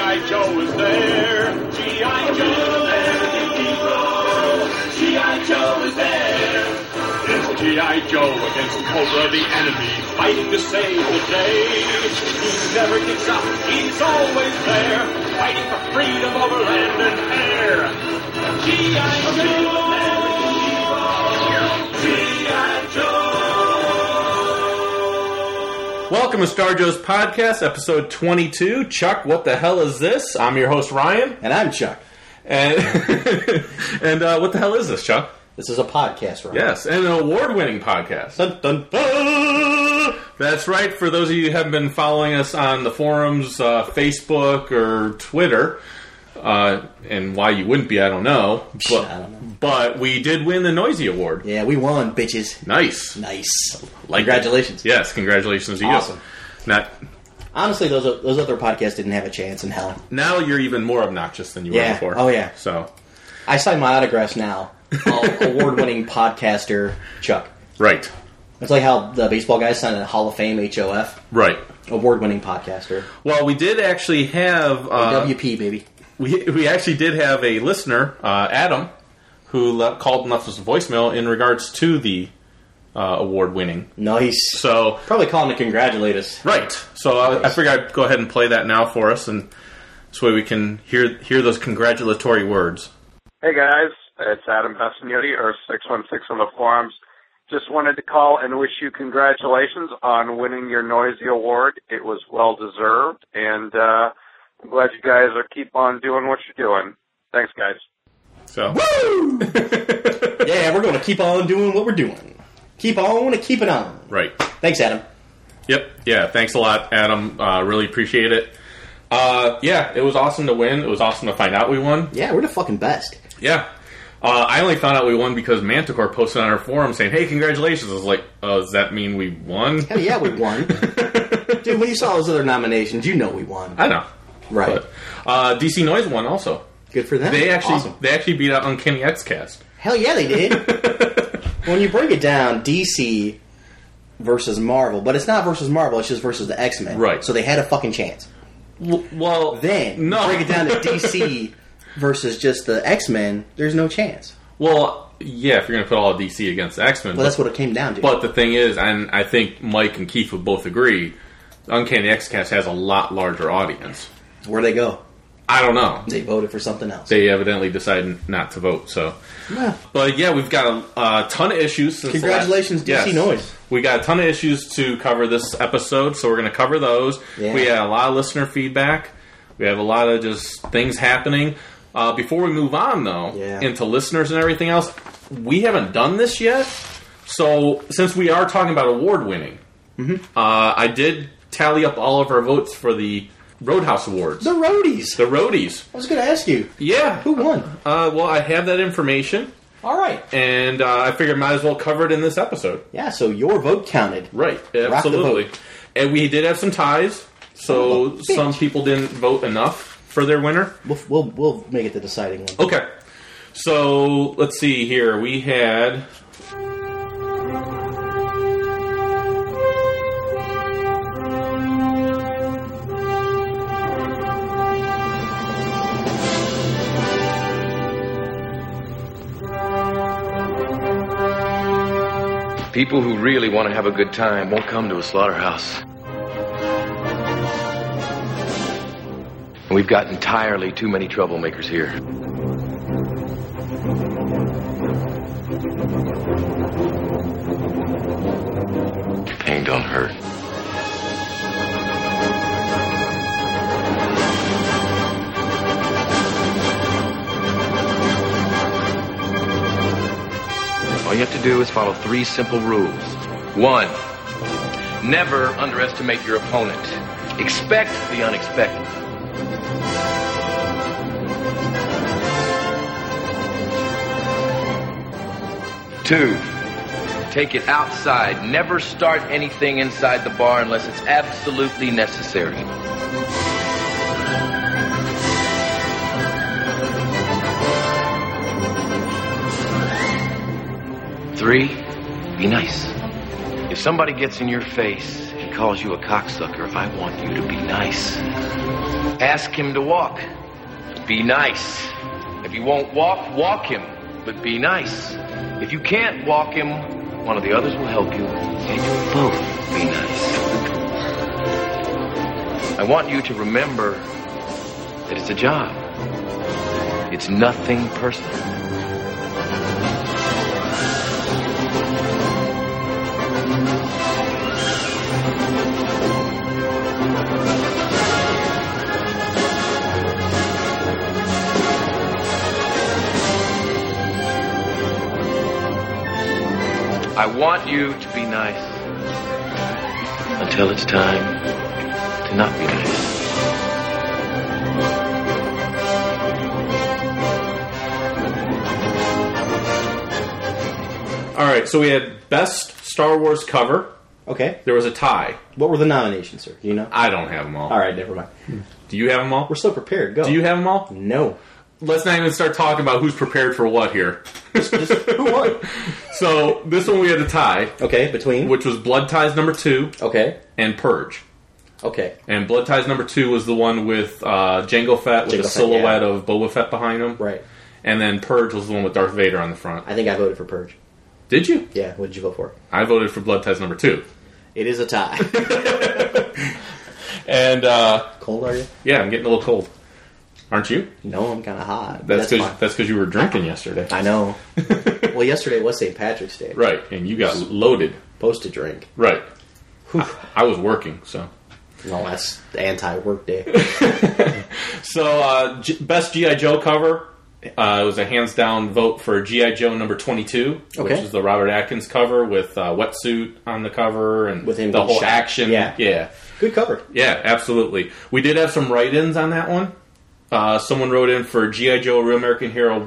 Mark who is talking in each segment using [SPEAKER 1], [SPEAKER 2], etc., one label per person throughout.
[SPEAKER 1] Joe's there. G.I. Joe, there's a hero. G.I. Joe is there. It's G.I. Joe against Cobra the enemy, fighting to save the day. He never gives up, he's always there, fighting for freedom over land and air. G.I. Joe, G.I.
[SPEAKER 2] Welcome to Star Joe's podcast, episode 22. Chuck, what the hell is this? I'm your host, Ryan.
[SPEAKER 3] And I'm Chuck.
[SPEAKER 2] And, and uh, what the hell is this, Chuck?
[SPEAKER 3] This is a podcast, right?
[SPEAKER 2] Yes, and an award winning podcast.
[SPEAKER 3] Dun, dun, dun.
[SPEAKER 2] That's right. For those of you who haven't been following us on the forums, uh, Facebook, or Twitter, uh, and why you wouldn't be, I don't know. But,
[SPEAKER 3] I don't know.
[SPEAKER 2] but we did win the Noisy Award.
[SPEAKER 3] Yeah, we won, bitches.
[SPEAKER 2] Nice.
[SPEAKER 3] Nice.
[SPEAKER 2] Like that.
[SPEAKER 3] Congratulations.
[SPEAKER 2] Yes, congratulations to
[SPEAKER 3] Awesome.
[SPEAKER 2] you. Now,
[SPEAKER 3] Honestly, those those other podcasts didn't have a chance in hell.
[SPEAKER 2] now you're even more obnoxious than you
[SPEAKER 3] Yeah.
[SPEAKER 2] were before.
[SPEAKER 3] Oh, yeah.
[SPEAKER 2] So,
[SPEAKER 3] I sign my autographs now. Award winning podcaster Chuck.
[SPEAKER 2] right.
[SPEAKER 3] It's like how the baseball guys signed a Hall of Fame HOF.
[SPEAKER 2] Right.
[SPEAKER 3] Award winning podcaster.
[SPEAKER 2] Well, we did actually have uh,
[SPEAKER 3] WP, baby.
[SPEAKER 2] we we actually did have a listener, uh, Adam, who le- called and left us a voicemail in regards to the uh, award winning.
[SPEAKER 3] Nice.
[SPEAKER 2] So
[SPEAKER 3] Probably calling to congratulate us.
[SPEAKER 2] right, so I, I figure I'd go ahead and play that now for us, and this way we can hear hear those congratulatory words.
[SPEAKER 4] Hey guys, it's Adam Bessignetti or 616 on the forums. Just wanted to call and wish you congratulations on winning your Noisy Award. It was well deserved, and uh, I'm glad you guys are keep on doing what you're doing. Thanks, guys.
[SPEAKER 2] So
[SPEAKER 3] Yeah, we're going to keep on doing what we're doing. Keep on and keep it on.
[SPEAKER 2] right,
[SPEAKER 3] Thanks, Adam.
[SPEAKER 2] yep, yeah. Thanks a lot, Adam. Uh, really appreciate it. Uh, yeah, it was awesome to win. It was awesome to find out we won.
[SPEAKER 3] Yeah, we're the fucking best.
[SPEAKER 2] Yeah. Uh, I only found out we won because Manticore posted on our forum saying, "Hey, congratulations!" I was like, uh, "Does that mean we won?"
[SPEAKER 3] Hell yeah, we won. Dude, when you saw those other nominations, you know we won.
[SPEAKER 2] I know,
[SPEAKER 3] Right.
[SPEAKER 2] but uh, DC Noise won also.
[SPEAKER 3] Good for them.
[SPEAKER 2] They actually
[SPEAKER 3] Awesome.
[SPEAKER 2] they actually beat out Uncanny X Cast.
[SPEAKER 3] Hell yeah, they did. when you break it down, DC versus Marvel, but it's not versus Marvel, it's just versus the X Men.
[SPEAKER 2] Right.
[SPEAKER 3] So they had a fucking chance.
[SPEAKER 2] Well,
[SPEAKER 3] Then,
[SPEAKER 2] no.
[SPEAKER 3] break it down to DC versus just the X Men, there's no chance.
[SPEAKER 2] well, yeah, if you're gonna put all of DC against X Men,
[SPEAKER 3] Well, that's what it came down to.
[SPEAKER 2] But the thing is, and I think Mike and Keith would both agree, Uncanny X Cast has a lot larger audience.
[SPEAKER 3] Where'd they go?
[SPEAKER 2] I don't know.
[SPEAKER 3] They voted for something else.
[SPEAKER 2] They evidently decided not to vote, so.
[SPEAKER 3] Well,
[SPEAKER 2] But yeah, we've got a, a ton of issues. Since the
[SPEAKER 3] Congratulations,
[SPEAKER 2] last-
[SPEAKER 3] DC Noise.
[SPEAKER 2] We got a ton of issues to cover this episode, so we're going to cover those.
[SPEAKER 3] Yeah.
[SPEAKER 2] We had a lot of listener feedback. We have a lot of just things happening. Uh, before we move on, though,
[SPEAKER 3] Yeah.
[SPEAKER 2] into listeners and everything else, we haven't done this yet. So since we are talking about award winning,
[SPEAKER 3] Mm-hmm.
[SPEAKER 2] uh, I did tally up all of our votes for the Roadhouse Awards,
[SPEAKER 3] the Roadies.
[SPEAKER 2] the Roadies.
[SPEAKER 3] I was going to ask you,
[SPEAKER 2] Yeah.
[SPEAKER 3] who won?
[SPEAKER 2] Uh, well, I have that information
[SPEAKER 3] All right.
[SPEAKER 2] and uh, I figured might as well cover it in this episode.
[SPEAKER 3] Yeah, so your vote counted.
[SPEAKER 2] Right,
[SPEAKER 3] the
[SPEAKER 2] absolutely.
[SPEAKER 3] vote.
[SPEAKER 2] And we did have some ties,
[SPEAKER 3] Son
[SPEAKER 2] so
[SPEAKER 3] of a bitch.
[SPEAKER 2] some people didn't vote enough for their winner.
[SPEAKER 3] We'll, we'll, we'll make it the deciding one.
[SPEAKER 2] Okay, so let's see here. We had.
[SPEAKER 5] People who really want to have a good time won't come to a slaughterhouse. We've got entirely too many troublemakers here. Pain don't hurt. All you have to do is follow three simple rules. One, never underestimate your opponent. Expect the unexpected. Two, take it outside. Never start anything inside the bar unless it's absolutely necessary. Three, be nice. If somebody gets in your face and calls you a cocksucker, I want you to be nice. Ask him to walk. Be nice. If you won't walk, walk him, but be nice. If you can't walk him, one of the others will help you, and you'll both be nice. I want you to remember that it's a job. It's nothing personal. I want you to be nice until it's time to not be nice.
[SPEAKER 2] All right, so we had best Star Wars cover.
[SPEAKER 3] Okay.
[SPEAKER 2] There was a tie.
[SPEAKER 3] What were the nominations, sir? Do you know?
[SPEAKER 2] I don't have them all.
[SPEAKER 3] All right, never mind.
[SPEAKER 2] Do you have them all?
[SPEAKER 3] We're so prepared. Go.
[SPEAKER 2] Do you have them all?
[SPEAKER 3] No.
[SPEAKER 2] Let's not even start talking about who's prepared for what here.
[SPEAKER 3] Just who won?
[SPEAKER 2] so this one we had a tie,
[SPEAKER 3] Okay, between.
[SPEAKER 2] which was Blood Ties number two
[SPEAKER 3] Okay.
[SPEAKER 2] and Purge.
[SPEAKER 3] Okay.
[SPEAKER 2] And Blood Ties number two was the one with uh, Jango Fett with
[SPEAKER 3] Jango
[SPEAKER 2] a
[SPEAKER 3] Fett,
[SPEAKER 2] silhouette of Boba Fett behind him.
[SPEAKER 3] Right.
[SPEAKER 2] And then Purge was the one with Darth Vader on the front.
[SPEAKER 3] I think I voted for Purge.
[SPEAKER 2] Did you?
[SPEAKER 3] Yeah. What did you vote for?
[SPEAKER 2] I voted for Blood Ties number two.
[SPEAKER 3] It is a tie.
[SPEAKER 2] And uh,
[SPEAKER 3] Cold are you?
[SPEAKER 2] yeah, I'm getting a little cold. Aren't you?
[SPEAKER 3] No, I'm kind of hot.
[SPEAKER 2] That's because
[SPEAKER 3] fine.
[SPEAKER 2] that's because you were drinking yesterday,
[SPEAKER 3] I know. well, yesterday was St. Patrick's Day.
[SPEAKER 2] right? And you got loaded,
[SPEAKER 3] Supposed to drink.
[SPEAKER 2] right? I, I was working, so
[SPEAKER 3] No, that's anti-work day.
[SPEAKER 2] so uh, G- best GI Joe cover. Uh, it was a hands down vote for GI Joe number twenty two, which
[SPEAKER 3] Okay.
[SPEAKER 2] is the Robert Atkins cover with uh, wetsuit on the cover and
[SPEAKER 3] With him
[SPEAKER 2] the
[SPEAKER 3] being
[SPEAKER 2] whole
[SPEAKER 3] shot.
[SPEAKER 2] action.
[SPEAKER 3] Yeah.
[SPEAKER 2] yeah,
[SPEAKER 3] Good cover.
[SPEAKER 2] yeah, absolutely. We did have some write ins on that one. Uh, someone wrote in for GI Joe Real American Hero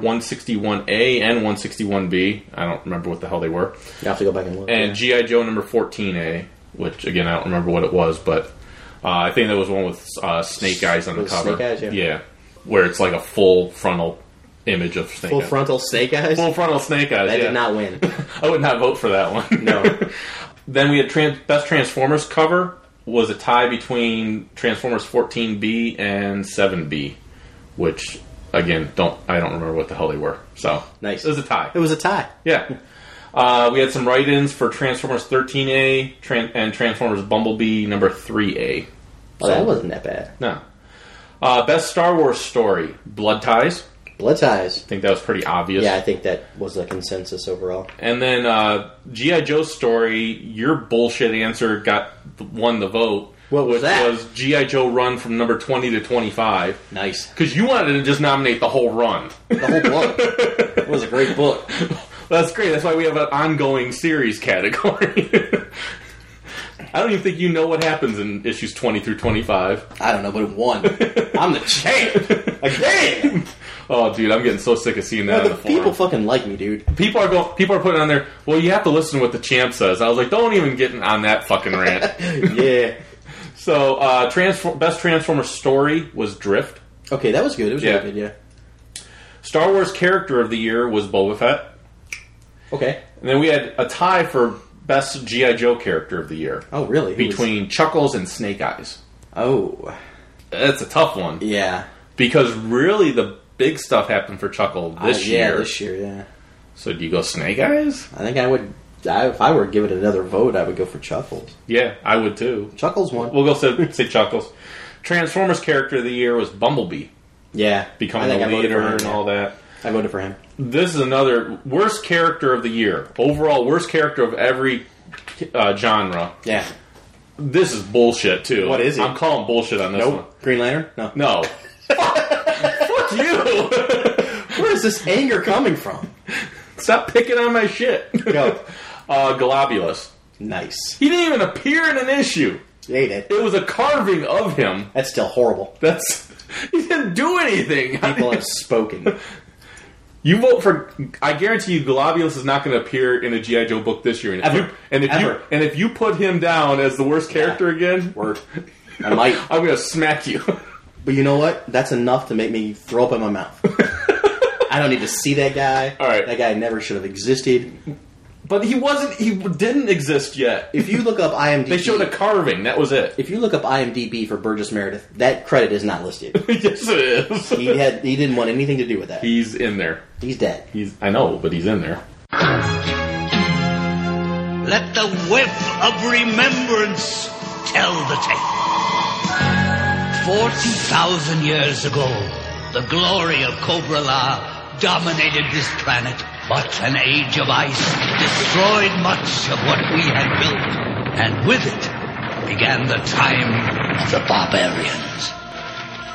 [SPEAKER 2] 161A and 161B. I don't remember what the hell they were
[SPEAKER 3] You have to go back and look.
[SPEAKER 2] and GI Joe number fourteen A, which again I don't remember what it was, but uh, I think there was one with uh, snake eyes on the
[SPEAKER 3] With
[SPEAKER 2] cover.
[SPEAKER 3] snake eyes, yeah.
[SPEAKER 2] where it's like a full frontal image of snake.
[SPEAKER 3] full
[SPEAKER 2] eyes.
[SPEAKER 3] frontal snake eyes.
[SPEAKER 2] Full frontal snake eyes.
[SPEAKER 3] I
[SPEAKER 2] yeah.
[SPEAKER 3] did not win.
[SPEAKER 2] I would not vote for that one.
[SPEAKER 3] No.
[SPEAKER 2] then we had trans- best Transformers cover was a tie between Transformers 14B and 7B, which again don't I don't remember what the hell they were. So
[SPEAKER 3] Nice.
[SPEAKER 2] It was a tie.
[SPEAKER 3] It was a tie.
[SPEAKER 2] Yeah. Uh, we had some write-ins for Transformers 13A tran- and Transformers Bumblebee number 3A.
[SPEAKER 3] Oh, that wasn't that bad.
[SPEAKER 2] No. Uh, best Star Wars story, Blood Ties. I
[SPEAKER 3] Blood ties.
[SPEAKER 2] think that was pretty obvious.
[SPEAKER 3] Yeah, I think that was the consensus overall.
[SPEAKER 2] And then uh, G.I. Joe's story, your bullshit answer got won the vote.
[SPEAKER 3] What was
[SPEAKER 2] which
[SPEAKER 3] that?
[SPEAKER 2] was G.I. Joe run from number 20 to 25.
[SPEAKER 3] Nice.
[SPEAKER 2] Because you wanted to just nominate the whole run.
[SPEAKER 3] The whole book. it was a great book.
[SPEAKER 2] That's great. That's why we have an ongoing series category. I don't even think you know what happens in issues 20 through 25.
[SPEAKER 3] I don't know, but it won. I'm the champ. Like, damn.
[SPEAKER 2] Oh, dude, I'm getting so sick of seeing that on the forum.
[SPEAKER 3] people fucking like me, dude.
[SPEAKER 2] people are going. People are putting on there. Well, you have to listen to what the champ says. I was like, don't even get on that fucking rant.
[SPEAKER 3] Yeah.
[SPEAKER 2] so, uh, transform best Transformer story was Drift.
[SPEAKER 3] Okay, that was good. It was
[SPEAKER 2] Yeah.
[SPEAKER 3] really good. Yeah.
[SPEAKER 2] Star Wars character of the year was Boba Fett.
[SPEAKER 3] Okay.
[SPEAKER 2] And then we had a tie for best GI Joe character of the year
[SPEAKER 3] Oh, really? Who was-
[SPEAKER 2] between Chuckles and Snake Eyes.
[SPEAKER 3] oh,
[SPEAKER 2] That's a tough one.
[SPEAKER 3] yeah.
[SPEAKER 2] because really the big stuff happened for Chuckle
[SPEAKER 3] Oh,
[SPEAKER 2] this
[SPEAKER 3] yeah,
[SPEAKER 2] year.
[SPEAKER 3] This year, yeah.
[SPEAKER 2] So do you go Snake Eyes?
[SPEAKER 3] I think I would. I, if I were given another vote, I would go for Chuckles.
[SPEAKER 2] Yeah, I would too.
[SPEAKER 3] Chuckles won.
[SPEAKER 2] We'll go say, say Chuckles. Transformers character of the year was Bumblebee,
[SPEAKER 3] yeah, I
[SPEAKER 2] becoming
[SPEAKER 3] think
[SPEAKER 2] the
[SPEAKER 3] I voted
[SPEAKER 2] leader
[SPEAKER 3] for him,
[SPEAKER 2] and
[SPEAKER 3] yeah.
[SPEAKER 2] all that.
[SPEAKER 3] I voted for him.
[SPEAKER 2] This is another worst character of the year overall, worst character of every uh, genre.
[SPEAKER 3] Yeah.
[SPEAKER 2] This is bullshit too.
[SPEAKER 3] What is it?
[SPEAKER 2] I'm calling bullshit on this one.
[SPEAKER 3] Green Lantern. No.
[SPEAKER 2] No, fuck you!
[SPEAKER 3] Where is this anger coming from?
[SPEAKER 2] Stop picking on my shit.
[SPEAKER 3] Go.
[SPEAKER 2] Uh, Globulus.
[SPEAKER 3] nice.
[SPEAKER 2] He didn't even appear in an issue.
[SPEAKER 3] They did.
[SPEAKER 2] It was a carving of him.
[SPEAKER 3] That's still horrible.
[SPEAKER 2] That's he didn't do anything.
[SPEAKER 3] People have spoken.
[SPEAKER 2] you vote for. I guarantee you, Globulus is not going to appear in a GI Joe book this year. And if
[SPEAKER 3] Ever.
[SPEAKER 2] you and if you
[SPEAKER 3] Ever.
[SPEAKER 2] and if you put him down as the worst character again,
[SPEAKER 3] Word. I might.
[SPEAKER 2] I'm going to smack you.
[SPEAKER 3] But you know what? That's enough to make me throw up in my mouth. I don't need to see that guy.
[SPEAKER 2] All right.
[SPEAKER 3] That guy never should have existed.
[SPEAKER 2] But he wasn't. He didn't exist yet.
[SPEAKER 3] If you look up IMDb,
[SPEAKER 2] They showed a carving. That was it.
[SPEAKER 3] if you look up IMDb for Burgess Meredith, that credit is not listed.
[SPEAKER 2] yes, it is.
[SPEAKER 3] He had he didn't want anything to do with that.
[SPEAKER 2] He's in there.
[SPEAKER 3] He's dead.
[SPEAKER 2] He's. I know, but he's in there.
[SPEAKER 6] Let the web of remembrance tell the tale. 40,000 years ago, the glory of Cobra La dominated this planet, but an age of ice destroyed much of what we had built, and with it began the time of the barbarians.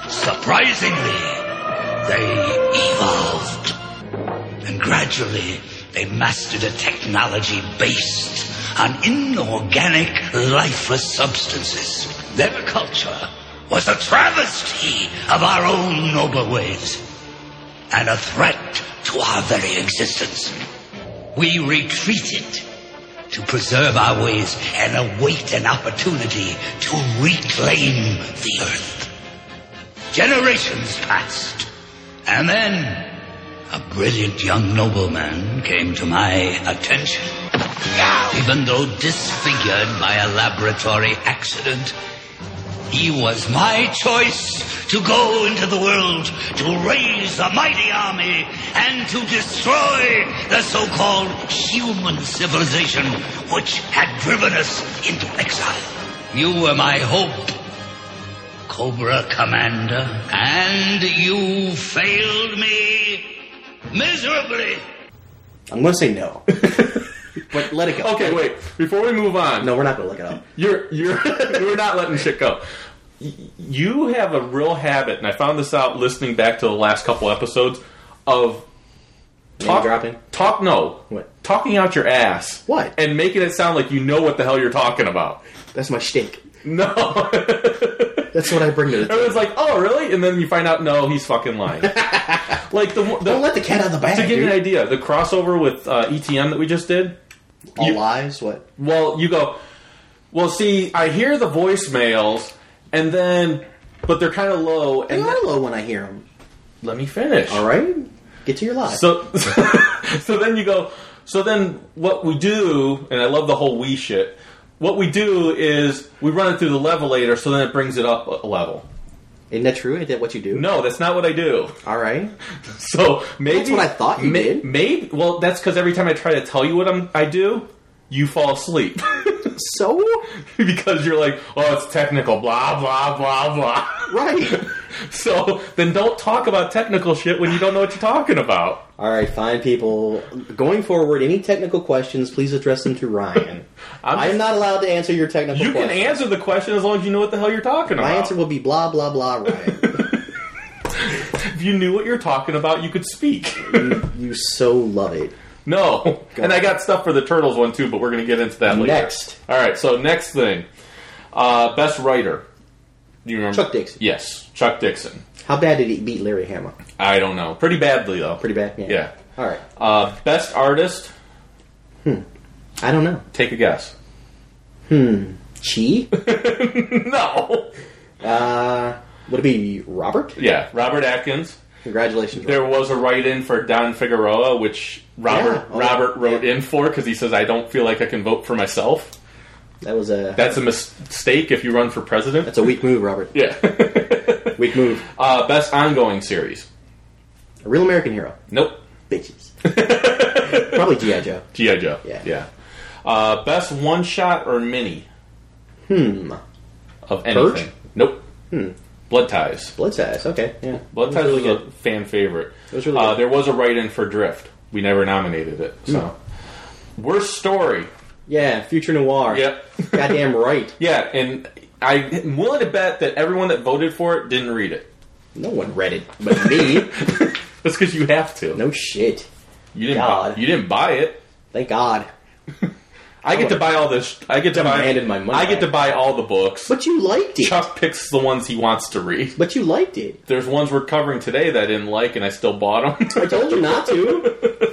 [SPEAKER 6] Surprisingly, they evolved. And gradually, they mastered a technology based on inorganic, lifeless substances. Their culture was a travesty of our own noble ways and a threat to our very existence. We retreated to preserve our ways and await an opportunity to reclaim the earth. Generations passed, and then a brilliant young nobleman came to my attention. Even though disfigured by a laboratory accident, he was my choice to go into the world to raise a mighty army and to destroy the so-called human civilization which had driven us into exile. You were my hope Cobra Commander, and you failed me miserably.
[SPEAKER 3] I'm going to say no, but let it go.
[SPEAKER 2] Okay, wait. Before we move on,
[SPEAKER 3] No, we're not going to look it up.
[SPEAKER 2] You're you're you're not letting shit go. Y- You have a real habit, and I found this out listening back to the last couple episodes of
[SPEAKER 3] Name dropping.
[SPEAKER 2] Talk no.
[SPEAKER 3] What?
[SPEAKER 2] Talking out your ass.
[SPEAKER 3] What?
[SPEAKER 2] And making it sound like you know what the hell you're talking about.
[SPEAKER 3] That's my shtick.
[SPEAKER 2] No.
[SPEAKER 3] That's what I bring to the table.
[SPEAKER 2] Everyone's like, oh, really? And then you find out, no, he's fucking lying. like the, the
[SPEAKER 3] Don't let the cat out of the bag,
[SPEAKER 2] to give you
[SPEAKER 3] dude.
[SPEAKER 2] an idea, the crossover with uh, ETM that we just did.
[SPEAKER 3] All
[SPEAKER 2] you-
[SPEAKER 3] lies. What?
[SPEAKER 2] Well, you go. Well, see, I hear the voicemails, and then, but they're kind of low.
[SPEAKER 3] I
[SPEAKER 2] And then,
[SPEAKER 3] low when I hear them.
[SPEAKER 2] let me finish.
[SPEAKER 3] All right, get to your lies.
[SPEAKER 2] So, so then you go. So then, what we do, and I love the whole we shit. What we do is we run it through the levelator, so then it brings it up a level.
[SPEAKER 3] Isn't that true? Isn't that what you do?
[SPEAKER 2] No, that's not what I do.
[SPEAKER 3] All right.
[SPEAKER 2] So maybe
[SPEAKER 3] That's what I thought you did.
[SPEAKER 2] Maybe well, that's because every time I try to tell you what I'm, I do, you fall asleep.
[SPEAKER 3] So
[SPEAKER 2] because you're like, oh, it's technical, blah blah blah blah.
[SPEAKER 3] right.
[SPEAKER 2] So then don't talk about technical shit when you don't know what you're talking about.
[SPEAKER 3] All right, fine, people. Going forward, any technical questions, please address them to Ryan.
[SPEAKER 2] I'm
[SPEAKER 3] I am not allowed to answer your technical
[SPEAKER 2] You can
[SPEAKER 3] questions.
[SPEAKER 2] answer the question as long as you know what the hell you're talking
[SPEAKER 3] My
[SPEAKER 2] about.
[SPEAKER 3] answer will be blah blah blah, Ryan.
[SPEAKER 2] if you knew what you're talking about, you could speak.
[SPEAKER 3] you so love it.
[SPEAKER 2] no. and I got stuff for the Turtles one too, but we're going to get into that later.
[SPEAKER 3] Next.
[SPEAKER 2] All right, so next thing. Uh, best writer. Do you remember?
[SPEAKER 3] Chuck Dixon.
[SPEAKER 2] Yes, Chuck Dixon.
[SPEAKER 3] How bad did he beat Larry Hammer?
[SPEAKER 2] I don't know. Pretty badly, though.
[SPEAKER 3] Pretty bad. Yeah.
[SPEAKER 2] Yeah.
[SPEAKER 3] All right.
[SPEAKER 2] Uh, best artist.
[SPEAKER 3] I don't know.
[SPEAKER 2] Take a guess.
[SPEAKER 3] Chi?
[SPEAKER 2] No.
[SPEAKER 3] uh, would it be Robert?
[SPEAKER 2] Yeah, Robert Atkins.
[SPEAKER 3] Congratulations. Robert.
[SPEAKER 2] There was a write-in for Don Figueroa, which Robert
[SPEAKER 3] Yeah, oh,
[SPEAKER 2] Robert
[SPEAKER 3] yeah.
[SPEAKER 2] wrote in for because he says, "I don't feel like I can vote for myself."
[SPEAKER 3] That was a
[SPEAKER 2] That's a mis- mistake if you run for president.
[SPEAKER 3] that's a weak move, Robert.
[SPEAKER 2] yeah.
[SPEAKER 3] Weak move.
[SPEAKER 2] uh, best ongoing series.
[SPEAKER 3] A real American hero.
[SPEAKER 2] Nope.
[SPEAKER 3] Bitches. Probably G.I. Joe.
[SPEAKER 2] GI Joe.
[SPEAKER 3] Yeah.
[SPEAKER 2] Yeah. Uh, best one shot or mini
[SPEAKER 3] Hmm.
[SPEAKER 2] of anything. Nope. Blood Ties.
[SPEAKER 3] Blood size. Okay. Yeah.
[SPEAKER 2] Blood
[SPEAKER 3] Hmm. That
[SPEAKER 2] Ties
[SPEAKER 3] was
[SPEAKER 2] was,
[SPEAKER 3] really
[SPEAKER 2] a fan favorite.
[SPEAKER 3] It was really
[SPEAKER 2] uh,
[SPEAKER 3] good.
[SPEAKER 2] there was a write-in for Drift. We never nominated it. So
[SPEAKER 3] Hmm.
[SPEAKER 2] worst story.
[SPEAKER 3] Yeah. Future noir.
[SPEAKER 2] Yep.
[SPEAKER 3] Goddamn right.
[SPEAKER 2] Yeah, and I'm willing to bet that everyone that voted for it didn't read it.
[SPEAKER 3] No one read it but me.
[SPEAKER 2] That's because you have to.
[SPEAKER 3] no shit.
[SPEAKER 2] you didn't.
[SPEAKER 3] God.
[SPEAKER 2] Buy, you didn't buy it.
[SPEAKER 3] Thank God.
[SPEAKER 2] I get to buy all this. I get to buy.
[SPEAKER 3] Demanded my money
[SPEAKER 2] I get
[SPEAKER 3] back.
[SPEAKER 2] to buy all the books.
[SPEAKER 3] But you liked it.
[SPEAKER 2] Chuck picks the ones he wants to read.
[SPEAKER 3] But you liked it.
[SPEAKER 2] There's ones we're covering today that I didn't like, and I still bought
[SPEAKER 3] I
[SPEAKER 2] them.
[SPEAKER 3] told you not to.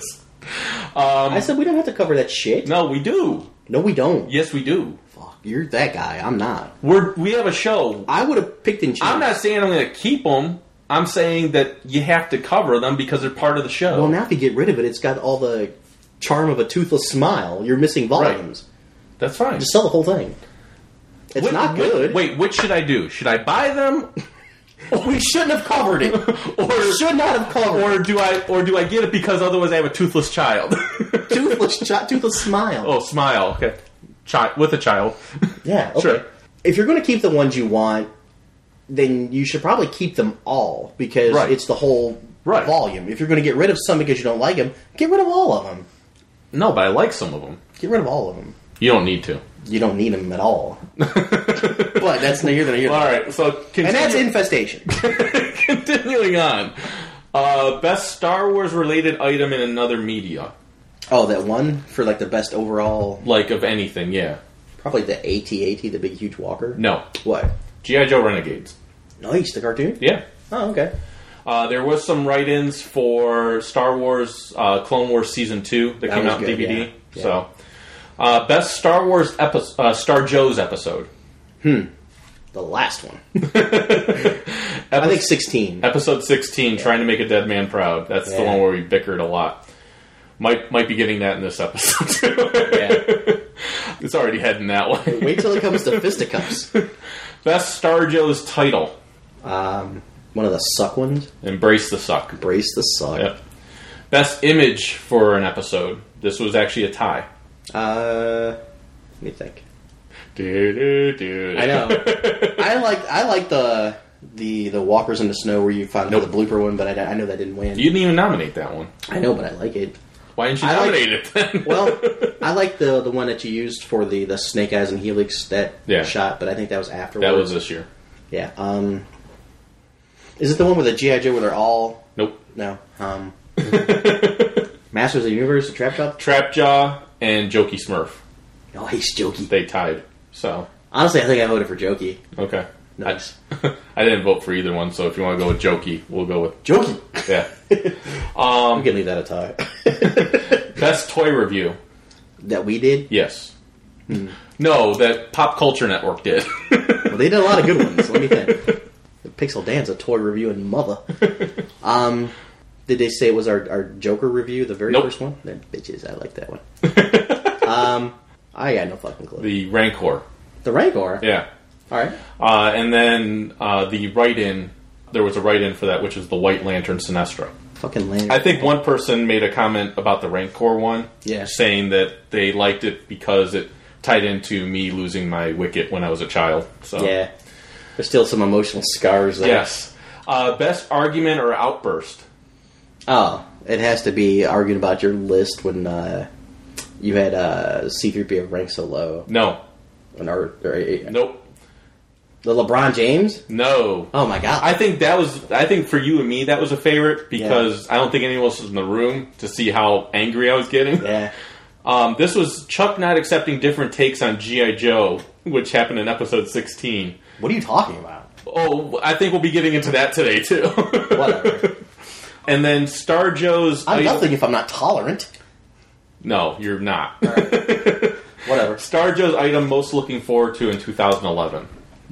[SPEAKER 3] I said we don't have to cover that shit.
[SPEAKER 2] Um, no, we do.
[SPEAKER 3] No, we don't.
[SPEAKER 2] Yes, we do.
[SPEAKER 3] Fuck, you're that guy. I'm not.
[SPEAKER 2] We're we have a show.
[SPEAKER 3] I would have picked and changed.
[SPEAKER 2] I'm not saying I'm going to keep them. I'm saying that you have to cover them because they're part of the show.
[SPEAKER 3] Well, now if you get rid of it, it's got all the charm of a toothless smile. You're missing volumes.
[SPEAKER 2] That's fine.
[SPEAKER 3] Just sell the whole thing. It's
[SPEAKER 2] Wait,
[SPEAKER 3] not
[SPEAKER 2] wait,
[SPEAKER 3] good.
[SPEAKER 2] Wait, which should I do? Should I buy them,
[SPEAKER 3] we shouldn't have covered it.
[SPEAKER 2] or
[SPEAKER 3] Should not have covered
[SPEAKER 2] or do I or do I get it because otherwise I have a toothless child?
[SPEAKER 3] toothless, chi- toothless smile.
[SPEAKER 2] oh, smile. Okay, child with a child.
[SPEAKER 3] Yeah, okay.
[SPEAKER 2] Sure.
[SPEAKER 3] If you're going to keep the ones you want, then you should probably keep them all because
[SPEAKER 2] Right.
[SPEAKER 3] it's the whole
[SPEAKER 2] Right.
[SPEAKER 3] volume. If you're going to get rid of some because you don't like them, get rid of all of them.
[SPEAKER 2] No, but I like some of them.
[SPEAKER 3] Get rid of all of them.
[SPEAKER 2] You don't need to.
[SPEAKER 3] You don't need them at all. but that's neither than here.
[SPEAKER 2] All right, so continue,
[SPEAKER 3] And that's infestation.
[SPEAKER 2] continuing on. Uh, best Star Wars related item in another media,
[SPEAKER 3] oh, that one for like the best overall,
[SPEAKER 2] like of anything. Yeah,
[SPEAKER 3] probably the AT-AT, the big huge walker.
[SPEAKER 2] no.
[SPEAKER 3] What?
[SPEAKER 2] GI Joe Renegades.
[SPEAKER 3] Nice, the cartoon.
[SPEAKER 2] Yeah.
[SPEAKER 3] Oh, okay.
[SPEAKER 2] Uh, there was some write-ins for Star Wars uh, Clone Wars Season Two that,
[SPEAKER 3] That
[SPEAKER 2] came
[SPEAKER 3] was
[SPEAKER 2] out
[SPEAKER 3] good,
[SPEAKER 2] in DVD.
[SPEAKER 3] yeah. Yeah.
[SPEAKER 2] So, uh, best Star Wars episode, uh, Star Joe's episode,
[SPEAKER 3] The last one. I think sixteen.
[SPEAKER 2] episode sixteen, trying to make a dead man proud. That's the
[SPEAKER 3] Yeah.
[SPEAKER 2] one where we bickered a lot. Might might be getting that in this episode. too. It's already heading that way.
[SPEAKER 3] Wait till it comes to fisticuffs.
[SPEAKER 2] Best Star Joe's title:
[SPEAKER 3] Um, one of the suck ones.
[SPEAKER 2] Embrace the Suck.
[SPEAKER 3] Brace the suck.
[SPEAKER 2] Yep. Best image for an episode. This was actually a tie.
[SPEAKER 3] Uh, let me think.
[SPEAKER 2] Do, do, do.
[SPEAKER 3] I know. I like I like the the the walkers in the snow where you find
[SPEAKER 2] Nope.
[SPEAKER 3] the blooper one, but I, I know that didn't win.
[SPEAKER 2] You didn't even nominate that one.
[SPEAKER 3] I know, but I like it.
[SPEAKER 2] Why didn't you
[SPEAKER 3] I like-
[SPEAKER 2] nominate it then?
[SPEAKER 3] Well, I like the the one that you used for the the snake eyes and helix that
[SPEAKER 2] Yeah.
[SPEAKER 3] shot, but I think that was afterwards.
[SPEAKER 2] that was this year.
[SPEAKER 3] yeah. Um, is it the one with the GI Joe where they're all
[SPEAKER 2] Nope.
[SPEAKER 3] no um. Masters of the Universe, the Trap Shop.
[SPEAKER 2] Trapjaw and Jokey Smurf.
[SPEAKER 3] No, he's Jokey.
[SPEAKER 2] They tied. So
[SPEAKER 3] Honestly, I think I voted for Jokey.
[SPEAKER 2] okay.
[SPEAKER 3] Nice.
[SPEAKER 2] I, I didn't vote for either one, so if you want to go with Jokey, we'll go with
[SPEAKER 3] Jokey.
[SPEAKER 2] yeah.
[SPEAKER 3] We can leave that a tie.
[SPEAKER 2] Best toy review.
[SPEAKER 3] that we did.
[SPEAKER 2] Yes.
[SPEAKER 3] Hmm.
[SPEAKER 2] No, that Pop Culture Network did.
[SPEAKER 3] Well, they did a lot of good ones. Let me think. Pixel Dan's a toy review and mother. Um, did they say it was our, our Joker review, the very
[SPEAKER 2] Nope.
[SPEAKER 3] first one? Then bitches, I like that one. um, I got no fucking clue. The,
[SPEAKER 2] the Rancor.
[SPEAKER 3] Rancor.
[SPEAKER 2] Yeah.
[SPEAKER 3] All right.
[SPEAKER 2] Uh, and then uh, the write-in. There was a write-in for that, which is the White Lantern Sinestro.
[SPEAKER 3] Fucking lame.
[SPEAKER 2] I think one person made a comment about the Rancor one,
[SPEAKER 3] Yeah.
[SPEAKER 2] saying that they liked it because it tied into me losing my wicket when I was a child. So
[SPEAKER 3] yeah. There's still some emotional scars there.
[SPEAKER 2] yes, uh, best argument or outburst.
[SPEAKER 3] Oh, it has to be arguing about your list when uh, you had uh, C3PO rank so low.
[SPEAKER 2] No,
[SPEAKER 3] When our, or, uh,
[SPEAKER 2] nope,
[SPEAKER 3] The LeBron James?
[SPEAKER 2] no.
[SPEAKER 3] Oh my god.
[SPEAKER 2] I think that was. I think for you and me, that was a favorite because I don't think anyone else was in the room to see how angry I was getting.
[SPEAKER 3] yeah.
[SPEAKER 2] Um, this was Chuck not accepting different takes on GI Joe, which happened in episode sixteen.
[SPEAKER 3] What are you talking about?
[SPEAKER 2] Oh, I think we'll be getting into that today too.
[SPEAKER 3] Whatever.
[SPEAKER 2] And then Star Joe's
[SPEAKER 3] I'm
[SPEAKER 2] item-
[SPEAKER 3] nothing if I'm not tolerant.
[SPEAKER 2] No, you're not.
[SPEAKER 3] Whatever.
[SPEAKER 2] Star Joe's item most looking forward to in 2011.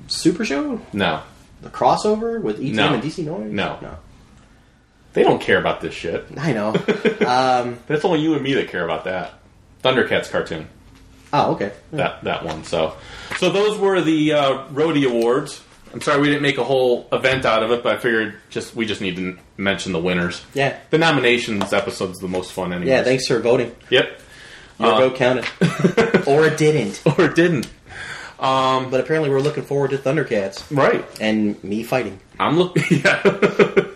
[SPEAKER 3] Super Show?
[SPEAKER 2] No,
[SPEAKER 3] The crossover with ETM
[SPEAKER 2] No.
[SPEAKER 3] and DC Noise?
[SPEAKER 2] No.
[SPEAKER 3] No.
[SPEAKER 2] they don't care about this shit.
[SPEAKER 3] I know. um,
[SPEAKER 2] That's only you and me that care about that. Thundercats cartoon.
[SPEAKER 3] oh, okay.
[SPEAKER 2] That that one. So, so those were the uh, Rhodey Awards. I'm sorry we didn't make a whole event out of it, but I figured just we just need to n- mention the winners.
[SPEAKER 3] Yeah.
[SPEAKER 2] The nominations episode's the most fun anyway.
[SPEAKER 3] Yeah, thanks for voting.
[SPEAKER 2] Yep. Uh.
[SPEAKER 3] Your vote counted. or it didn't.
[SPEAKER 2] Or it didn't.
[SPEAKER 3] But apparently we're looking forward to Thundercats.
[SPEAKER 2] Right.
[SPEAKER 3] And me fighting.
[SPEAKER 2] I'm looking. Yeah.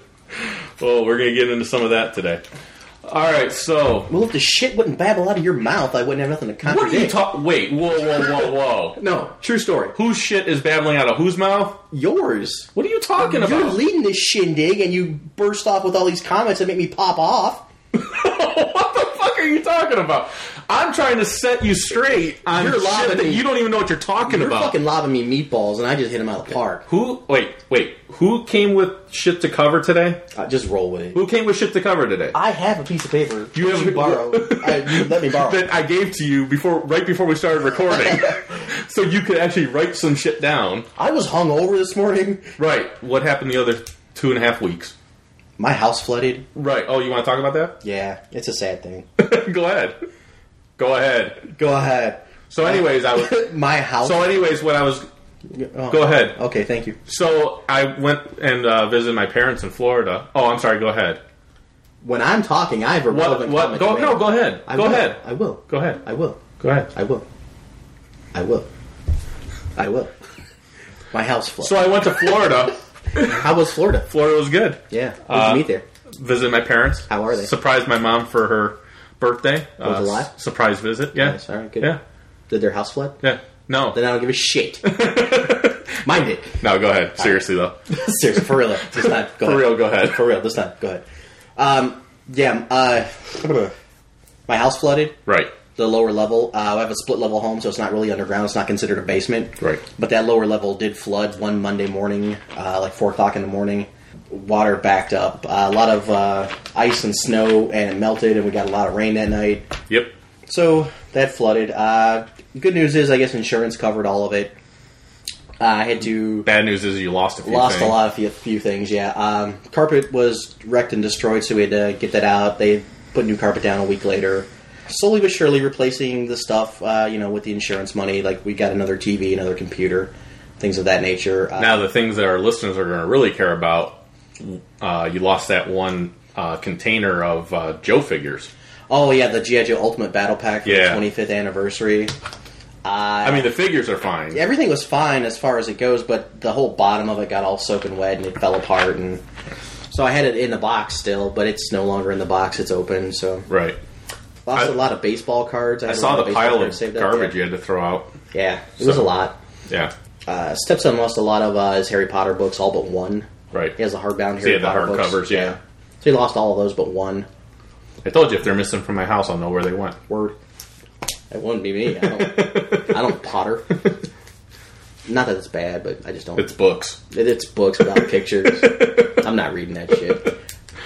[SPEAKER 2] well, we're gonna get into some of that today. All right. So,
[SPEAKER 3] Well, if the shit wouldn't babble out of your mouth, I wouldn't have nothing to
[SPEAKER 2] what
[SPEAKER 3] contradict.
[SPEAKER 2] are you talking? Wait. Whoa, whoa, whoa, whoa.
[SPEAKER 3] No, true story.
[SPEAKER 2] Whose shit is babbling out of whose mouth?
[SPEAKER 3] Yours.
[SPEAKER 2] What are you talking
[SPEAKER 3] You're
[SPEAKER 2] about?
[SPEAKER 3] leading this shindig and you burst off with all these comments that make me pop off.
[SPEAKER 2] what the fuck are you talking about? I'm trying to set you straight on
[SPEAKER 3] You're
[SPEAKER 2] shit
[SPEAKER 3] lobbing
[SPEAKER 2] that
[SPEAKER 3] me.
[SPEAKER 2] you don't even know what you're talking
[SPEAKER 3] You're
[SPEAKER 2] about.
[SPEAKER 3] fucking lobbing me meatballs and I just hit them out of the park.
[SPEAKER 2] who? Wait, wait. Who came with shit to cover today?
[SPEAKER 3] Uh, just roll with it.
[SPEAKER 2] Who came with shit to cover today?
[SPEAKER 3] I have a piece of paper.
[SPEAKER 2] You have-
[SPEAKER 3] to borrow. I, you let me borrow.
[SPEAKER 2] that I gave to you before, right before we started recording, so you could actually write some shit down.
[SPEAKER 3] I was hungover this morning.
[SPEAKER 2] Right. What happened the other two and a half weeks?
[SPEAKER 3] My house flooded.
[SPEAKER 2] Right. Oh, you want to talk about that?
[SPEAKER 3] Yeah, it's a sad thing.
[SPEAKER 2] Go ahead. Go ahead.
[SPEAKER 3] Go ahead.
[SPEAKER 2] So, anyways, I was.
[SPEAKER 3] My house.
[SPEAKER 2] So, anyways, when I was.
[SPEAKER 3] Oh.
[SPEAKER 2] Go ahead.
[SPEAKER 3] Okay, thank you.
[SPEAKER 2] So I went and uh, visited my parents in Florida. Oh, I'm sorry. Go ahead.
[SPEAKER 3] When I'm talking, I have a
[SPEAKER 2] What?
[SPEAKER 3] relevant
[SPEAKER 2] What?
[SPEAKER 3] comment
[SPEAKER 2] Go
[SPEAKER 3] to
[SPEAKER 2] no.
[SPEAKER 3] make.
[SPEAKER 2] Go ahead.
[SPEAKER 3] I
[SPEAKER 2] go
[SPEAKER 3] will.
[SPEAKER 2] ahead.
[SPEAKER 3] I will.
[SPEAKER 2] Go ahead.
[SPEAKER 3] I will.
[SPEAKER 2] Go ahead.
[SPEAKER 3] I will. I will. I will. My house flooded.
[SPEAKER 2] So I went to Florida.
[SPEAKER 3] How was Florida?
[SPEAKER 2] Florida was good.
[SPEAKER 3] Yeah. Where'd
[SPEAKER 2] Uh,
[SPEAKER 3] you meet there?
[SPEAKER 2] Visited my parents.
[SPEAKER 3] How are they?
[SPEAKER 2] Surprised my mom for her birthday. Uh,
[SPEAKER 3] Was alive?
[SPEAKER 2] s- Surprise visit. Yeah.
[SPEAKER 3] Nice. All right, good.
[SPEAKER 2] Yeah.
[SPEAKER 3] Did their house flood?
[SPEAKER 2] Yeah. No.
[SPEAKER 3] Then I don't give a shit. Mind it.
[SPEAKER 2] No. Go ahead. Seriously though.
[SPEAKER 3] Seriously, for real. This time, go
[SPEAKER 2] For
[SPEAKER 3] ahead.
[SPEAKER 2] real, go ahead.
[SPEAKER 3] For real, this time, go ahead. Um, yeah, uh, my house flooded.
[SPEAKER 2] Right.
[SPEAKER 3] The lower level. Uh, I have a split level home, so it's not really underground. It's not considered a basement.
[SPEAKER 2] Right.
[SPEAKER 3] But that lower level did flood one Monday morning, uh, like four o'clock in the morning. Water backed up. Uh, a lot of uh, ice and snow, and it melted, and we got a lot of rain that night.
[SPEAKER 2] Yep.
[SPEAKER 3] So that flooded. Uh, good news is, I guess insurance covered all of it. Uh, I had to
[SPEAKER 2] Bad news is you lost a few.
[SPEAKER 3] lost
[SPEAKER 2] things.
[SPEAKER 3] a lot of few, few things. Yeah, um, carpet was wrecked and destroyed, so we had to get that out. They put new carpet down a week later. Slowly but surely, replacing the stuff. Uh, you know, with the insurance money, like we got another TV, another computer, things of that nature. Uh,
[SPEAKER 2] Now the things that our listeners are going to really care about. Uh, you lost that one uh, container of uh, Joe figures.
[SPEAKER 3] oh yeah, the GI Joe Ultimate Battle Pack for
[SPEAKER 2] Yeah.
[SPEAKER 3] the 25th anniversary.
[SPEAKER 2] I mean, the figures are fine.
[SPEAKER 3] Everything was fine as far as it goes, but the whole bottom of it got all soaking wet and it fell apart. And so I had it in the box still, but it's no longer in the box. It's open. So
[SPEAKER 2] Right.
[SPEAKER 3] Lost
[SPEAKER 2] I-
[SPEAKER 3] a lot of baseball cards.
[SPEAKER 2] I
[SPEAKER 3] had a
[SPEAKER 2] saw
[SPEAKER 3] lot
[SPEAKER 2] the
[SPEAKER 3] baseball
[SPEAKER 2] pile
[SPEAKER 3] cards
[SPEAKER 2] of
[SPEAKER 3] saved up,
[SPEAKER 2] garbage you
[SPEAKER 3] Yeah,
[SPEAKER 2] had to throw out.
[SPEAKER 3] Yeah, it was
[SPEAKER 2] So-
[SPEAKER 3] a lot.
[SPEAKER 2] Yeah.
[SPEAKER 3] Uh, Stepson lost a lot of uh, his Harry Potter books, all but one.
[SPEAKER 2] Right.
[SPEAKER 3] He has the hardbound Harry
[SPEAKER 2] See, the
[SPEAKER 3] Potter
[SPEAKER 2] hard
[SPEAKER 3] books.
[SPEAKER 2] covers, yeah.
[SPEAKER 3] So he lost all of those but one.
[SPEAKER 2] I told you if they're missing from my house, I'll know where they went.
[SPEAKER 3] Word. That wouldn't be me. I don't, I don't Potter. Not that it's bad, but I just don't.
[SPEAKER 2] It's books.
[SPEAKER 3] It- It's books without pictures. I'm not reading that shit.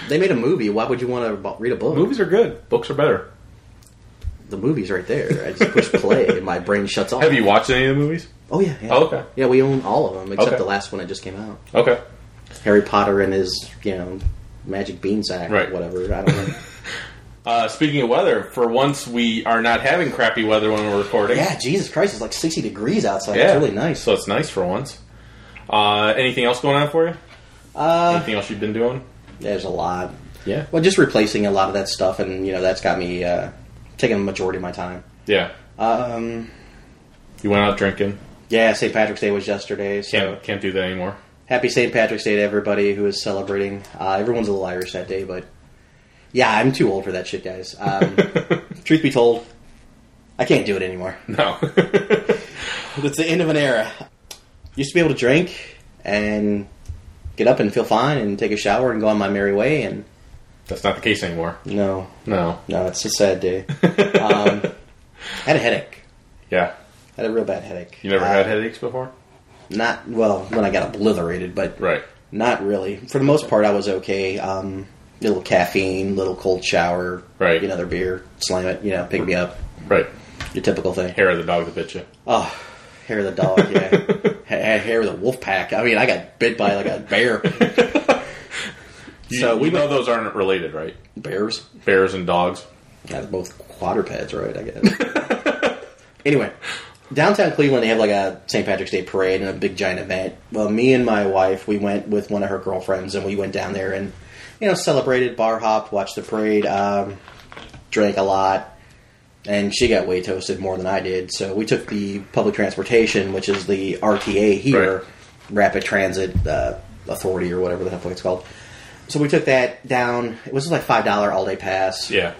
[SPEAKER 3] They made a movie. Why would you want to bo- read a book?
[SPEAKER 2] Movies are good. Books are better.
[SPEAKER 3] The movie's right there. I just push play and my brain shuts off.
[SPEAKER 2] Have you watched any of the movies?
[SPEAKER 3] Oh yeah. yeah.
[SPEAKER 2] Oh, okay.
[SPEAKER 3] Yeah, we own all of them except
[SPEAKER 2] Okay.
[SPEAKER 3] the last one that just came out.
[SPEAKER 2] Okay.
[SPEAKER 3] Harry Potter and his, you know, magic bean sack
[SPEAKER 2] Right.
[SPEAKER 3] or whatever. I don't know.
[SPEAKER 2] Uh, speaking of weather, for once we are not having crappy weather when we're recording.
[SPEAKER 3] yeah, Jesus Christ, it's like 60 degrees outside.
[SPEAKER 2] Yeah.
[SPEAKER 3] It's really nice.
[SPEAKER 2] So it's nice for once. Uh, anything else going on for you?
[SPEAKER 3] Uh,
[SPEAKER 2] Anything else you've been doing?
[SPEAKER 3] there's a lot.
[SPEAKER 2] Yeah.
[SPEAKER 3] Well, just replacing a lot of that stuff, and, you know, that's got me uh, taking the majority of my time.
[SPEAKER 2] Yeah.
[SPEAKER 3] Um,
[SPEAKER 2] You went out drinking.
[SPEAKER 3] yeah, St. Patrick's Day was yesterday, so.
[SPEAKER 2] Can't can't do that anymore.
[SPEAKER 3] Happy St. Patrick's Day to everybody who is celebrating. Uh, everyone's a little Irish that day, but yeah, I'm too old for that shit, guys. Um, truth be told, I can't do it anymore.
[SPEAKER 2] No.
[SPEAKER 3] It's the end of an era. Used to be able to drink and get up and feel fine and take a shower and go on my merry way, and
[SPEAKER 2] That's not the case anymore.
[SPEAKER 3] no,
[SPEAKER 2] No.
[SPEAKER 3] no, it's a sad day. um, had a headache.
[SPEAKER 2] Yeah.
[SPEAKER 3] Had a real bad headache.
[SPEAKER 2] You never
[SPEAKER 3] Uh,
[SPEAKER 2] had headaches before?
[SPEAKER 3] Not well when I got obliterated, but
[SPEAKER 2] Right.
[SPEAKER 3] Not really. For the most part, I was okay. Um, little caffeine, little cold shower,
[SPEAKER 2] Right.
[SPEAKER 3] Another beer, slam it, you know, pick me up.
[SPEAKER 2] Right.
[SPEAKER 3] Your typical thing.
[SPEAKER 2] Hair of the dog that bit you.
[SPEAKER 3] Oh, hair of the dog, yeah. Ha- ha- hair of the wolf pack. I mean, I got bit by like a bear.
[SPEAKER 2] You-
[SPEAKER 3] so
[SPEAKER 2] you
[SPEAKER 3] we
[SPEAKER 2] know those aren't related, right?
[SPEAKER 3] bears.
[SPEAKER 2] Bears and dogs.
[SPEAKER 3] Yeah, they're both quadrupeds, right? I guess. anyway, downtown Cleveland, they have like a St. Patrick's Day parade and a big giant event. Well, me and my wife, we went with one of her girlfriends, and we went down there and you know celebrated, bar hopped, watched the parade, um, drank a lot, and she got way toasted more than I did. So we took the public transportation, which is the RTA here,
[SPEAKER 2] Right.
[SPEAKER 3] Rapid Transit uh, Authority or whatever the fuck it's called. So we took that down. It was like five dollar all day pass
[SPEAKER 2] Yeah.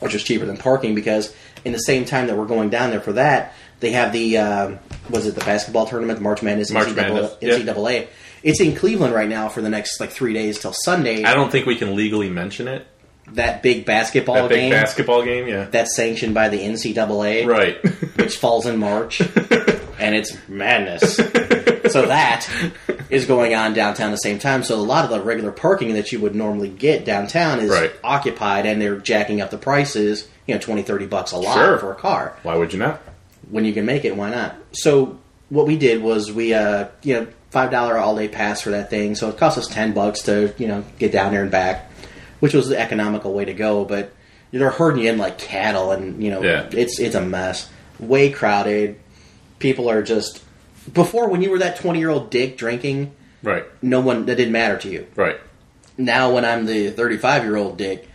[SPEAKER 3] which is cheaper than parking because in the same time that we're going down there for that, they have the um, was it the basketball tournament, the March Madness,
[SPEAKER 2] March
[SPEAKER 3] NCAA,
[SPEAKER 2] Madness, yeah.
[SPEAKER 3] NCAA. It's in Cleveland right now for the next like three days till Sunday.
[SPEAKER 2] I don't think we can legally mention it.
[SPEAKER 3] That big basketball
[SPEAKER 2] That big
[SPEAKER 3] game
[SPEAKER 2] basketball game, yeah.
[SPEAKER 3] that's sanctioned by the NCAA,
[SPEAKER 2] right.
[SPEAKER 3] which falls in March, and it's madness. so that is going on downtown at the same time. So a lot of the regular parking that you would normally get downtown is
[SPEAKER 2] Right.
[SPEAKER 3] occupied, and they're jacking up the prices. You know, 20, 30 bucks a lot
[SPEAKER 2] Sure.
[SPEAKER 3] for a car
[SPEAKER 2] Why would you not?
[SPEAKER 3] when you can make it, why not? So what we did was we, uh, you know, five dollar all day pass for that thing, so it cost us ten bucks to you know get down there and back, which was the economical way to go. But they're herding you in like cattle, and you know,
[SPEAKER 2] Yeah.
[SPEAKER 3] it's it's a mess, way crowded. People are just before when you were that twenty year old dick drinking,
[SPEAKER 2] Right.
[SPEAKER 3] no one that didn't matter to you
[SPEAKER 2] Right.
[SPEAKER 3] now when I'm the 35 year old dick,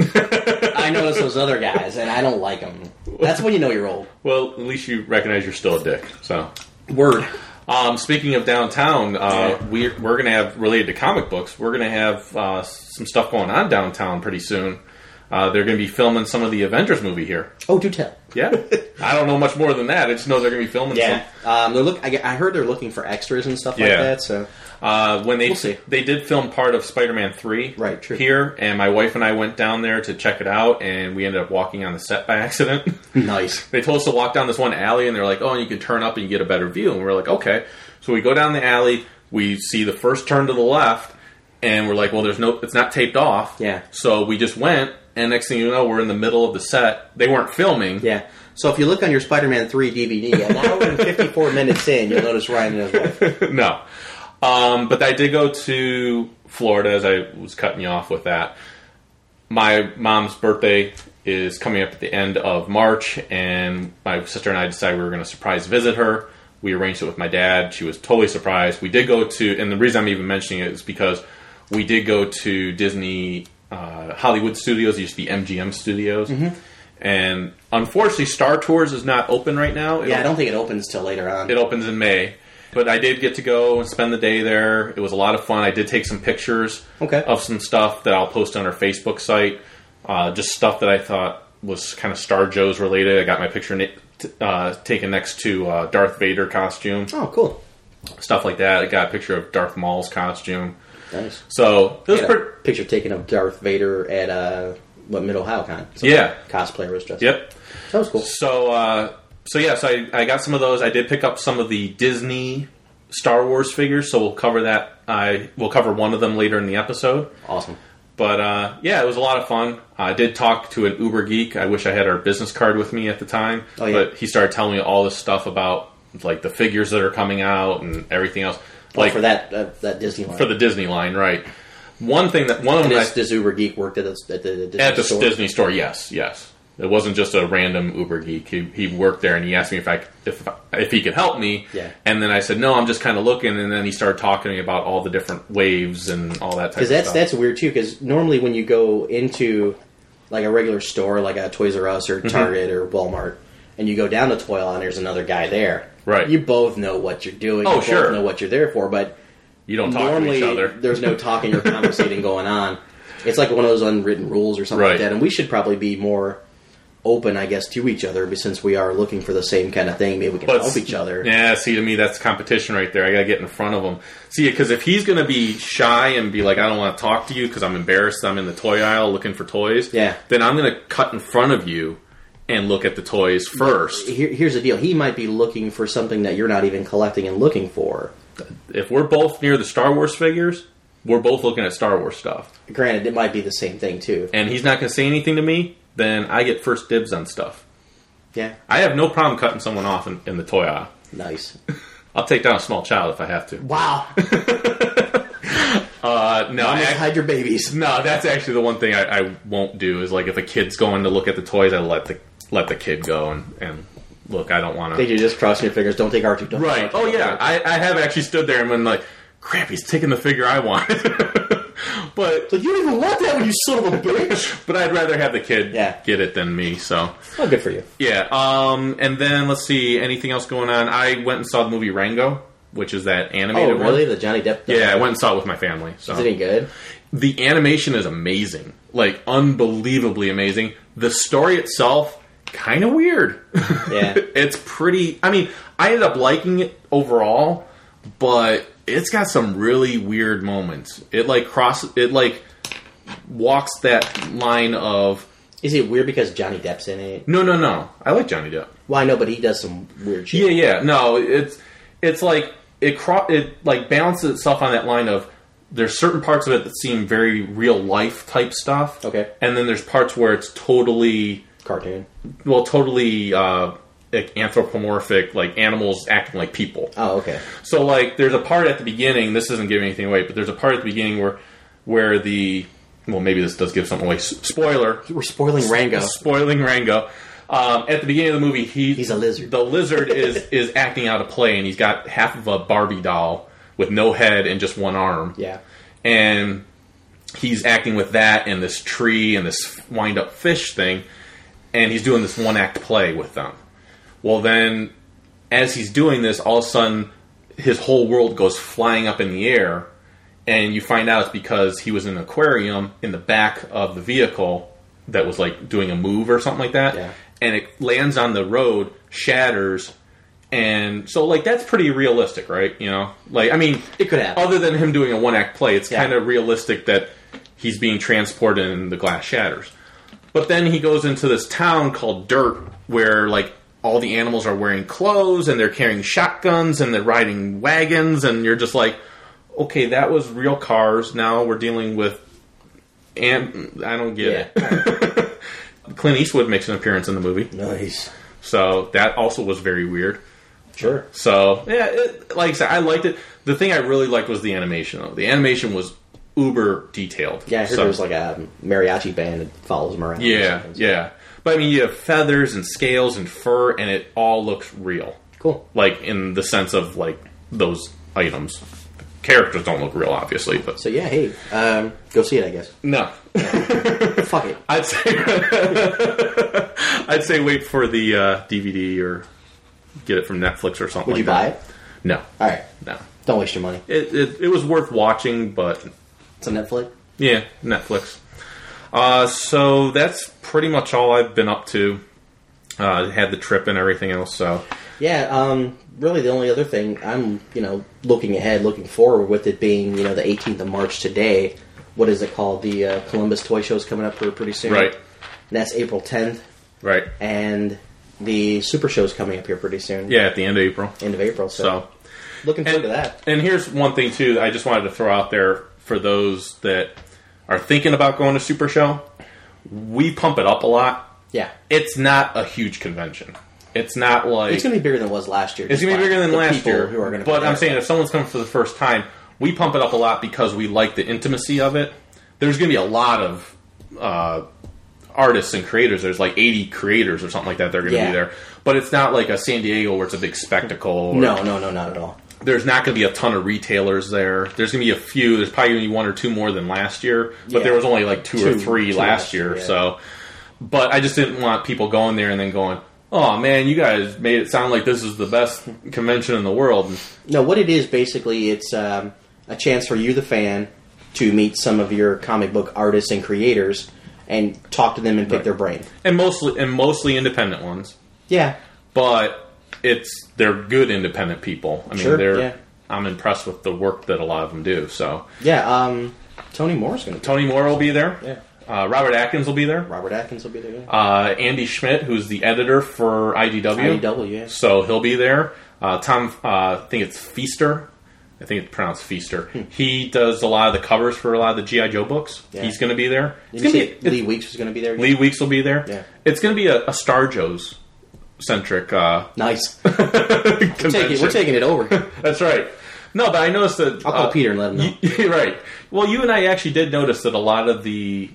[SPEAKER 3] I notice those other guys and I don't like them. That's when you know you're old.
[SPEAKER 2] Well, at least you recognize you're still a dick. So,
[SPEAKER 3] Word.
[SPEAKER 2] um, speaking of downtown, uh,
[SPEAKER 3] Yeah.
[SPEAKER 2] we're we're gonna have related to comic books. We're gonna have uh, some stuff going on downtown pretty soon. Uh, they're gonna be filming some of the Avengers movie here.
[SPEAKER 3] Oh, do tell.
[SPEAKER 2] Yeah, I don't know much more than that. I just know they're gonna be filming.
[SPEAKER 3] Yeah.
[SPEAKER 2] some-
[SPEAKER 3] Um, they're look. I, I heard they're looking for extras and stuff like
[SPEAKER 2] Yeah.
[SPEAKER 3] that. So
[SPEAKER 2] Uh, when they
[SPEAKER 3] We'll see.
[SPEAKER 2] they did film part of Spider-Man three
[SPEAKER 3] Right, true.
[SPEAKER 2] here, and my wife and I went down there to check it out, and we ended up walking on the set by accident.
[SPEAKER 3] nice.
[SPEAKER 2] they told us to walk down this one alley, and they're like, "Oh, and you can turn up and you get a better view." And we're like, "Okay." So we go down the alley. We see the first turn to the left, and we're like, "Well, there's no, it's not taped off."
[SPEAKER 3] Yeah.
[SPEAKER 2] So we just went, and next thing you know, we're in the middle of the set. They weren't filming.
[SPEAKER 3] Yeah. So if you look on your Spider-Man 3 DVD, an hour and 54 minutes in, you'll notice Ryan and his wife.
[SPEAKER 2] no. Um, but I did go to Florida as I was cutting you off with that. My mom's birthday is coming up at the end of March, and my sister and I decided we were going to surprise visit her. We arranged it with my dad. She was totally surprised. We did go to, and the reason I'm even mentioning it is because we did go to Disney uh, Hollywood Studios, used to be MGM Studios. And unfortunately, Star Tours is not open right now.
[SPEAKER 3] Yeah, I
[SPEAKER 2] It'll-
[SPEAKER 3] don't think it opens till later on.
[SPEAKER 2] it opens in May. But I did get to go and spend the day there. It was a lot of fun. I did take some pictures
[SPEAKER 3] Okay.
[SPEAKER 2] of some stuff that I'll post on our Facebook site. Uh, just stuff that I thought was kind of Star Joe's related. I got my picture ni- t- uh, taken next to uh, Darth Vader costume,
[SPEAKER 3] oh, cool.
[SPEAKER 2] stuff like that. I got a picture of Darth Maul's costume.
[SPEAKER 3] Nice.
[SPEAKER 2] So it was
[SPEAKER 3] Had a
[SPEAKER 2] pretty.
[SPEAKER 3] picture taken of Darth Vader at uh, what Middle HowCon. So
[SPEAKER 2] Yeah.
[SPEAKER 3] Cosplayer was dressed.
[SPEAKER 2] Yep.
[SPEAKER 3] That was cool.
[SPEAKER 2] So, uh, so yeah, so I, I got some of those. I did pick up some of the Disney Star Wars figures, so we'll cover that. I we'll cover one of them later in the episode.
[SPEAKER 3] Awesome.
[SPEAKER 2] But uh, yeah, it was a lot of fun. I did talk to an Uber geek. I wish I had our business card with me at the time,
[SPEAKER 3] Oh, yeah.
[SPEAKER 2] but he started telling me all this stuff about like the figures that are coming out and everything else, like
[SPEAKER 3] Like, for that uh, that Disney line.
[SPEAKER 2] for the Disney line, right? One thing that one of them
[SPEAKER 3] this,
[SPEAKER 2] I-
[SPEAKER 3] this Uber geek worked at the, at the Disney
[SPEAKER 2] at the
[SPEAKER 3] store.
[SPEAKER 2] Disney store. Yes, yes. It wasn't just a random Uber geek. He, he worked there, and he asked me if I could- if if he could help me.
[SPEAKER 3] Yeah.
[SPEAKER 2] And then I said no, I'm just kind of looking. And then he started talking to me about all the different waves and all that type.
[SPEAKER 3] Because
[SPEAKER 2] of
[SPEAKER 3] that's
[SPEAKER 2] stuff.
[SPEAKER 3] that's weird too. Because normally when you go into like a regular store, like a Toys R Us or
[SPEAKER 2] Mm-hmm.
[SPEAKER 3] Target or Walmart, and you go down the toy aisle and there's another guy there,
[SPEAKER 2] Right.
[SPEAKER 3] You both know what you're doing.
[SPEAKER 2] Oh,
[SPEAKER 3] you
[SPEAKER 2] sure.
[SPEAKER 3] Both know what you're there for, but
[SPEAKER 2] you don't talk
[SPEAKER 3] normally
[SPEAKER 2] to each other.
[SPEAKER 3] there's no talking or conversating going on. It's like one of those unwritten rules or something
[SPEAKER 2] Right.
[SPEAKER 3] like that. And we should probably be more open, I guess, to each other, but since we are looking for the same kind of thing, maybe we can help each other.
[SPEAKER 2] Yeah, see, to me, that's competition right there. I gotta get in front of him. See, because if he's gonna be shy and be like, "I don't want to talk to you because I'm embarrassed. I'm in the toy aisle looking for toys."
[SPEAKER 3] Yeah.
[SPEAKER 2] Then I'm gonna cut in front of you and look at the toys first.
[SPEAKER 3] Here, here's the deal: he might be looking for something that you're not even collecting and looking for.
[SPEAKER 2] If we're both near the Star Wars figures, we're both looking at Star Wars stuff,
[SPEAKER 3] Granted, it might be the same thing too.
[SPEAKER 2] and he's not gonna say anything to me. Then I get first dibs on stuff.
[SPEAKER 3] Yeah,
[SPEAKER 2] I have no problem cutting someone off in, in the toy aisle.
[SPEAKER 3] nice.
[SPEAKER 2] I'll take down a small child if I have to.
[SPEAKER 3] Wow,
[SPEAKER 2] Uh, no, I,
[SPEAKER 3] Almost hide your babies.
[SPEAKER 2] No, that's actually the one thing I, I won't do is like if a kid's going to look at the toys, I let the let the kid go and, and look. I don't want
[SPEAKER 3] Did
[SPEAKER 2] to.
[SPEAKER 3] you just crossing your fingers? Don't take R two.
[SPEAKER 2] Right. Oh yeah, I, I have actually stood there and been like, "Crap, he's taking the figure I want." but
[SPEAKER 3] But you didn't even want that when you son of a bitch.
[SPEAKER 2] but I'd rather have the kid
[SPEAKER 3] Yeah.
[SPEAKER 2] get it than me. So
[SPEAKER 3] oh, good for you.
[SPEAKER 2] yeah. Um. And then let's see anything else going on. I went and saw the movie Rango, which is that
[SPEAKER 3] Oh,
[SPEAKER 2] animated. one.
[SPEAKER 3] really? The Johnny Depp?
[SPEAKER 2] Yeah, I went and saw it with my family. So
[SPEAKER 3] Is it any good?
[SPEAKER 2] the animation is amazing, like unbelievably amazing. The story itself, kind of weird.
[SPEAKER 3] Yeah.
[SPEAKER 2] it's pretty. I mean, I ended up liking it overall, but it's got some really weird moments. It like cross. It like walks that line of
[SPEAKER 3] Is it weird because Johnny Depp's in it?
[SPEAKER 2] no, no, no. I like Johnny Depp.
[SPEAKER 3] Well, I know, but he does some weird shit.
[SPEAKER 2] Yeah, yeah. No, it's it's like it cro- it like balances itself on that line of there's certain parts of it that seem very real life type stuff.
[SPEAKER 3] Okay.
[SPEAKER 2] And then there's parts where it's totally
[SPEAKER 3] Cartoon.
[SPEAKER 2] well, totally uh like anthropomorphic like animals acting like people.
[SPEAKER 3] Oh, okay.
[SPEAKER 2] So like, there's a part at the beginning. This isn't giving anything away, but there's a part at the beginning where where the well, maybe this does give something away. S- Spoiler.
[SPEAKER 3] We're spoiling Rango.
[SPEAKER 2] Spoiling Rango. Um, at the beginning of the movie, he
[SPEAKER 3] He's a lizard.
[SPEAKER 2] The lizard is is acting out a play, and he's got half of a Barbie doll with no head and just one arm.
[SPEAKER 3] Yeah.
[SPEAKER 2] and he's acting with that and this tree and this wind up fish thing, and he's doing this one act play with them. Well, then, as he's doing this, all of a sudden, his whole world goes flying up in the air, and you find out it's because he was in an aquarium in the back of the vehicle that was like doing a move or something like that,
[SPEAKER 3] Yeah.
[SPEAKER 2] and it lands on the road, shatters. And so, like, that's pretty realistic, right? You know, like, I mean,
[SPEAKER 3] It could happen.
[SPEAKER 2] Other than him doing a one act play, it's
[SPEAKER 3] Yeah.
[SPEAKER 2] kind of realistic that he's being transported and the glass shatters. But then he goes into this town called Dirt, where like all the animals are wearing clothes and they're carrying shotguns and they're riding wagons, and you're just like, okay, that was real cars. Now we're dealing with, and I don't get it. Clint Eastwood makes an appearance in the movie,
[SPEAKER 3] Nice.
[SPEAKER 2] so that also was very weird.
[SPEAKER 3] Sure.
[SPEAKER 2] So yeah, it, like I said, I liked it. The thing I really liked was the animation. Though the animation was uber detailed.
[SPEAKER 3] Yeah, I heard
[SPEAKER 2] So-
[SPEAKER 3] there was like a mariachi band that follows him around. or
[SPEAKER 2] yeah,
[SPEAKER 3] something.
[SPEAKER 2] yeah. But I mean, you have feathers and scales and fur, and it all looks real.
[SPEAKER 3] Cool.
[SPEAKER 2] Like in the sense of like those items. Characters don't look real, obviously, but
[SPEAKER 3] So yeah, hey, um, go see it. I guess.
[SPEAKER 2] no.
[SPEAKER 3] Fuck it.
[SPEAKER 2] I'd say I'd say wait for the uh, DVD or get it from Netflix or something.
[SPEAKER 3] Would you buy it?
[SPEAKER 2] No,
[SPEAKER 3] All right.
[SPEAKER 2] no.
[SPEAKER 3] Don't waste your money.
[SPEAKER 2] It, it it was worth watching, but
[SPEAKER 3] It's on Netflix.
[SPEAKER 2] Yeah, Netflix. Uh, so that's pretty much all I've been up to. Uh, had the trip and everything else. So
[SPEAKER 3] Yeah. Um, really, the only other thing I'm, you know, looking ahead, looking forward with it being, you know, the 18th of March today. What is it called? The uh, Columbus Toy Show's coming up here pretty soon.
[SPEAKER 2] Right.
[SPEAKER 3] And that's April 10th,
[SPEAKER 2] right,
[SPEAKER 3] and the Super Show's coming up here pretty soon.
[SPEAKER 2] yeah, at the end of April.
[SPEAKER 3] End of April. So,
[SPEAKER 2] So
[SPEAKER 3] looking
[SPEAKER 2] and,
[SPEAKER 3] forward to that.
[SPEAKER 2] and here's one thing too. that I just wanted to throw out there for those that are thinking about going to Super Show. We pump it up a lot.
[SPEAKER 3] Yeah.
[SPEAKER 2] It's not a huge convention. It's not like
[SPEAKER 3] It's gonna be bigger than it was last year.
[SPEAKER 2] It's gonna be
[SPEAKER 3] despite
[SPEAKER 2] bigger than
[SPEAKER 3] the
[SPEAKER 2] last
[SPEAKER 3] people
[SPEAKER 2] year.
[SPEAKER 3] Who are gonna be
[SPEAKER 2] but I'm
[SPEAKER 3] there.
[SPEAKER 2] saying if someone's coming for the first time, we pump it up a lot because we like the intimacy of it. There's gonna be a lot of uh, artists and creators. There's like 80 creators or something like that. They're gonna
[SPEAKER 3] Yeah.
[SPEAKER 2] be there, but it's not like a San Diego where it's a big spectacle. or-
[SPEAKER 3] no, no, no, not at all.
[SPEAKER 2] there's not going to be a ton of retailers there. There's going to be a few. There's probably going to be one or two more than last year, but
[SPEAKER 3] Yeah.
[SPEAKER 2] there was only like two, or
[SPEAKER 3] Two-
[SPEAKER 2] three
[SPEAKER 3] two
[SPEAKER 2] last
[SPEAKER 3] last
[SPEAKER 2] year.
[SPEAKER 3] year, yeah.
[SPEAKER 2] So, but I just didn't want people going there and then going, "Oh man, you guys made it sound like this is the best convention in the world." And
[SPEAKER 3] No, what it is basically, it's um, a chance for you, the fan, to meet some of your comic book artists and creators and talk to them and pick their brain.
[SPEAKER 2] and mostly and mostly independent ones,
[SPEAKER 3] Yeah,
[SPEAKER 2] but it's they're good independent people. I mean,
[SPEAKER 3] Sure,
[SPEAKER 2] they're
[SPEAKER 3] yeah.
[SPEAKER 2] I'm impressed with the work that a lot of them do. So,
[SPEAKER 3] yeah. Um, Tony Moore's going to.
[SPEAKER 2] Tony Moore will be there.
[SPEAKER 3] Yeah.
[SPEAKER 2] Uh, Robert Atkins will be there.
[SPEAKER 3] Robert Atkins will be there. yeah.
[SPEAKER 2] uh, Andy Schmidt, who's the editor for IDW.
[SPEAKER 3] IDW, yeah.
[SPEAKER 2] So he'll be there. Uh, Tom, uh, I think it's Feaster. I think it's pronounced Feaster.
[SPEAKER 3] Hmm.
[SPEAKER 2] He does a lot of the covers for a lot of the GI Joe books.
[SPEAKER 3] Yeah.
[SPEAKER 2] He's going to be there. It's
[SPEAKER 3] Did
[SPEAKER 2] going to
[SPEAKER 3] you say
[SPEAKER 2] be it's-
[SPEAKER 3] Lee Weeks was going to be there?
[SPEAKER 2] Lee Weeks will be there.
[SPEAKER 3] Yeah.
[SPEAKER 2] It's going to be a, a Star Joe's centric uh,
[SPEAKER 3] Nice. We're taking-
[SPEAKER 2] convention.
[SPEAKER 3] we're taking it over.
[SPEAKER 2] That's right. No, but I noticed that uh,
[SPEAKER 3] I'll call Peter and let him know.
[SPEAKER 2] You're right. Well, you and I actually did notice that a lot of the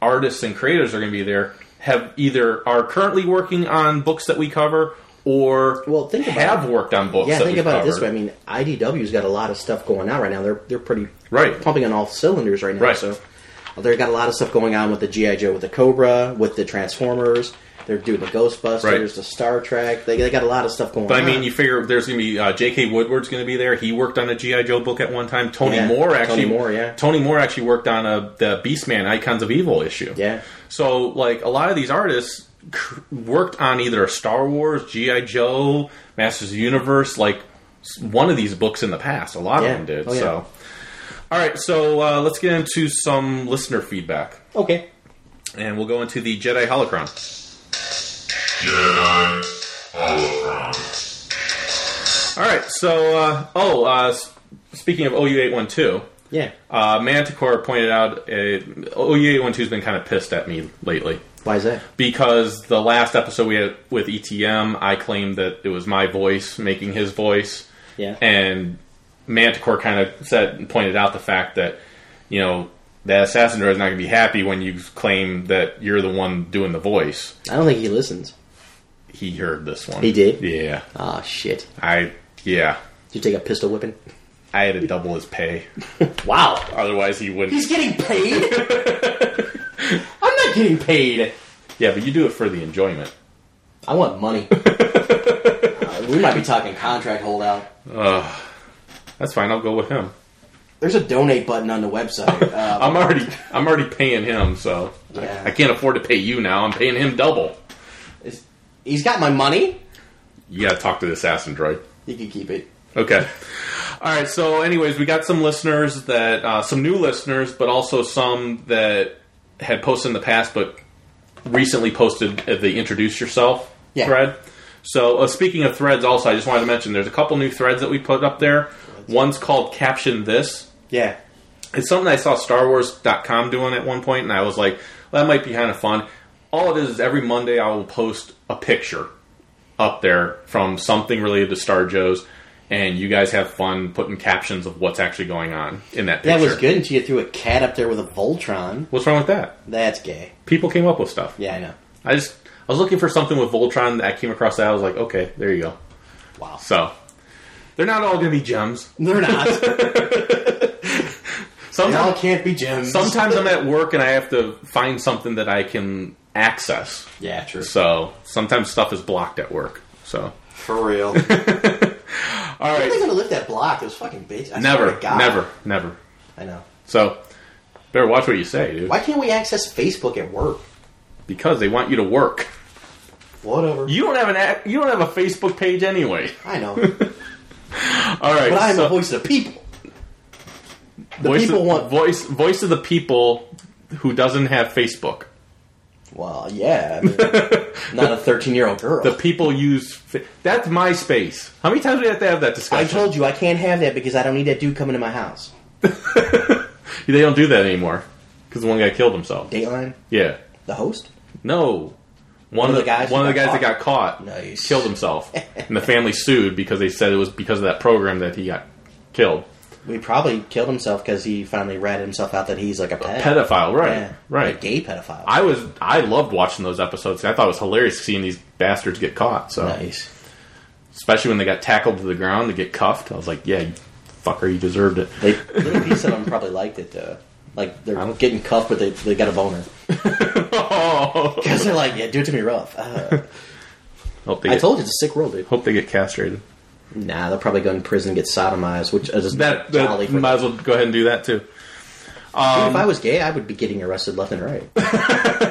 [SPEAKER 2] artists and creators are going to be there have either are currently working on books that we cover or
[SPEAKER 3] Well, think about
[SPEAKER 2] have
[SPEAKER 3] it.
[SPEAKER 2] worked on books.
[SPEAKER 3] Yeah,
[SPEAKER 2] that
[SPEAKER 3] think
[SPEAKER 2] we've
[SPEAKER 3] about it this way. I
[SPEAKER 2] covered.
[SPEAKER 3] mean, IDW's got a lot of stuff going on right now. They're they're pretty
[SPEAKER 2] Right.
[SPEAKER 3] pumping on all cylinders right now.
[SPEAKER 2] Right.
[SPEAKER 3] So they've got a lot of stuff going on with the GI Joe, with the Cobra, with the Transformers. They're doing the Ghostbusters,
[SPEAKER 2] Right.
[SPEAKER 3] the Star Trek. They, they got a lot of stuff going.
[SPEAKER 2] But I
[SPEAKER 3] on.
[SPEAKER 2] mean, you figure there's going to be uh, J.K. Woodward's going to be there. He worked on a GI Joe book at one time. Tony
[SPEAKER 3] Yeah,
[SPEAKER 2] Moore
[SPEAKER 3] Tony
[SPEAKER 2] actually,
[SPEAKER 3] Moore, yeah.
[SPEAKER 2] Tony Moore actually worked on a the Beastman Icons of Evil issue.
[SPEAKER 3] Yeah.
[SPEAKER 2] So like a lot of these artists cr- worked on either a Star Wars, GI Joe, Masters of the Universe, like s- one of these books in the past. A lot
[SPEAKER 3] Yeah.
[SPEAKER 2] of them did.
[SPEAKER 3] Oh, yeah.
[SPEAKER 2] So. All right, so uh, let's get into some listener feedback,
[SPEAKER 3] okay.
[SPEAKER 2] and we'll go into the Jedi Holocron.
[SPEAKER 1] Jedi Holocron.
[SPEAKER 2] All right, so uh, oh, uh, s- speaking of OU eight one two,
[SPEAKER 3] Yeah.
[SPEAKER 2] Uh, Manticore pointed out uh, OU812 has been kind of pissed at me lately.
[SPEAKER 3] Why is that?
[SPEAKER 2] because the last episode we had with ETM, I claimed that it was my voice making his voice,
[SPEAKER 3] Yeah.
[SPEAKER 2] and Manticore kind of said pointed out the fact that you know that assassin droid is not going to be happy when you claim that you're the one doing the voice.
[SPEAKER 3] I don't think he listens.
[SPEAKER 2] He heard this one.
[SPEAKER 3] He did?
[SPEAKER 2] Yeah.
[SPEAKER 3] Ah, shit.
[SPEAKER 2] I yeah.
[SPEAKER 3] Did you take a pistol whipping?
[SPEAKER 2] I had to double his pay.
[SPEAKER 3] Wow.
[SPEAKER 2] Otherwise, he wouldn't.
[SPEAKER 3] He's getting paid? I'm not getting paid.
[SPEAKER 2] Yeah, but you do it for the enjoyment.
[SPEAKER 3] I want money. Uh, we might be talking contract holdout.
[SPEAKER 2] That's fine. I'll go with him.
[SPEAKER 3] There's a donate button on the website. Uh,
[SPEAKER 2] I'm already I'm already paying him, so
[SPEAKER 3] Yeah.
[SPEAKER 2] I can't afford to pay you now. I'm paying him double.
[SPEAKER 3] is- he's got my money.
[SPEAKER 2] You gotta talk to the assassin droid.
[SPEAKER 3] You can keep it.
[SPEAKER 2] Okay. All right. So, anyways, we got some listeners that uh, some new listeners, but also some that had posted in the past, but recently posted at the introduce yourself
[SPEAKER 3] Yeah.
[SPEAKER 2] thread. So, uh, speaking of threads, also, I just wanted to mention there's a couple new threads that we put up there. One's called Caption This.
[SPEAKER 3] Yeah.
[SPEAKER 2] It's something I saw StarWars.com doing at one point, and I was like, well, that might be kind of fun. All it is is every Monday I will post a picture up there from something related to Star Joe's, and you guys have fun putting captions of what's actually going on in that picture.
[SPEAKER 3] That was good until you threw a cat up there with a Voltron.
[SPEAKER 2] What's wrong with that?
[SPEAKER 3] That's gay.
[SPEAKER 2] People came up with stuff.
[SPEAKER 3] Yeah, I know.
[SPEAKER 2] I just I was looking for something with Voltron. I came across that. I was like, okay, there you go.
[SPEAKER 3] Wow.
[SPEAKER 2] So they're not all going to be gems.
[SPEAKER 3] They're not. Y'all
[SPEAKER 2] Sometimes,
[SPEAKER 3] can't be gems.
[SPEAKER 2] sometimes I'm at work and I have to find something that I can access.
[SPEAKER 3] Yeah, true.
[SPEAKER 2] So sometimes stuff is blocked at work. So
[SPEAKER 3] For real. I'm not
[SPEAKER 2] all right,
[SPEAKER 3] gonna lift that block. Those fucking bitch. I swear
[SPEAKER 2] never,
[SPEAKER 3] to God.
[SPEAKER 2] never, never.
[SPEAKER 3] I know.
[SPEAKER 2] So better watch what you say, dude,
[SPEAKER 3] Why can't we access Facebook at work?
[SPEAKER 2] because they want you to work.
[SPEAKER 3] Whatever.
[SPEAKER 2] You don't have an ac- you don't have a Facebook page anyway.
[SPEAKER 3] I know, but
[SPEAKER 2] All right,
[SPEAKER 3] I am
[SPEAKER 2] so
[SPEAKER 3] the voice of the people. The
[SPEAKER 2] voice
[SPEAKER 3] people
[SPEAKER 2] of,
[SPEAKER 3] want.
[SPEAKER 2] voice voice of the people who doesn't have Facebook.
[SPEAKER 3] well, yeah. I mean, not a thirteen-year-old girl.
[SPEAKER 2] The people use fa- that's MySpace. How many times do we have to have that
[SPEAKER 3] I
[SPEAKER 2] discussion?
[SPEAKER 3] told you I can't have that because I don't need that dude coming to my house.
[SPEAKER 2] they don't do that anymore because the one guy killed himself.
[SPEAKER 3] Dateline,
[SPEAKER 2] Yeah,
[SPEAKER 3] the host.
[SPEAKER 2] No. One, of the guys, one of the guys that got caught
[SPEAKER 3] Nice.
[SPEAKER 2] killed himself, and the family sued because they said it was because of that program that he got killed.
[SPEAKER 3] We probably killed himself because he finally ratted himself out that he's like a pet.
[SPEAKER 2] Pedophile, right?
[SPEAKER 3] Yeah, a
[SPEAKER 2] Right.
[SPEAKER 3] gay pedophile.
[SPEAKER 2] I was I loved watching those episodes. I thought it was hilarious seeing these bastards get caught. So
[SPEAKER 3] nice.
[SPEAKER 2] especially when they got tackled to the ground to get cuffed, I was like, yeah, you fucker, you deserved it.
[SPEAKER 3] They, little piece of them probably liked it though. Like
[SPEAKER 2] I
[SPEAKER 3] they're
[SPEAKER 2] don't-
[SPEAKER 3] getting cuffed, but they they got a boner
[SPEAKER 2] oh,
[SPEAKER 3] because they're like, yeah, do it to me rough. Uh,
[SPEAKER 2] hope they
[SPEAKER 3] I
[SPEAKER 2] get,
[SPEAKER 3] told you it's a sick world, dude.
[SPEAKER 2] hope they get castrated.
[SPEAKER 3] Nah, they'll probably go in prison and get sodomized, which is
[SPEAKER 2] That, that
[SPEAKER 3] jolly for them.
[SPEAKER 2] might as well go ahead and do that too.
[SPEAKER 3] Dude, if I was gay, I would be getting arrested left and right.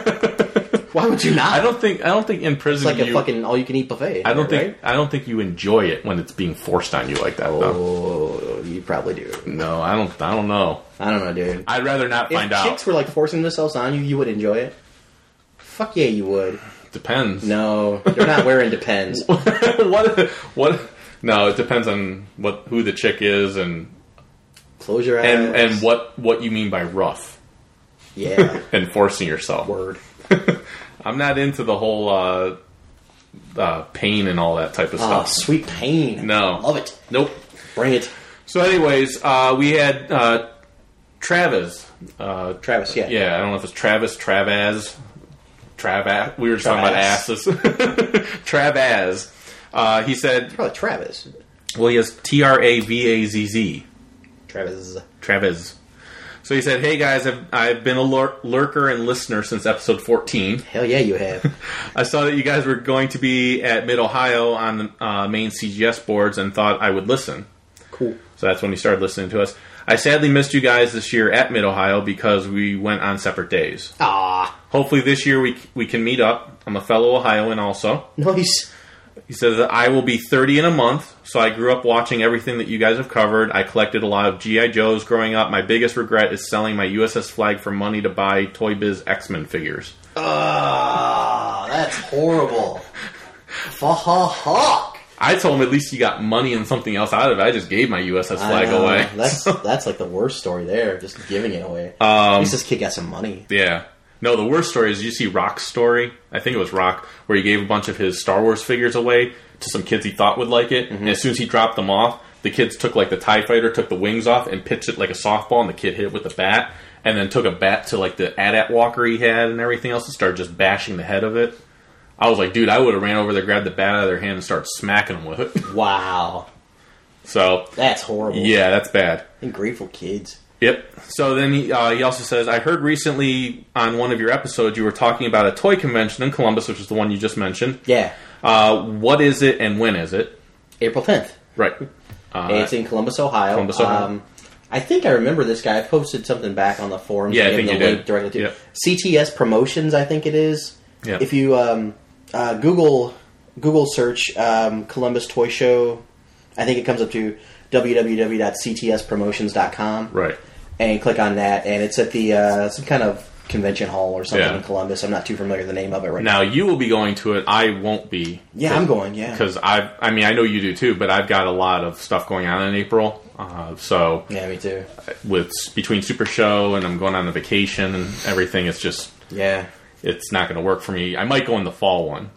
[SPEAKER 3] Why would you not?
[SPEAKER 2] I don't think I don't think in
[SPEAKER 3] it's
[SPEAKER 2] prison
[SPEAKER 3] like a
[SPEAKER 2] you-
[SPEAKER 3] fucking all-you-can-eat buffet.
[SPEAKER 2] I don't think
[SPEAKER 3] right?
[SPEAKER 2] I don't think you enjoy it when it's being forced on you like that. Though.
[SPEAKER 3] Oh, you probably do.
[SPEAKER 2] No, I don't. I don't know.
[SPEAKER 3] I don't know, dude.
[SPEAKER 2] I'd rather not
[SPEAKER 3] if
[SPEAKER 2] find
[SPEAKER 3] chicks
[SPEAKER 2] out.
[SPEAKER 3] were like forcing themselves on you, you would enjoy it. Fuck yeah, you would.
[SPEAKER 2] Depends.
[SPEAKER 3] No, they're not wearing depends.
[SPEAKER 2] what? What? No, it depends on what who the chick is and
[SPEAKER 3] Close your eyes.
[SPEAKER 2] and and what what you mean by rough
[SPEAKER 3] Yeah,
[SPEAKER 2] and forcing yourself.
[SPEAKER 3] word.
[SPEAKER 2] I'm not into the whole uh, uh, pain and all that type of
[SPEAKER 3] Oh,
[SPEAKER 2] stuff.
[SPEAKER 3] sweet pain.
[SPEAKER 2] No.
[SPEAKER 3] love it.
[SPEAKER 2] Nope.
[SPEAKER 3] Bring it,
[SPEAKER 2] So, anyways, uh, we had uh, Travis. Uh,
[SPEAKER 3] Travis. Yeah,
[SPEAKER 2] Yeah, I don't know if it's Travis, Travaz, Travaz. We were just talking about asses. Travaz. Uh, he said,
[SPEAKER 3] probably Travis.
[SPEAKER 2] well, he has T R A V A Z Z.
[SPEAKER 3] Travis.
[SPEAKER 2] Travis. So he said, hey guys, I've, I've been a lur- lurker and listener since episode 14.
[SPEAKER 3] Hell yeah, you have.
[SPEAKER 2] I saw that you guys were going to be at Mid Ohio on the uh, main CGS boards and thought I would listen.
[SPEAKER 3] cool.
[SPEAKER 2] So that's when he started listening to us. I sadly missed you guys this year at Mid Ohio because we went on separate days.
[SPEAKER 3] Ah,
[SPEAKER 2] Hopefully this year we we can meet up. I'm a fellow Ohioan also.
[SPEAKER 3] nice.
[SPEAKER 2] He says that I will be 30 in a month, so I grew up watching everything that you guys have covered. I collected a lot of GI Joes growing up. My biggest regret is selling my USS flag for money to buy Toy Biz X-Men figures.
[SPEAKER 3] Ah, that's horrible. Fa ha ha.
[SPEAKER 2] I told him at least you got money and something else out of it. I just gave my USS flag
[SPEAKER 3] I know.
[SPEAKER 2] away.
[SPEAKER 3] That's that's like the worst story there. Just giving it away. Um, At least this kid got some money.
[SPEAKER 2] yeah. No, the worst story is you see Rock's story. I think it was Rock where he gave a bunch of his Star Wars figures away to some kids he thought would like it, and as soon as he dropped them off, the kids took like the Tie Fighter, took the wings off, and pitched it like a softball, and the kid hit it with a bat, and then took a bat to like the AT-AT walker he had and everything else, and started just bashing the head of it. I was like, dude, I would have ran over there, grabbed the bat out of their hand, and started smacking them with it.
[SPEAKER 3] Wow,
[SPEAKER 2] So
[SPEAKER 3] that's horrible.
[SPEAKER 2] yeah, that's bad.
[SPEAKER 3] Ungrateful kids.
[SPEAKER 2] Yep. So then he, uh, he also says, I heard recently on one of your episodes you were talking about a toy convention in Columbus, which is the one you just mentioned.
[SPEAKER 3] Yeah,
[SPEAKER 2] Uh, what is it and when is it?
[SPEAKER 3] April tenth.
[SPEAKER 2] Right.
[SPEAKER 3] And
[SPEAKER 2] Uh,
[SPEAKER 3] it's in Columbus, Ohio.
[SPEAKER 2] Columbus, Ohio.
[SPEAKER 3] Um, I think I remember this guy. I posted something back on the forums.
[SPEAKER 2] Yeah, I
[SPEAKER 3] and gave
[SPEAKER 2] think
[SPEAKER 3] the
[SPEAKER 2] you
[SPEAKER 3] link
[SPEAKER 2] did.
[SPEAKER 3] Directly to
[SPEAKER 2] Yep.
[SPEAKER 3] CTS Promotions, I think it is.
[SPEAKER 2] Yep.
[SPEAKER 3] If you um, uh, Google Google search um, Columbus Toy Show, I think it comes up to www.ctspromotions.com.
[SPEAKER 2] right.
[SPEAKER 3] And click on that, and it's at the uh, some kind of convention hall or something
[SPEAKER 2] Yeah.
[SPEAKER 3] in Columbus. I'm not too familiar with the name of it right now.
[SPEAKER 2] Now you will be going to it. I won't be.
[SPEAKER 3] Yeah, I'm going. Yeah.
[SPEAKER 2] Because I've, I mean, I know you do too, but I've got a lot of stuff going on in April. Uh, so
[SPEAKER 3] Yeah, me too.
[SPEAKER 2] with between Super Show and I'm going on a vacation and everything, it's just,
[SPEAKER 3] Yeah.
[SPEAKER 2] it's not going to work for me. I might go in the fall one.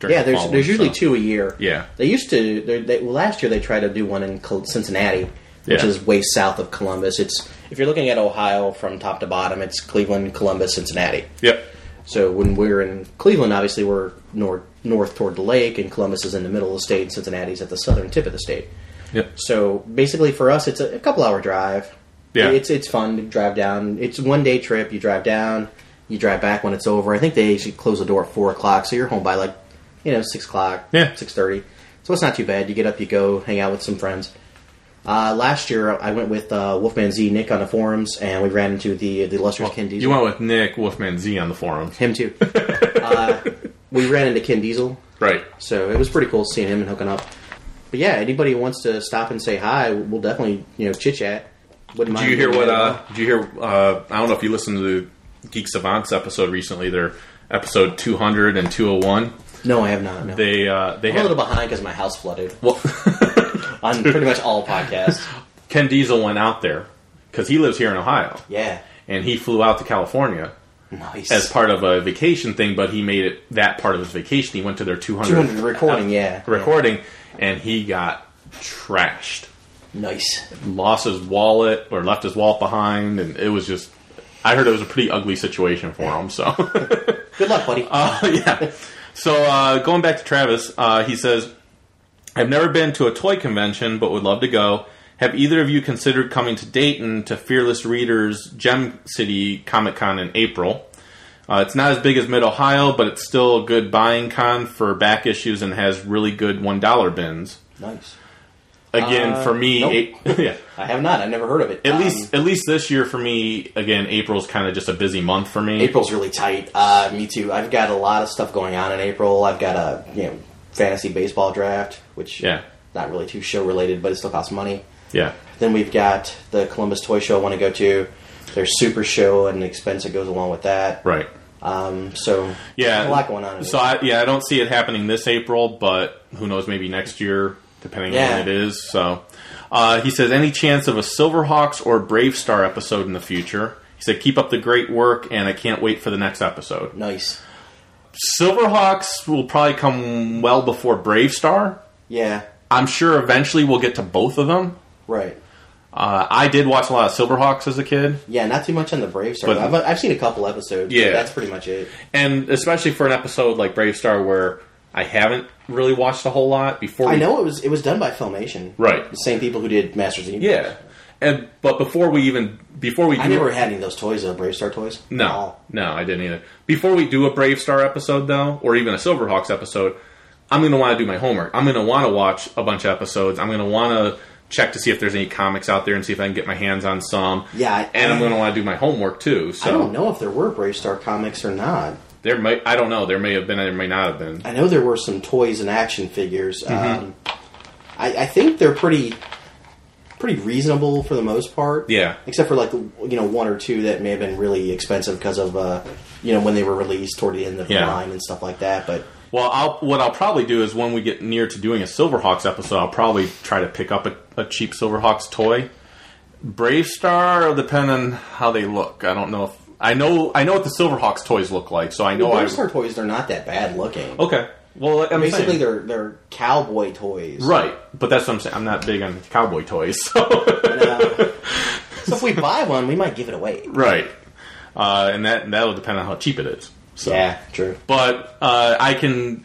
[SPEAKER 2] during
[SPEAKER 3] Yeah,
[SPEAKER 2] the
[SPEAKER 3] there's
[SPEAKER 2] fall
[SPEAKER 3] there's
[SPEAKER 2] one,
[SPEAKER 3] usually
[SPEAKER 2] so-
[SPEAKER 3] two a year.
[SPEAKER 2] Yeah.
[SPEAKER 3] They used to. They, they, well, last year they tried to do one in Col- Cincinnati, which
[SPEAKER 2] Yeah.
[SPEAKER 3] is way south of Columbus. It's if you're looking at Ohio from top to bottom, it's Cleveland, Columbus, Cincinnati.
[SPEAKER 2] Yep.
[SPEAKER 3] So when we're in Cleveland, obviously we're north north toward the lake, and Columbus is in the middle of the state, and Cincinnati's at the southern tip of the state.
[SPEAKER 2] Yep.
[SPEAKER 3] So basically, for us, it's a, a couple hour drive.
[SPEAKER 2] Yeah.
[SPEAKER 3] it's it's fun to drive down. It's a one day trip. You drive down, you drive back when it's over. I think they usually close the door at four o'clock, so you're home by like you know six o'clock,
[SPEAKER 2] Yeah.
[SPEAKER 3] six thirty. So it's not too bad. You get up, you go hang out with some friends. Uh, last year, I went with uh, Wolfman Z Nick on the forums, and we ran into the the illustrious Ken Diesel.
[SPEAKER 2] Oh, You went with Nick Wolfman Z on the forum.
[SPEAKER 3] him too. uh, we ran into Ken Diesel.
[SPEAKER 2] Right.
[SPEAKER 3] So it was pretty cool seeing him and hooking up. But yeah, anybody who wants to stop and say hi, we'll definitely you know chit chat. Did
[SPEAKER 2] Did you hear what? Uh, did you hear? Uh, I don't know if you listened to the Geek Savants episode recently. Their episode 200 and 201.
[SPEAKER 3] No, I have not. No.
[SPEAKER 2] They uh, they
[SPEAKER 3] I'm a
[SPEAKER 2] had
[SPEAKER 3] little behind because my house flooded
[SPEAKER 2] well,
[SPEAKER 3] on pretty much all podcasts.
[SPEAKER 2] Ken Diesel went out there because he lives here in Ohio,
[SPEAKER 3] Yeah,
[SPEAKER 2] and he flew out to California
[SPEAKER 3] nice.
[SPEAKER 2] as part of a vacation thing. But he made it that part of his vacation. He went to their 200
[SPEAKER 3] 200 recording, yeah.
[SPEAKER 2] recording, and he got trashed.
[SPEAKER 3] nice.
[SPEAKER 2] lost his wallet or left his wallet behind, and it was just. I heard it was a pretty ugly situation for him. So,
[SPEAKER 3] Good luck, buddy.
[SPEAKER 2] Uh, yeah. So uh, going back to Travis, uh, he says, "I've never been to a toy convention, but would love to go. Have either of you considered coming to Dayton to Fearless Readers Gem City Comic Con in April?" Uh, it's not as big as Mid Ohio, but it's still a good buying con for back issues and has really good one dollar bins.
[SPEAKER 3] nice.
[SPEAKER 2] Again, for me,
[SPEAKER 3] nope.
[SPEAKER 2] it- yeah,
[SPEAKER 3] I have not. I've never heard of it.
[SPEAKER 2] at
[SPEAKER 3] Um,
[SPEAKER 2] least, at least this year for me, again, April's kind of just a busy month for me.
[SPEAKER 3] April's really tight. Uh, me too. I've got a lot of stuff going on in April. I've got a you know fantasy baseball draft, which
[SPEAKER 2] Yeah.
[SPEAKER 3] not really too show related, but it still costs money.
[SPEAKER 2] Yeah.
[SPEAKER 3] Then we've got the Columbus Toy Show I want to go to. There's Super Show and the expense that goes along with that.
[SPEAKER 2] Right.
[SPEAKER 3] Um, so
[SPEAKER 2] Yeah.
[SPEAKER 3] a lot going on. in
[SPEAKER 2] So
[SPEAKER 3] there.
[SPEAKER 2] I, yeah, I don't see it happening this April, but who knows? Maybe next year, depending on
[SPEAKER 3] Yeah.
[SPEAKER 2] when it is. So uh, he says, any chance of a Silverhawks or Brave Star episode in the future? He said, keep up the great work, and I can't wait for the next episode.
[SPEAKER 3] nice.
[SPEAKER 2] Silverhawks will probably come well before Brave Star.
[SPEAKER 3] Yeah.
[SPEAKER 2] I'm sure eventually we'll get to both of them.
[SPEAKER 3] Right.
[SPEAKER 2] Uh, I did watch a lot of Silverhawks as a kid.
[SPEAKER 3] Yeah. Not too much on the Brave Star.
[SPEAKER 2] But-
[SPEAKER 3] I've, I've seen a couple episodes.
[SPEAKER 2] Yeah.
[SPEAKER 3] But that's pretty much it.
[SPEAKER 2] and especially for an episode like Brave Star where I haven't really watched a whole lot before.
[SPEAKER 3] I
[SPEAKER 2] we-
[SPEAKER 3] know it was it was done by Filmation.
[SPEAKER 2] Right.
[SPEAKER 3] The same people who did Masters of the Universe.
[SPEAKER 2] yeah, and but before we even before we
[SPEAKER 3] I
[SPEAKER 2] do
[SPEAKER 3] never had any of those toys, the Brave Star toys.
[SPEAKER 2] no
[SPEAKER 3] At all.
[SPEAKER 2] no I didn't either. Before we do a Brave Star episode though, or even a Silverhawks episode, I'm going to want to do my homework. I'm going to want to watch a bunch of episodes. I'm going to want to check to see if there's any comics out there and see if I can get my hands on some.
[SPEAKER 3] Yeah, I-
[SPEAKER 2] and I'm going to want to do my homework too. So
[SPEAKER 3] I don't know if there were Brave Star comics or not.
[SPEAKER 2] there might I don't know there may have been there may not have been.
[SPEAKER 3] I know there were some toys and action figures.
[SPEAKER 2] Mm-hmm.
[SPEAKER 3] Um, I, I think they're pretty pretty reasonable for the most part.
[SPEAKER 2] Yeah.
[SPEAKER 3] except for like you know one or two that may have been really expensive because of uh, you know when they were released toward the end of
[SPEAKER 2] Yeah.
[SPEAKER 3] the line and stuff like that. But
[SPEAKER 2] Well, I'll, what I'll probably do is when we get near to doing a Silverhawks episode, I'll probably try to pick up a, a cheap Silverhawks toy. Brave Star will depend on how they look. I don't know if I know I know what the Silverhawks toys look like, so I know
[SPEAKER 3] Well,
[SPEAKER 2] Oh, I.
[SPEAKER 3] Dinosaur toys, they're not that bad looking.
[SPEAKER 2] Okay. Well, I'm
[SPEAKER 3] Basically,
[SPEAKER 2] saying-
[SPEAKER 3] they're they're cowboy toys.
[SPEAKER 2] right, but that's what I'm saying. I'm not big on cowboy toys, so
[SPEAKER 3] uh, So if we buy one, we might give it away.
[SPEAKER 2] right, uh, and that and that'll depend on how cheap it is. So.
[SPEAKER 3] Yeah, true.
[SPEAKER 2] but uh, I can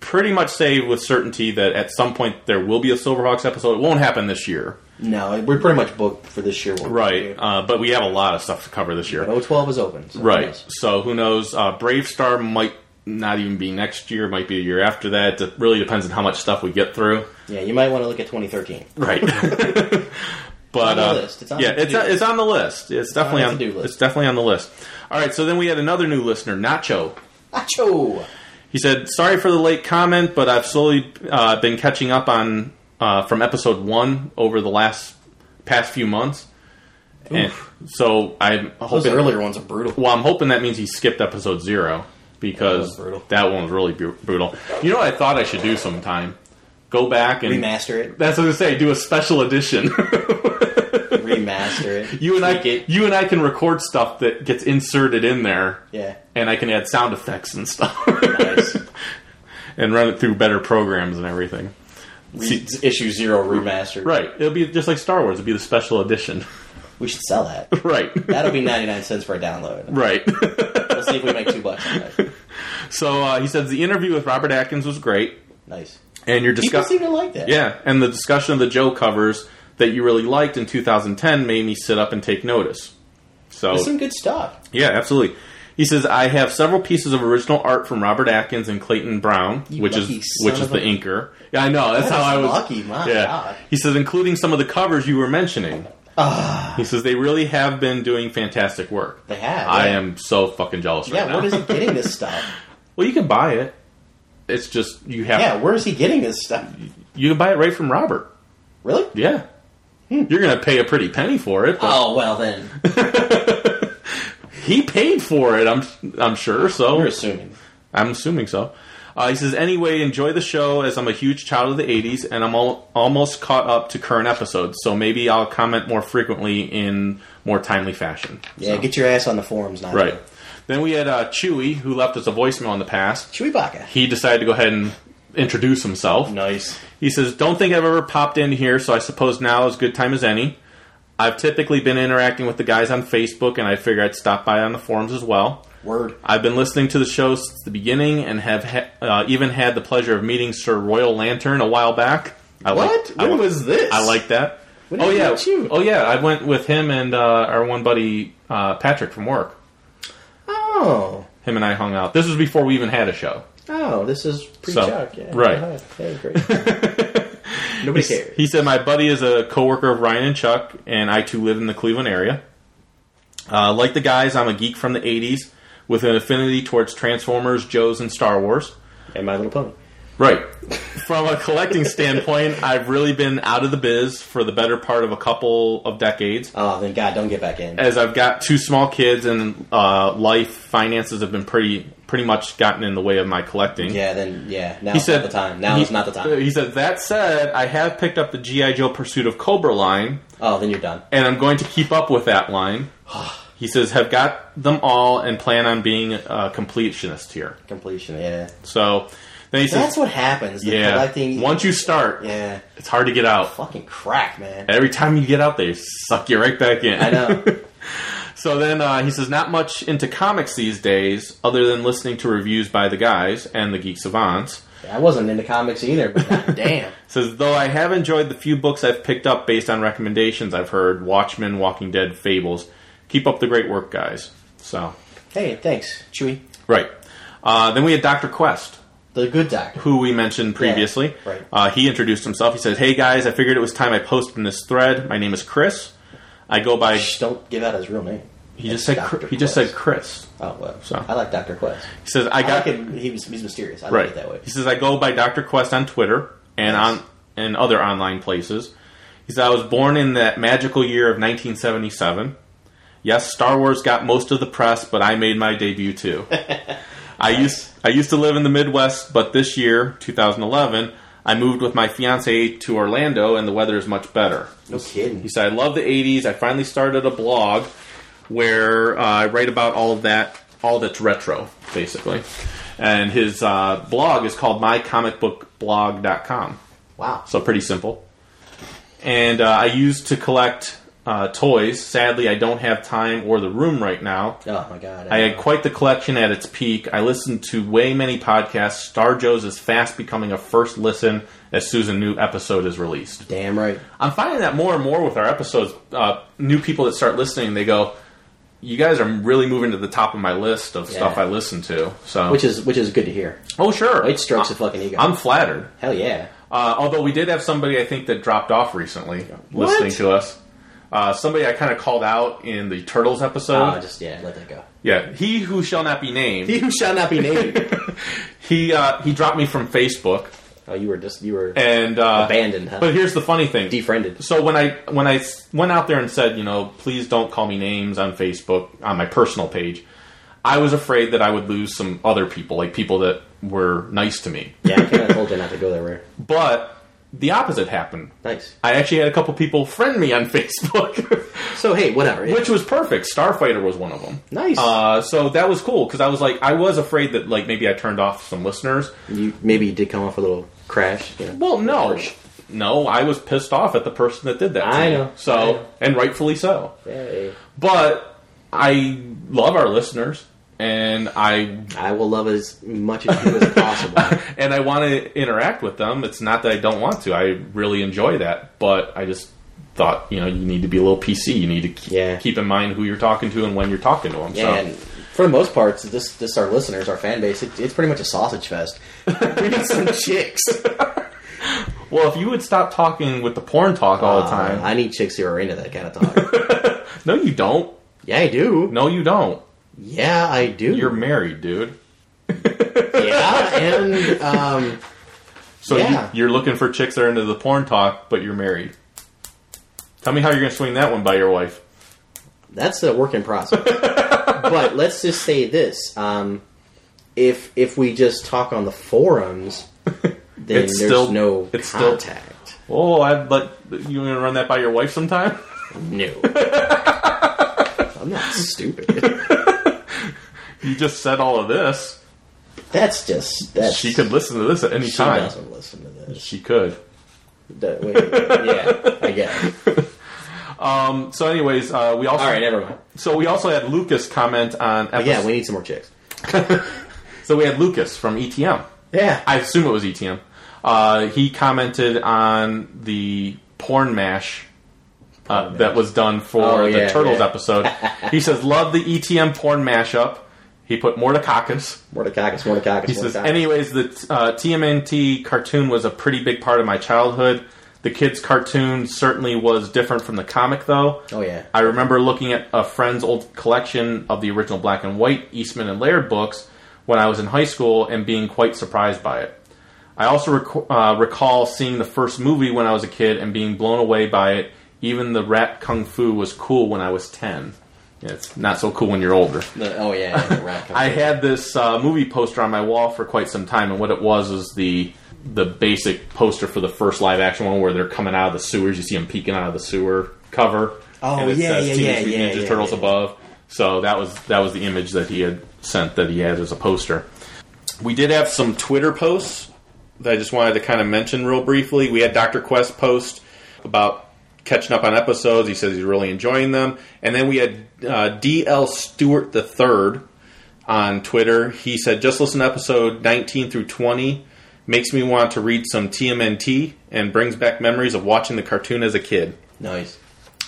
[SPEAKER 2] pretty much say with certainty that at some point there will be a Silverhawks episode. It won't happen this year,
[SPEAKER 3] No, we're pretty much booked for this year.
[SPEAKER 2] right? Uh, but we have a lot of stuff to cover this year,
[SPEAKER 3] But 012 is open. So
[SPEAKER 2] right?
[SPEAKER 3] yes.
[SPEAKER 2] So who knows? Uh, Brave Star might not even be next year; might be a year after that. It really depends on how much stuff we get through,
[SPEAKER 3] Yeah, you might want to look at 2013.
[SPEAKER 2] right? But
[SPEAKER 3] It's on the
[SPEAKER 2] uh,
[SPEAKER 3] list. It's on
[SPEAKER 2] yeah,
[SPEAKER 3] the
[SPEAKER 2] it's,
[SPEAKER 3] to-do
[SPEAKER 2] it's on the list. It's definitely
[SPEAKER 3] on
[SPEAKER 2] on.
[SPEAKER 3] the to-do list.
[SPEAKER 2] It's definitely on the list. All right, so then we had another new listener, Nacho,
[SPEAKER 3] Acho!
[SPEAKER 2] He said, "Sorry for the late comment, but I've slowly uh, been catching up on uh, from episode one over the last past few months, and so I'm
[SPEAKER 3] Those
[SPEAKER 2] hoping.
[SPEAKER 3] earlier ones are brutal.
[SPEAKER 2] Well, I'm hoping that means he skipped episode zero because
[SPEAKER 3] That was brutal.
[SPEAKER 2] that one was really bru- brutal. You know what I thought I should do sometime? Go back and
[SPEAKER 3] Remaster
[SPEAKER 2] That's what I say. Do a special edition.
[SPEAKER 3] it. Remaster it.
[SPEAKER 2] you and I,
[SPEAKER 3] Tweak it.
[SPEAKER 2] you and I can record stuff that gets inserted in there,
[SPEAKER 3] Yeah.
[SPEAKER 2] and I can add sound effects and stuff."
[SPEAKER 3] Nice.
[SPEAKER 2] and run it through better programs and everything.
[SPEAKER 3] Re- issue zero remastered.
[SPEAKER 2] Right. It'll be just like Star Wars. It'll be the special edition.
[SPEAKER 3] We should sell that.
[SPEAKER 2] right.
[SPEAKER 3] That'll be 99 cents for a download.
[SPEAKER 2] right.
[SPEAKER 3] Let's see if we make two bucks on that.
[SPEAKER 2] so uh, he says the interview with Robert Atkins was great,
[SPEAKER 3] Nice.
[SPEAKER 2] and your
[SPEAKER 3] People
[SPEAKER 2] discussion.
[SPEAKER 3] seem to like that.
[SPEAKER 2] Yeah, and the discussion of the Joe covers that you really liked in 2010 made me sit up and take notice. So
[SPEAKER 3] There's some good stuff.
[SPEAKER 2] yeah, absolutely. He says I have several pieces of original art from Robert Atkins and Clayton Brown,
[SPEAKER 3] You
[SPEAKER 2] which is
[SPEAKER 3] lucky son
[SPEAKER 2] which is
[SPEAKER 3] of
[SPEAKER 2] the
[SPEAKER 3] a-
[SPEAKER 2] inker. Yeah, I know. That's
[SPEAKER 3] That
[SPEAKER 2] how I
[SPEAKER 3] is
[SPEAKER 2] was
[SPEAKER 3] lucky, my
[SPEAKER 2] yeah.
[SPEAKER 3] God.
[SPEAKER 2] He says including some of the covers you were mentioning. He says they really have been doing fantastic work.
[SPEAKER 3] Ah. They have.
[SPEAKER 2] I
[SPEAKER 3] yeah.
[SPEAKER 2] am so fucking jealous right
[SPEAKER 3] Yeah,
[SPEAKER 2] now.
[SPEAKER 3] where is he getting this stuff?
[SPEAKER 2] well, you can buy it. It's just you have
[SPEAKER 3] Yeah, where is he getting this stuff?
[SPEAKER 2] you can buy it right from Robert.
[SPEAKER 3] Really?
[SPEAKER 2] Yeah. You're going to pay a pretty penny for it, but
[SPEAKER 3] Oh, well then.
[SPEAKER 2] he paid for it, I'm I'm sure, so
[SPEAKER 3] We're assuming.
[SPEAKER 2] I'm assuming so. Uh, he says, anyway, enjoy the show as I'm a huge child of the 80s and I'm al- almost caught up to current episodes, so maybe I'll comment more frequently in more timely fashion.
[SPEAKER 3] Yeah,
[SPEAKER 2] So-
[SPEAKER 3] get your ass on the forums now.
[SPEAKER 2] right. Then we had uh, Chewy, who left us a voicemail in the past.
[SPEAKER 3] Chewbacca.
[SPEAKER 2] He decided to go ahead and introduce himself.
[SPEAKER 3] Nice.
[SPEAKER 2] He says, Don't think I've ever popped in here, so I suppose now is good time as any. I've typically been interacting with the guys on Facebook, and I figure I'd stop by on the forums as well.
[SPEAKER 3] Word.
[SPEAKER 2] I've been listening to the show since the beginning and have ha- uh, even had the pleasure of meeting Sir Royal Lantern a while back. I
[SPEAKER 3] What?
[SPEAKER 2] Like,
[SPEAKER 3] When
[SPEAKER 2] I, li-
[SPEAKER 3] was this?
[SPEAKER 2] I like that.
[SPEAKER 3] When
[SPEAKER 2] oh
[SPEAKER 3] did
[SPEAKER 2] yeah.
[SPEAKER 3] that shoot?
[SPEAKER 2] Oh yeah. I went with him and uh, our one buddy uh, Patrick from work.
[SPEAKER 3] Oh.
[SPEAKER 2] Him and I hung out. This was before we even had a show.
[SPEAKER 3] Oh, this is pre
[SPEAKER 2] So,
[SPEAKER 3] Chuck. Yeah,
[SPEAKER 2] right.
[SPEAKER 3] uh-huh. Hey, great. Nobody cares.
[SPEAKER 2] He said, "My buddy is a coworker of Ryan and Chuck, and I too live in the Cleveland area. Uh, like the guys, I'm a geek from the '80s with an affinity towards Transformers, Joes, and Star Wars.
[SPEAKER 3] and My Little Pony.
[SPEAKER 2] Right. From a collecting standpoint, I've really been out of the biz for the better part of a couple of decades,
[SPEAKER 3] Oh, then God, don't get back in.
[SPEAKER 2] as I've got two small kids and uh, life finances have been pretty pretty much gotten in the way of my collecting."
[SPEAKER 3] yeah, then yeah. Now
[SPEAKER 2] He
[SPEAKER 3] it's
[SPEAKER 2] said
[SPEAKER 3] not the time. Now
[SPEAKER 2] he-
[SPEAKER 3] it's not the time.
[SPEAKER 2] He said uh, that said, I have picked up the GI Joe Pursuit of Cobra line,
[SPEAKER 3] Oh, then you're done.
[SPEAKER 2] and I'm going to keep up with that line. He says, have got them all and plan on being a completionist here.
[SPEAKER 3] Completion. Yeah.
[SPEAKER 2] So then he
[SPEAKER 3] That's
[SPEAKER 2] says,
[SPEAKER 3] what happens. The
[SPEAKER 2] yeah,
[SPEAKER 3] Collecting.
[SPEAKER 2] once you start,
[SPEAKER 3] Yeah.
[SPEAKER 2] it's hard to get out.
[SPEAKER 3] Fucking crack, man.
[SPEAKER 2] Every time you get out, they suck you right back in.
[SPEAKER 3] I know.
[SPEAKER 2] So then uh, he says, not much into comics these days, other than listening to reviews by the guys and the Geek Savants.
[SPEAKER 3] I wasn't into comics either, but god damn.
[SPEAKER 2] Says, though I have enjoyed the few books I've picked up based on recommendations I've heard Watchmen, Walking Dead, Fables. Keep up the great work, guys. So,
[SPEAKER 3] Hey, thanks, Chewy.
[SPEAKER 2] right. Uh, then we had Dr. Quest.
[SPEAKER 3] The good doctor.
[SPEAKER 2] who we mentioned previously.
[SPEAKER 3] right.
[SPEAKER 2] Uh, he introduced himself. He says, "Hey guys, I figured it was time I posted in this thread. My name is Chris. I go by."
[SPEAKER 3] Shh, don't give out his real name.
[SPEAKER 2] He just said.
[SPEAKER 3] Dr.
[SPEAKER 2] Chr- He just
[SPEAKER 3] Quest.
[SPEAKER 2] said Chris.
[SPEAKER 3] Oh well.
[SPEAKER 2] So.
[SPEAKER 3] I like Doctor Quest.
[SPEAKER 2] He says, "I
[SPEAKER 3] I
[SPEAKER 2] got
[SPEAKER 3] like him. He was, he's mysterious. I like
[SPEAKER 2] right."
[SPEAKER 3] it that way.
[SPEAKER 2] He says, "I go by Doctor Quest on Twitter and
[SPEAKER 3] Nice.
[SPEAKER 2] on and other online places." He says, "I was born in that magical year of 1977." Yes, Star Wars got most of the press, but I made my debut too. I used I used to live in the Midwest, but this year, 2011, I moved with my fiance to Orlando, and the weather is much better.
[SPEAKER 3] No kidding.
[SPEAKER 2] He said, "I love the '80s. I finally started a blog where uh, I write about all of that, all that's retro, basically. And his uh, blog is called mycomicbookblog.com.
[SPEAKER 3] Wow.
[SPEAKER 2] So pretty simple. And uh, I used to collect uh, toys. Sadly, I don't have time or the room right now.
[SPEAKER 3] Oh my god.
[SPEAKER 2] I had quite the collection at its peak. I listened to way many podcasts. Star Joe's is fast becoming a first listen as soon as a new episode is released.
[SPEAKER 3] Damn right.
[SPEAKER 2] I'm finding that more and more with our episodes. Uh, new people that start listening, they go, "You guys are really moving to the top of my list of stuff
[SPEAKER 3] Yeah.
[SPEAKER 2] I listen to." So,
[SPEAKER 3] Which is which is good to hear.
[SPEAKER 2] oh sure,
[SPEAKER 3] It strokes
[SPEAKER 2] I-
[SPEAKER 3] a fucking ego.
[SPEAKER 2] I'm flattered.
[SPEAKER 3] Hell yeah.
[SPEAKER 2] Uh, although we did have somebody I think that dropped off recently
[SPEAKER 3] What?
[SPEAKER 2] listening to us. Uh, somebody I kind of called out in the Turtles episode.
[SPEAKER 3] Oh, just yeah, let that go.
[SPEAKER 2] yeah, he who shall not be named.
[SPEAKER 3] He who shall not be named.
[SPEAKER 2] He uh, he dropped me from Facebook
[SPEAKER 3] oh, you were just you were
[SPEAKER 2] and uh,
[SPEAKER 3] abandoned, huh?
[SPEAKER 2] But here's the funny thing:
[SPEAKER 3] Defriended.
[SPEAKER 2] So when I when I s- went out there and said, you know, please don't call me names on Facebook on my personal page, I was afraid that I would lose some other people, like people that were nice to me.
[SPEAKER 3] yeah, I kind of told you not to go there. Where
[SPEAKER 2] But the opposite happened.
[SPEAKER 3] nice.
[SPEAKER 2] I actually had a couple people friend me on Facebook,
[SPEAKER 3] So hey, whatever.
[SPEAKER 2] which was perfect. Starfighter was one of them.
[SPEAKER 3] nice.
[SPEAKER 2] Uh, so that was cool because I was like, I was afraid that like maybe I turned off some listeners.
[SPEAKER 3] you maybe you did come off a little crash. You know.
[SPEAKER 2] Well, no,
[SPEAKER 3] Harsh.
[SPEAKER 2] no, I was pissed off at the person that did that. to
[SPEAKER 3] I
[SPEAKER 2] me.
[SPEAKER 3] know.
[SPEAKER 2] so
[SPEAKER 3] I know.
[SPEAKER 2] and rightfully so.
[SPEAKER 3] Hey,
[SPEAKER 2] But I love our listeners, and I
[SPEAKER 3] I will love as much of you as possible.
[SPEAKER 2] and I want to interact with them. It's not that I don't want to; I really enjoy that. But I just thought, you know, you need to be a little PC. You need to keep,
[SPEAKER 3] Yeah.
[SPEAKER 2] keep in mind who you're talking to and when you're talking to them.
[SPEAKER 3] Yeah,
[SPEAKER 2] So.
[SPEAKER 3] and for the most part, this this our listeners, our fan base. It, it's pretty much a sausage fest. we need some chicks
[SPEAKER 2] Well, if you would stop talking with the porn talk all the
[SPEAKER 3] Uh,
[SPEAKER 2] time,
[SPEAKER 3] I need chicks who are into that kind of talk.
[SPEAKER 2] no, you don't.
[SPEAKER 3] yeah, I do.
[SPEAKER 2] No, you don't.
[SPEAKER 3] Yeah, I do.
[SPEAKER 2] You're married, dude.
[SPEAKER 3] yeah, and um,
[SPEAKER 2] So
[SPEAKER 3] Yeah.
[SPEAKER 2] you, you're looking for chicks that are into the porn talk, but you're married. Tell me how you're going to swing that one by your wife.
[SPEAKER 3] that's a work in process. but let's just say this: um, if if we just talk on the forums, then
[SPEAKER 2] It's
[SPEAKER 3] there's
[SPEAKER 2] still-
[SPEAKER 3] no
[SPEAKER 2] it's still-
[SPEAKER 3] contact.
[SPEAKER 2] Oh, I'd let you going to run that by your wife sometime.
[SPEAKER 3] No, I'm not stupid.
[SPEAKER 2] You just said all of this.
[SPEAKER 3] That's just that's
[SPEAKER 2] She could listen to this at any
[SPEAKER 3] She
[SPEAKER 2] time.
[SPEAKER 3] doesn't listen to this.
[SPEAKER 2] She could.
[SPEAKER 3] That- wait, yeah, I guess.
[SPEAKER 2] So, anyways, uh, we also
[SPEAKER 3] All right, never mind. Oh,
[SPEAKER 2] so we also had Lucas comment on episode.
[SPEAKER 3] Yeah, we need some more chicks.
[SPEAKER 2] so we had Lucas from ETM.
[SPEAKER 3] Yeah,
[SPEAKER 2] I assume it was ETM. Uh, he commented on the porn mash. Uh, that was done for
[SPEAKER 3] Oh,
[SPEAKER 2] the
[SPEAKER 3] yeah,
[SPEAKER 2] Turtles
[SPEAKER 3] yeah.
[SPEAKER 2] episode. he says, Love the ETM porn mashup. He put Mordecakis.
[SPEAKER 3] Mordecakis, Mordecakis,
[SPEAKER 2] He says, anyways, the uh, TMNT cartoon was a pretty big part of my childhood. The kids' cartoon certainly was different from the comic, though.
[SPEAKER 3] Oh, yeah.
[SPEAKER 2] I remember looking at a friend's old collection of the original black and white Eastman and Laird books when I was in high school and being quite surprised by it. I also rec- uh, recall seeing the first movie when I was a kid and being blown away by it. Even the rat kung fu was cool when I was 10. Yeah, it's not so cool when you're older.
[SPEAKER 3] The- oh yeah, yeah, the rat comes
[SPEAKER 2] I
[SPEAKER 3] in.
[SPEAKER 2] had this uh, movie poster on my wall for quite some time, and what it was is the the basic poster for the first live action one where they're coming out of the sewers. You see them peeking out of the sewer cover.
[SPEAKER 3] Oh,
[SPEAKER 2] and it
[SPEAKER 3] yeah,
[SPEAKER 2] says
[SPEAKER 3] yeah,
[SPEAKER 2] Teenage
[SPEAKER 3] yeah,
[SPEAKER 2] Mutant
[SPEAKER 3] yeah,
[SPEAKER 2] Ninja
[SPEAKER 3] yeah,
[SPEAKER 2] Turtles
[SPEAKER 3] yeah.
[SPEAKER 2] above. So that was that was the image that he had sent that he had as a poster. We did have some Twitter posts that I just wanted to kind of mention real briefly. We had Dr. Quest post about catching up on episodes. He says he's really enjoying them. And then we had uh, D.L. Stewart III on Twitter. He said, just listen to episode 19 through 20. Makes me want to read some TMNT and brings back memories of watching the cartoon as a kid.
[SPEAKER 3] nice.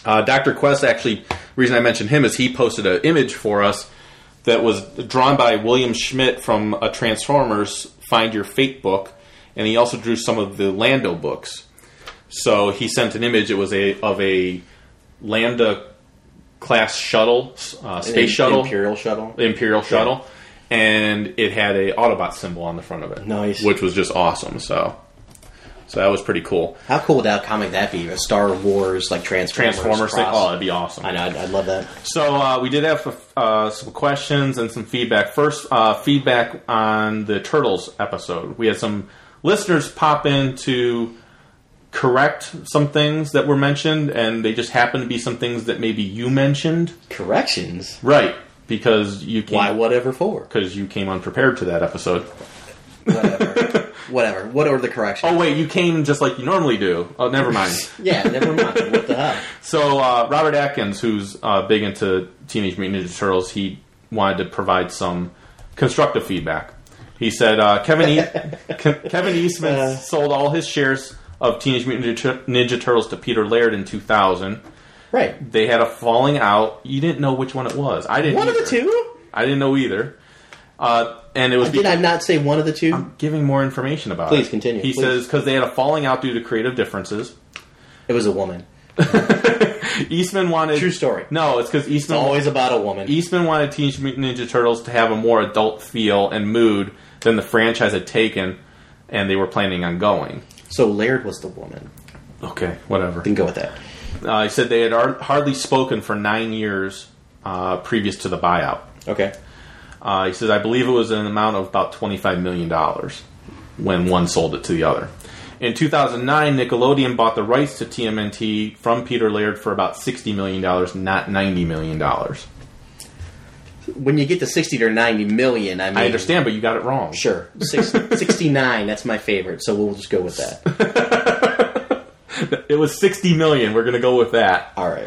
[SPEAKER 2] Uh, Dr. Quest actually, the reason I mentioned him is he posted an image for us that was drawn by William Schmidt from a Transformers Find Your Fate book, and he also drew some of the Lando books. So he sent an image. It was a of a Lambda class shuttle, uh, space shuttle,
[SPEAKER 3] Imperial shuttle.
[SPEAKER 2] Imperial shuttle, and it had a Autobot symbol on the front of it,
[SPEAKER 3] Nice.
[SPEAKER 2] which was just awesome. So, so that was pretty cool.
[SPEAKER 3] How cool would that comic that be? A Star Wars like Transformers.
[SPEAKER 2] Transformers thing,
[SPEAKER 3] cross.
[SPEAKER 2] oh, that'd be awesome.
[SPEAKER 3] I know. I'd, I'd love that.
[SPEAKER 2] So uh, we did have uh, some questions and some feedback. First, uh, feedback on the Turtles episode. We had some listeners pop in to correct some things that were mentioned, and they just happen to be some things that maybe you mentioned.
[SPEAKER 3] Corrections.
[SPEAKER 2] Right. Because you came,
[SPEAKER 3] Why? Whatever for?
[SPEAKER 2] Because you came unprepared to that episode.
[SPEAKER 3] Whatever. whatever. What are the corrections?
[SPEAKER 2] Oh wait, you came just like you normally do. Oh, never mind.
[SPEAKER 3] Yeah, never mind. what the hell?
[SPEAKER 2] So uh, Robert Atkins, who's uh, big into Teenage Mutant Ninja Turtles, he wanted to provide some constructive feedback. He said uh, Kevin e- Ke- Kevin Eastman
[SPEAKER 3] Uh.
[SPEAKER 2] sold all his shares of Teenage Mutant Ninja, Ninja Turtles to Peter Laird in 2000.
[SPEAKER 3] Right.
[SPEAKER 2] They had a falling out. You didn't know which one it was. I didn't.
[SPEAKER 3] One of the
[SPEAKER 2] either.
[SPEAKER 3] two?
[SPEAKER 2] I didn't know either. Uh, and it was
[SPEAKER 3] Did I not say one of the two?
[SPEAKER 2] giving more information about it.
[SPEAKER 3] Please continue,
[SPEAKER 2] He
[SPEAKER 3] please.
[SPEAKER 2] says because they had a falling out due to creative differences.
[SPEAKER 3] it was a woman.
[SPEAKER 2] Eastman wanted
[SPEAKER 3] True story.
[SPEAKER 2] No, it's because
[SPEAKER 3] It's
[SPEAKER 2] Eastman
[SPEAKER 3] always about a woman.
[SPEAKER 2] Eastman wanted Teenage Mutant Ninja Turtles to have a more adult feel and mood than the franchise had taken, and they were planning on going.
[SPEAKER 3] So Laird was the woman.
[SPEAKER 2] Okay, whatever.
[SPEAKER 3] Then go with that.
[SPEAKER 2] Uh, he said they had ar- hardly spoken for nine years uh, previous to the buyout.
[SPEAKER 3] Okay.
[SPEAKER 2] Uh, he says, I believe it was an amount of about $25 million when one sold it to the other. In 2009, Nickelodeon bought the rights to TMNT from Peter Laird for about $60 million, not $90 million. I
[SPEAKER 3] When you get to 60 to 90 million, I mean.
[SPEAKER 2] understand, but you got it wrong.
[SPEAKER 3] Sure. Six, 69, that's my favorite, so we'll just go with that.
[SPEAKER 2] It was 60 million. We're going to go with that.
[SPEAKER 3] All right.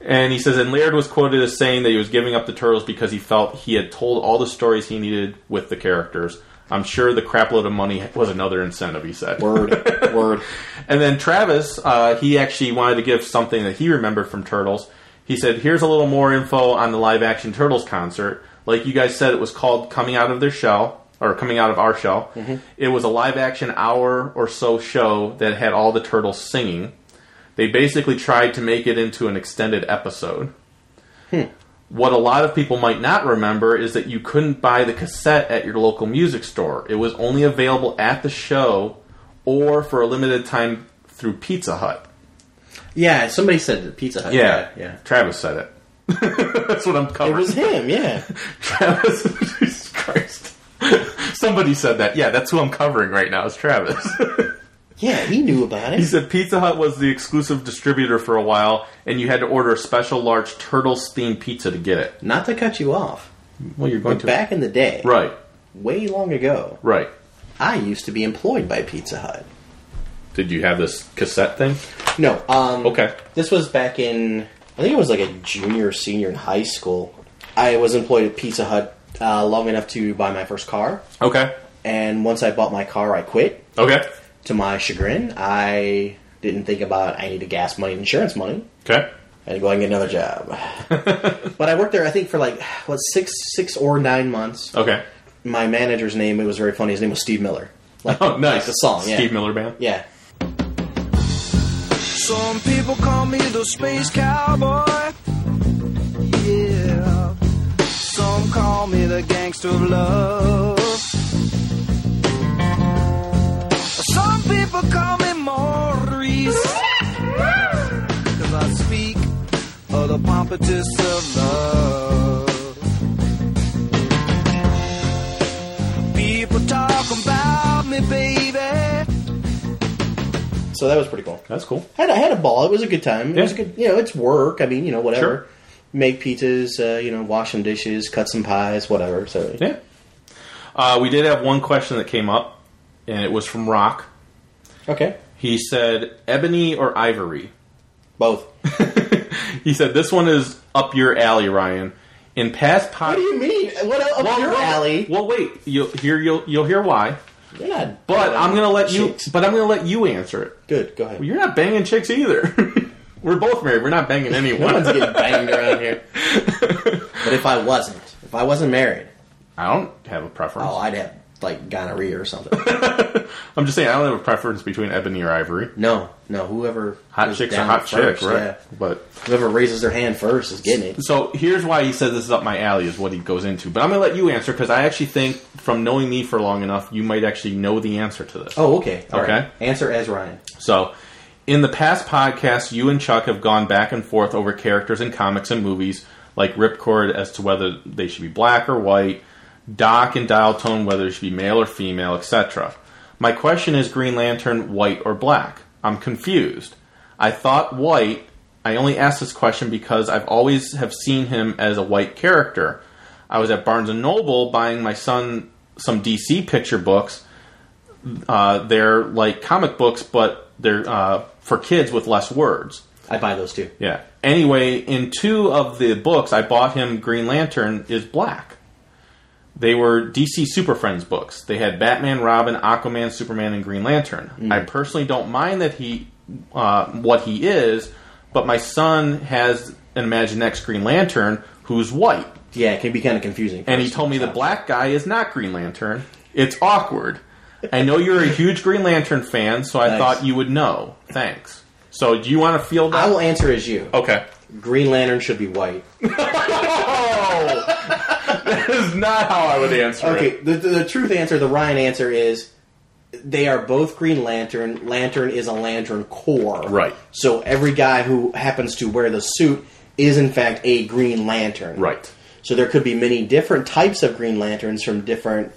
[SPEAKER 2] And he says, and Laird was quoted as saying that he was giving up the turtles because he felt he had told all the stories he needed with the characters. I'm sure the crapload of money was another incentive. He said.
[SPEAKER 3] Word. Word.
[SPEAKER 2] And then Travis, uh, he actually wanted to give something that he remembered from Turtles. He said, "Here's a little more info on the live action Turtles concert. Like you guys said, it was called Coming Out of Their Shell." Or coming out of our shell. It was a live action hour or so show that had all the turtles singing. They basically tried to make it into an extended episode. What a lot of people might not remember is that you couldn't buy the cassette at your local music store. It was only available at the show or for a limited time through Pizza Hut.
[SPEAKER 3] Yeah, somebody said the Pizza Hut. Yeah.
[SPEAKER 2] Travis said it. That's what I'm
[SPEAKER 3] It
[SPEAKER 2] covering.
[SPEAKER 3] was him, yeah.
[SPEAKER 2] Travis. Jesus Christ. Somebody said that. Yeah, that's who I'm covering right now. Is Travis.
[SPEAKER 3] Yeah, he knew about
[SPEAKER 2] He
[SPEAKER 3] it.
[SPEAKER 2] said Pizza Hut was the exclusive distributor for a while, and you had to order a special large turtles themed pizza to get it.
[SPEAKER 3] Not to cut you off,
[SPEAKER 2] Well, you're going
[SPEAKER 3] but
[SPEAKER 2] to
[SPEAKER 3] back in the day,
[SPEAKER 2] right,
[SPEAKER 3] way long ago,
[SPEAKER 2] right.
[SPEAKER 3] I used to be employed by Pizza Hut.
[SPEAKER 2] Did you have this cassette thing?
[SPEAKER 3] No, um,
[SPEAKER 2] Okay.
[SPEAKER 3] This was back in, I think it was like a junior or senior in high school. I was employed at Pizza Hut uh, long enough to buy my first car,
[SPEAKER 2] Okay.
[SPEAKER 3] and once I bought my car, I quit.
[SPEAKER 2] Okay.
[SPEAKER 3] To my chagrin, I didn't think about I needed gas money and insurance money.
[SPEAKER 2] Okay.
[SPEAKER 3] I had to go out and get another job. but I worked there, I think, for like what six, six or nine months.
[SPEAKER 2] Okay.
[SPEAKER 3] My manager's name, it was very funny. His name was Steve Miller. Like,
[SPEAKER 2] Oh, nice.
[SPEAKER 3] like the song, yeah.
[SPEAKER 2] Steve Miller Band.
[SPEAKER 3] Yeah.
[SPEAKER 7] Some people call me the space cowboy. Yeah. Some call me the gangster of love. Some people call me Maurice. Cause I speak of the pompous of love. People talk about me, baby.
[SPEAKER 3] So that was pretty cool.
[SPEAKER 2] That's cool.
[SPEAKER 3] I had, I had a ball. It was a good time. It
[SPEAKER 2] Yeah.
[SPEAKER 3] was a good, you know, it's work. I mean, you know, whatever.
[SPEAKER 2] Sure.
[SPEAKER 3] Make pizzas, uh, you know, wash some dishes, cut some pies, whatever. So
[SPEAKER 2] Yeah. Uh, we did have one question that came up, and it was from Rock.
[SPEAKER 3] okay,
[SPEAKER 2] He said, "Ebony or ivory?"
[SPEAKER 3] both.
[SPEAKER 2] He said, "This one is up your alley, Ryan." In past
[SPEAKER 3] What do
[SPEAKER 2] podcasts,
[SPEAKER 3] you mean? What up up your alley?
[SPEAKER 2] Well, wait. You'll hear. You'll you'll hear why.
[SPEAKER 3] You're not.
[SPEAKER 2] But I'm gonna let you.
[SPEAKER 3] Chicks.
[SPEAKER 2] But I'm gonna let you answer it.
[SPEAKER 3] Good. Go ahead.
[SPEAKER 2] You're not banging chicks either. We're both married. We're not banging
[SPEAKER 3] no
[SPEAKER 2] anyone.
[SPEAKER 3] one's getting banged around here. But if I wasn't, if I wasn't married,
[SPEAKER 2] I don't have a preference.
[SPEAKER 3] oh, I'd have like gonorrhea or something.
[SPEAKER 2] I'm just saying I don't have a preference between ebony or ivory.
[SPEAKER 3] No, no. Whoever
[SPEAKER 2] Hot
[SPEAKER 3] is
[SPEAKER 2] chicks are
[SPEAKER 3] down
[SPEAKER 2] hot
[SPEAKER 3] first,
[SPEAKER 2] chicks, right?
[SPEAKER 3] yeah.
[SPEAKER 2] But
[SPEAKER 3] Whoever raises their hand first is getting it.
[SPEAKER 2] so here's why he says this is up my alley is what he goes into. But I'm gonna let you answer because I actually think from knowing me for long enough, you might actually know the answer to this.
[SPEAKER 3] Oh, okay. All
[SPEAKER 2] Okay.
[SPEAKER 3] right. Answer as Ryan.
[SPEAKER 2] So, in the past podcasts, you and Chuck have gone back and forth over characters in comics and movies, like Ripcord as to whether they should be black or white, Doc and Dial Tone whether they should be male or female, etc. My question is Green Lantern white or black? I'm confused. I thought white. I only asked this question because I've always have seen him as a white character. I was at Barnes and Noble buying my son some DC picture books. Uh, they're like comic books, but they're uh, for kids with less words.
[SPEAKER 3] I buy those too.
[SPEAKER 2] Yeah. Anyway, in two of the books, I bought him Green Lantern is black. They were DC Super Friends books. They had Batman, Robin, Aquaman, Superman, and Green Lantern. I personally don't mind that he uh, what he is, but my son has an Imaginext Green Lantern who's white,
[SPEAKER 3] Yeah, it can be kind of confusing.
[SPEAKER 2] and he told me the black guy is not Green Lantern. It's awkward. I know you're a huge Green Lantern fan, so I
[SPEAKER 3] Nice.
[SPEAKER 2] thought you would know. Thanks. So, do you want to feel
[SPEAKER 3] I
[SPEAKER 2] that?
[SPEAKER 3] will answer as you.
[SPEAKER 2] okay.
[SPEAKER 3] Green Lantern should be white.
[SPEAKER 2] that is not how I would answer
[SPEAKER 3] Okay,
[SPEAKER 2] it.
[SPEAKER 3] the, the, the truth answer, the Ryan answer is they are both Green Lantern. Lantern is a Lantern core.
[SPEAKER 2] Right.
[SPEAKER 3] So every guy who happens to wear the suit is, in fact, a Green Lantern.
[SPEAKER 2] Right.
[SPEAKER 3] So there could be many different types of Green Lanterns from different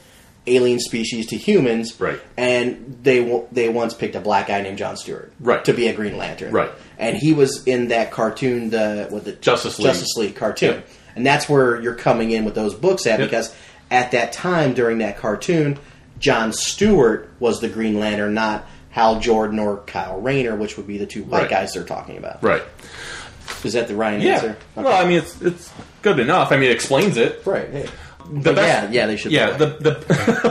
[SPEAKER 3] alien species to humans.
[SPEAKER 2] Right.
[SPEAKER 3] And they wa- they once picked a black guy named John Stewart.
[SPEAKER 2] Right.
[SPEAKER 3] To be a Green Lantern.
[SPEAKER 2] Right.
[SPEAKER 3] And he was in that cartoon, the what the
[SPEAKER 2] Justice League.
[SPEAKER 3] Justice League cartoon.
[SPEAKER 2] Yep.
[SPEAKER 3] And that's where you're coming in with those books at
[SPEAKER 2] Yep.
[SPEAKER 3] because at that time during that cartoon, John Stewart was the Green Lantern, not Hal Jordan or Kyle Rayner, which would be the two white
[SPEAKER 2] Right.
[SPEAKER 3] guys they're talking about.
[SPEAKER 2] Right.
[SPEAKER 3] Is that the Ryan
[SPEAKER 2] Yeah.
[SPEAKER 3] answer?
[SPEAKER 2] Well, I mean, it's it's good enough. I mean, it explains it.
[SPEAKER 3] right. Hey.
[SPEAKER 2] The
[SPEAKER 3] But yeah, yeah, they should
[SPEAKER 2] Yeah.
[SPEAKER 3] be
[SPEAKER 2] The the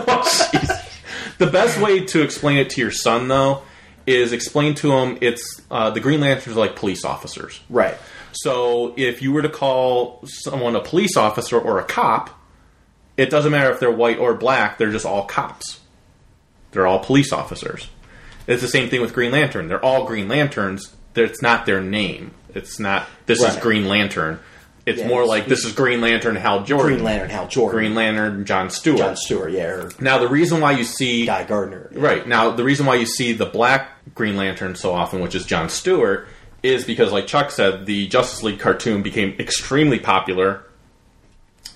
[SPEAKER 2] Jeez. the best way to explain it to your son though is explain to him it's uh, the Green Lanterns are like police officers.
[SPEAKER 3] Right.
[SPEAKER 2] So if you were to call someone a police officer or a cop, it doesn't matter if they're white or black, they're just all cops. They're all police officers. It's the same thing with Green Lantern. They're all Green Lanterns. They're- It's not their name. It's not this is
[SPEAKER 3] Right.
[SPEAKER 2] Green Lantern. It's
[SPEAKER 3] Yeah,
[SPEAKER 2] more
[SPEAKER 3] it's-
[SPEAKER 2] like this is Green Lantern Hal Jordan.
[SPEAKER 3] Green Lantern, Hal Jordan.
[SPEAKER 2] Green Lantern John Stewart.
[SPEAKER 3] John Stewart, yeah, or
[SPEAKER 2] Now the reason why you see
[SPEAKER 3] Guy Gardner.
[SPEAKER 2] Right. Now, the reason why you see the black Green Lantern so often, which is John Stewart, is because, like Chuck said, the Justice League cartoon became extremely popular.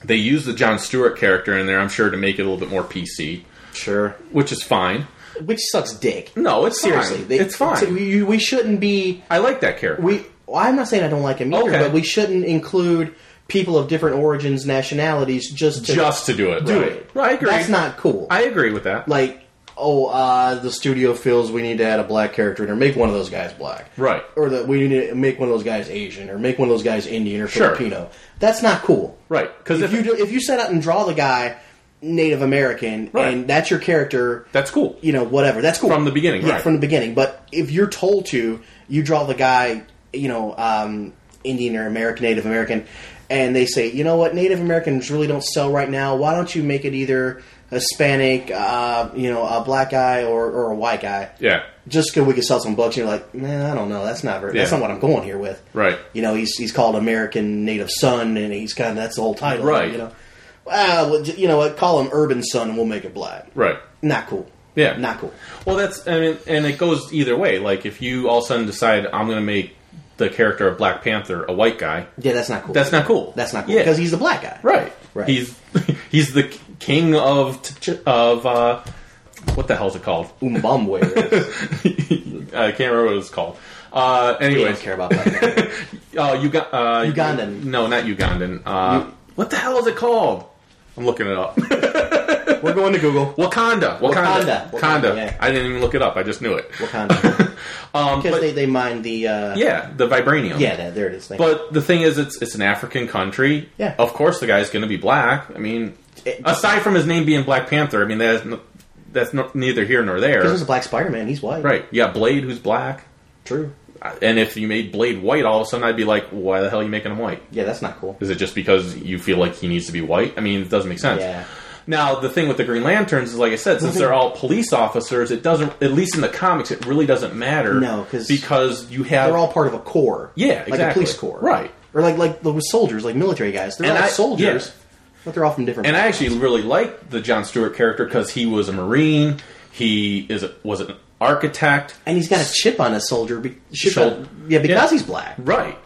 [SPEAKER 2] They used the John Stewart character in there, I'm sure, to make it a little bit more PC,
[SPEAKER 3] Sure.
[SPEAKER 2] which is fine.
[SPEAKER 3] Which sucks dick.
[SPEAKER 2] No, it's
[SPEAKER 3] Seriously.
[SPEAKER 2] fine.
[SPEAKER 3] They-
[SPEAKER 2] it's fine.
[SPEAKER 3] so we, you- we shouldn't be.
[SPEAKER 2] I like that character.
[SPEAKER 3] We. well, I'm not saying I don't like him either,
[SPEAKER 2] Okay.
[SPEAKER 3] but we shouldn't include people of different origins, nationalities, just to
[SPEAKER 2] just to do it.
[SPEAKER 3] do
[SPEAKER 2] right.
[SPEAKER 3] it.
[SPEAKER 2] Right, I agree.
[SPEAKER 3] That's not cool.
[SPEAKER 2] I agree with that.
[SPEAKER 3] like, oh, uh, the studio feels we need to add a black character in, or make one of those guys black,
[SPEAKER 2] Right.
[SPEAKER 3] Or that we need to make one of those guys Asian, or make one of those guys Indian or
[SPEAKER 2] Sure.
[SPEAKER 3] Filipino. That's not cool,
[SPEAKER 2] right. Because
[SPEAKER 3] if you do, if you set out and draw the guy Native American
[SPEAKER 2] Right.
[SPEAKER 3] and that's your character,
[SPEAKER 2] That's cool.
[SPEAKER 3] You know, whatever. That's cool
[SPEAKER 2] From the beginning,
[SPEAKER 3] Yeah,
[SPEAKER 2] right.
[SPEAKER 3] from the beginning. But if you're told to, you draw the guy, you know, um, Indian or American, Native American, and they say, you know what, Native Americans really don't sell right now. Why don't you make it either Hispanic, uh, you know, a black guy or, or a white guy?
[SPEAKER 2] Yeah.
[SPEAKER 3] just because we could sell some books, and you're like, man, I don't know. That's not very. That's
[SPEAKER 2] Yeah.
[SPEAKER 3] not what I'm going here with.
[SPEAKER 2] Right.
[SPEAKER 3] You know, he's he's called American Native Son, and he's kind of that's the whole title.
[SPEAKER 2] Right.
[SPEAKER 3] You know, well, well, j- you know what? Call him Urban Son, and we'll make it black.
[SPEAKER 2] Right.
[SPEAKER 3] Not cool.
[SPEAKER 2] Yeah.
[SPEAKER 3] Not cool.
[SPEAKER 2] Well, that's I mean, and it goes either way. Like if you all of a sudden decide I'm going to make the character of Black Panther a white guy,
[SPEAKER 3] Yeah, that's not cool.
[SPEAKER 2] that's not cool.
[SPEAKER 3] That's not cool
[SPEAKER 2] Yeah.
[SPEAKER 3] because he's the black guy.
[SPEAKER 2] right.
[SPEAKER 3] Right.
[SPEAKER 2] He's he's the king of t- ch- of uh, what the hell's it called?
[SPEAKER 3] Umbamwe.
[SPEAKER 2] I can't remember what it's called. Uh,
[SPEAKER 3] we don't
[SPEAKER 2] anyways,
[SPEAKER 3] care about that.
[SPEAKER 2] uh, Uga- uh,
[SPEAKER 3] Ugandan.
[SPEAKER 2] No, not Ugandan. Uh,
[SPEAKER 3] U-
[SPEAKER 2] what the hell is it called? I'm looking it up.
[SPEAKER 3] We're going to Google.
[SPEAKER 2] Wakanda.
[SPEAKER 3] Wakanda.
[SPEAKER 2] Wakanda.
[SPEAKER 3] Wakanda, yeah.
[SPEAKER 2] I didn't even look it up. I just knew it.
[SPEAKER 3] Wakanda.
[SPEAKER 2] Um,
[SPEAKER 3] Because
[SPEAKER 2] but-
[SPEAKER 3] they, they mind the. Uh, yeah.
[SPEAKER 2] yeah, the vibranium.
[SPEAKER 3] that- there it is. Thank
[SPEAKER 2] But the thing is, it's it's an African country.
[SPEAKER 3] Yeah.
[SPEAKER 2] Of course, the guy's going to be black. I mean,
[SPEAKER 3] It-
[SPEAKER 2] aside from his name being Black Panther, I mean that's no, that's no, neither here nor there.
[SPEAKER 3] This is a black Spider Man. He's white.
[SPEAKER 2] right? You got Blade, who's black.
[SPEAKER 3] True.
[SPEAKER 2] And if you made Blade white, all of a sudden I'd be like, why the hell are you making him white?
[SPEAKER 3] Yeah, that's not cool.
[SPEAKER 2] Is it just because you feel like he needs to be white? I mean, it doesn't make sense.
[SPEAKER 3] Yeah.
[SPEAKER 2] Now the thing with the Green Lanterns is, like I said, since they're all police officers, it doesn't. At least in the comics, it really doesn't matter.
[SPEAKER 3] No, 'cause
[SPEAKER 2] because you have
[SPEAKER 3] They're all part of a corps.
[SPEAKER 2] Yeah,
[SPEAKER 3] Like a
[SPEAKER 2] exactly.
[SPEAKER 3] police corps.
[SPEAKER 2] Right.
[SPEAKER 3] Or like like the soldiers, like military guys. They're
[SPEAKER 2] And
[SPEAKER 3] all
[SPEAKER 2] I-
[SPEAKER 3] soldiers,
[SPEAKER 2] yeah.
[SPEAKER 3] but they're all from different.
[SPEAKER 2] And I actually really liked the John Stewart character because he was a Marine. He is a, was an architect.
[SPEAKER 3] and he's got a chip on his soldier. Be, chip
[SPEAKER 2] Shoul-
[SPEAKER 3] on- yeah, because
[SPEAKER 2] yeah.
[SPEAKER 3] he's black.
[SPEAKER 2] Right.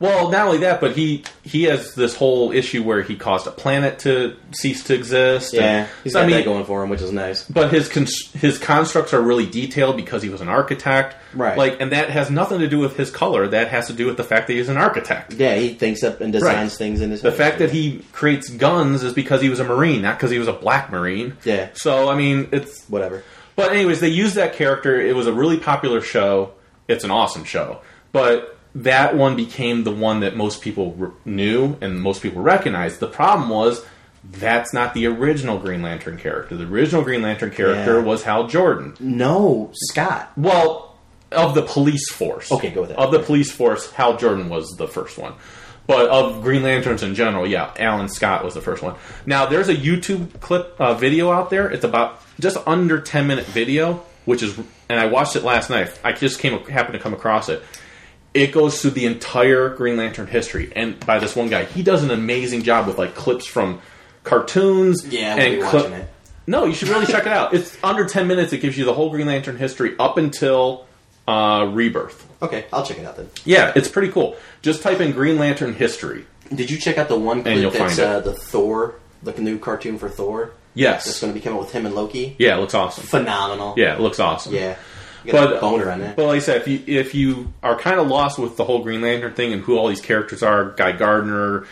[SPEAKER 2] Well, not only that, but he he has this whole issue where he caused a planet to cease to exist.
[SPEAKER 3] Yeah,
[SPEAKER 2] And-
[SPEAKER 3] he's
[SPEAKER 2] so,
[SPEAKER 3] got
[SPEAKER 2] I mean,
[SPEAKER 3] that going for him, which is nice.
[SPEAKER 2] but his cons- his constructs are really detailed because he was an architect,
[SPEAKER 3] Right.
[SPEAKER 2] Like, and that has nothing to do with his color. That has to do with the fact that he's an architect.
[SPEAKER 3] Yeah, he thinks up and designs
[SPEAKER 2] Right.
[SPEAKER 3] things in his.
[SPEAKER 2] The
[SPEAKER 3] head.
[SPEAKER 2] fact that he creates guns is because he was a marine, not because he was a black marine.
[SPEAKER 3] Yeah.
[SPEAKER 2] So I mean, it's
[SPEAKER 3] whatever.
[SPEAKER 2] but anyways, they used that character. It was a really popular show. It's an awesome show, but that one became the one that most people re- knew and most people recognized. The problem was that's not the original Green Lantern character. The original Green Lantern character
[SPEAKER 3] Yeah.
[SPEAKER 2] was Hal Jordan.
[SPEAKER 3] No, Scott.
[SPEAKER 2] Well, of the police force.
[SPEAKER 3] Okay, go with that.
[SPEAKER 2] Of the police force, Hal Jordan was the first one. But of Green Lanterns in general, yeah, Alan Scott was the first one. Now there's a YouTube clip uh, video out there. It's about just under 10 minute video, which is and I watched it last night. I just came happened to come across it. It goes through the entire Green Lantern history, and by this one guy, he does an amazing job with like clips from cartoons.
[SPEAKER 3] Yeah, I won't
[SPEAKER 2] and
[SPEAKER 3] be
[SPEAKER 2] clip-
[SPEAKER 3] watching it.
[SPEAKER 2] no, you should really check it out. It's under 10 minutes. It gives you the whole Green Lantern history up until uh, Rebirth.
[SPEAKER 3] Okay, I'll check it out then.
[SPEAKER 2] Yeah, it's pretty cool. Just type in Green Lantern history.
[SPEAKER 3] Did you check out the one
[SPEAKER 2] you'll
[SPEAKER 3] clip that's
[SPEAKER 2] find it.
[SPEAKER 3] uh, the Thor, the new cartoon for Thor? That's
[SPEAKER 2] Yes.
[SPEAKER 3] going to be coming with him and Loki.
[SPEAKER 2] Yeah, it looks awesome.
[SPEAKER 3] Phenomenal.
[SPEAKER 2] Yeah, it looks awesome.
[SPEAKER 3] yeah. You got
[SPEAKER 2] But,
[SPEAKER 3] a boner on that.
[SPEAKER 2] but like I said, if you if you are kind of lost with the whole Green Lantern thing and who all these characters are, Guy Gardner,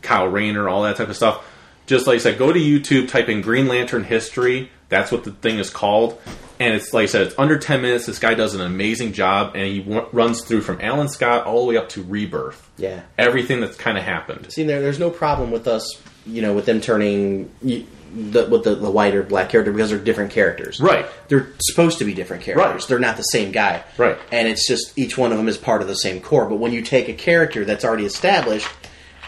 [SPEAKER 2] Kyle Rayner, all that type of stuff, just like I said, go to YouTube, type in Green Lantern history. That's what the thing is called, and it's like I said, it's under ten minutes. This guy does an amazing job, and he w- runs through from Alan Scott all the way up to Rebirth.
[SPEAKER 3] Yeah.
[SPEAKER 2] everything that's kind of happened.
[SPEAKER 3] See, there, there's no problem with us, you know, with them turning you, the, with the, the white or black character because they're different characters.
[SPEAKER 2] Right.
[SPEAKER 3] They're supposed to be different characters.
[SPEAKER 2] Right.
[SPEAKER 3] They're not the same guy.
[SPEAKER 2] Right.
[SPEAKER 3] And it's just each one of them is part of the same core. But when you take a character that's already established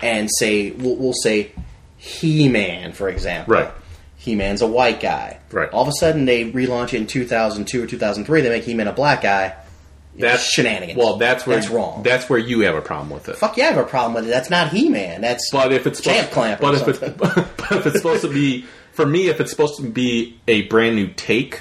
[SPEAKER 3] and say, we'll, we'll say He Man, for example.
[SPEAKER 2] Right.
[SPEAKER 3] He Man's a white guy.
[SPEAKER 2] Right.
[SPEAKER 3] All of a sudden they relaunch in 2002 or 2003, they make He Man a black guy.
[SPEAKER 2] That's
[SPEAKER 3] shenanigans.
[SPEAKER 2] Well, that's where
[SPEAKER 3] That's wrong.
[SPEAKER 2] That's where you have a problem with it.
[SPEAKER 3] Fuck yeah, I have a problem with it. That's not He Man. That's.
[SPEAKER 2] But if it's supposed,
[SPEAKER 3] Champ clamp or
[SPEAKER 2] but if it's,
[SPEAKER 3] something.
[SPEAKER 2] but if it's supposed to be for me, if it's supposed to be a brand new take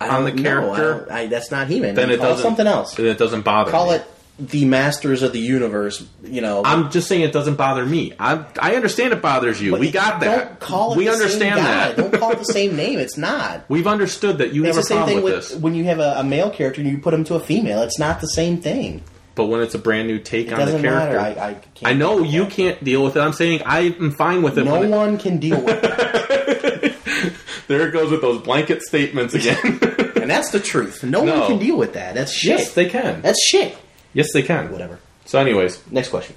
[SPEAKER 2] on the
[SPEAKER 3] No, I
[SPEAKER 2] character,
[SPEAKER 3] don't- I, that's not He Man.
[SPEAKER 2] then it doesn't
[SPEAKER 3] something else.
[SPEAKER 2] It doesn't bother.
[SPEAKER 3] Call
[SPEAKER 2] me.
[SPEAKER 3] it the Masters of the Universe. You know,
[SPEAKER 2] I'm just saying it doesn't bother me. I I understand it bothers you. we got that.
[SPEAKER 3] Don't call it.
[SPEAKER 2] we
[SPEAKER 3] the same
[SPEAKER 2] understand
[SPEAKER 3] guy.
[SPEAKER 2] that.
[SPEAKER 3] Don't call it the same name. It's not.
[SPEAKER 2] We've understood that you have
[SPEAKER 3] It's the
[SPEAKER 2] a
[SPEAKER 3] same
[SPEAKER 2] problem
[SPEAKER 3] thing
[SPEAKER 2] with,
[SPEAKER 3] with,
[SPEAKER 2] this,
[SPEAKER 3] when you have a, a male character and you put him to a female. It's not the same thing.
[SPEAKER 2] but when it's a brand new take
[SPEAKER 3] It
[SPEAKER 2] on the
[SPEAKER 3] doesn't
[SPEAKER 2] character,
[SPEAKER 3] matter. I, I can't.
[SPEAKER 2] I know
[SPEAKER 3] deal with
[SPEAKER 2] you
[SPEAKER 3] that.
[SPEAKER 2] can't deal with it. I'm saying I am fine with it.
[SPEAKER 3] No
[SPEAKER 2] when it-
[SPEAKER 3] one can deal with it,
[SPEAKER 2] there it goes with those blanket statements again.
[SPEAKER 3] and that's the truth. No,
[SPEAKER 2] No.
[SPEAKER 3] one can deal with that. That's shit.
[SPEAKER 2] yes, they can.
[SPEAKER 3] that's shit.
[SPEAKER 2] yes, they can.
[SPEAKER 3] Whatever.
[SPEAKER 2] So, anyways,
[SPEAKER 3] Next question.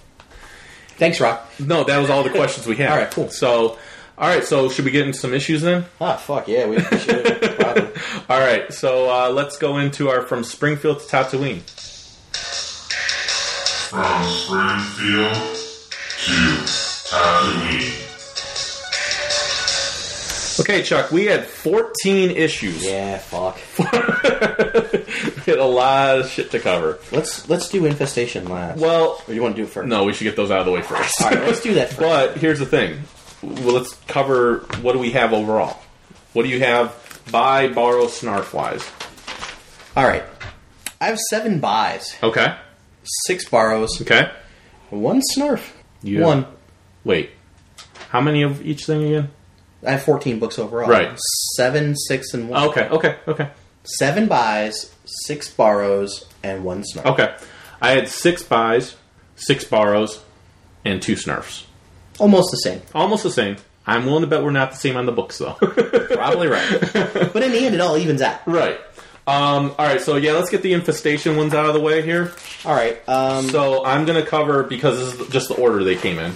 [SPEAKER 3] Thanks, Rock.
[SPEAKER 2] No, that was all the questions we had.
[SPEAKER 3] All right, cool.
[SPEAKER 2] So, all right, so should we get into some issues then?
[SPEAKER 3] Ah, fuck yeah, we should. probably.
[SPEAKER 2] All right, so uh, let's go into our from Springfield to Tatooine.
[SPEAKER 8] From Springfield to Tatooine.
[SPEAKER 2] Okay, Chuck, we had 14 issues.
[SPEAKER 3] Yeah, fuck.
[SPEAKER 2] we had a lot of shit to cover.
[SPEAKER 3] Let's let's do infestation last.
[SPEAKER 2] Well,
[SPEAKER 3] or do you want to do it first?
[SPEAKER 2] no, we should get those out of the way first.
[SPEAKER 3] All right, let's do that first.
[SPEAKER 2] But here's the thing. Well, let's cover what do we have overall. What do you have? Buy, borrow, snarf wise.
[SPEAKER 3] All right. I have seven buys,
[SPEAKER 2] Okay.
[SPEAKER 3] six borrows,
[SPEAKER 2] Okay.
[SPEAKER 3] one snarf.
[SPEAKER 2] You-
[SPEAKER 3] One.
[SPEAKER 2] Wait. How many of each thing again?
[SPEAKER 3] I have 14 books overall.
[SPEAKER 2] Right. Oh.
[SPEAKER 3] Seven, six, and one.
[SPEAKER 2] Okay. Okay. Okay.
[SPEAKER 3] Seven buys, six borrows, and one snarf.
[SPEAKER 2] Okay. I had six buys, six borrows, and two snarfs.
[SPEAKER 3] Almost the same.
[SPEAKER 2] Almost the same. I'm willing to bet we're not the same on the books, though.
[SPEAKER 3] Probably right. but in the end, it all evens out.
[SPEAKER 2] right. Um, all right. So, yeah, let's get the infestation ones out of the way here.
[SPEAKER 3] All right. Um,
[SPEAKER 2] So, I'm going to cover, because this is just the order they came in,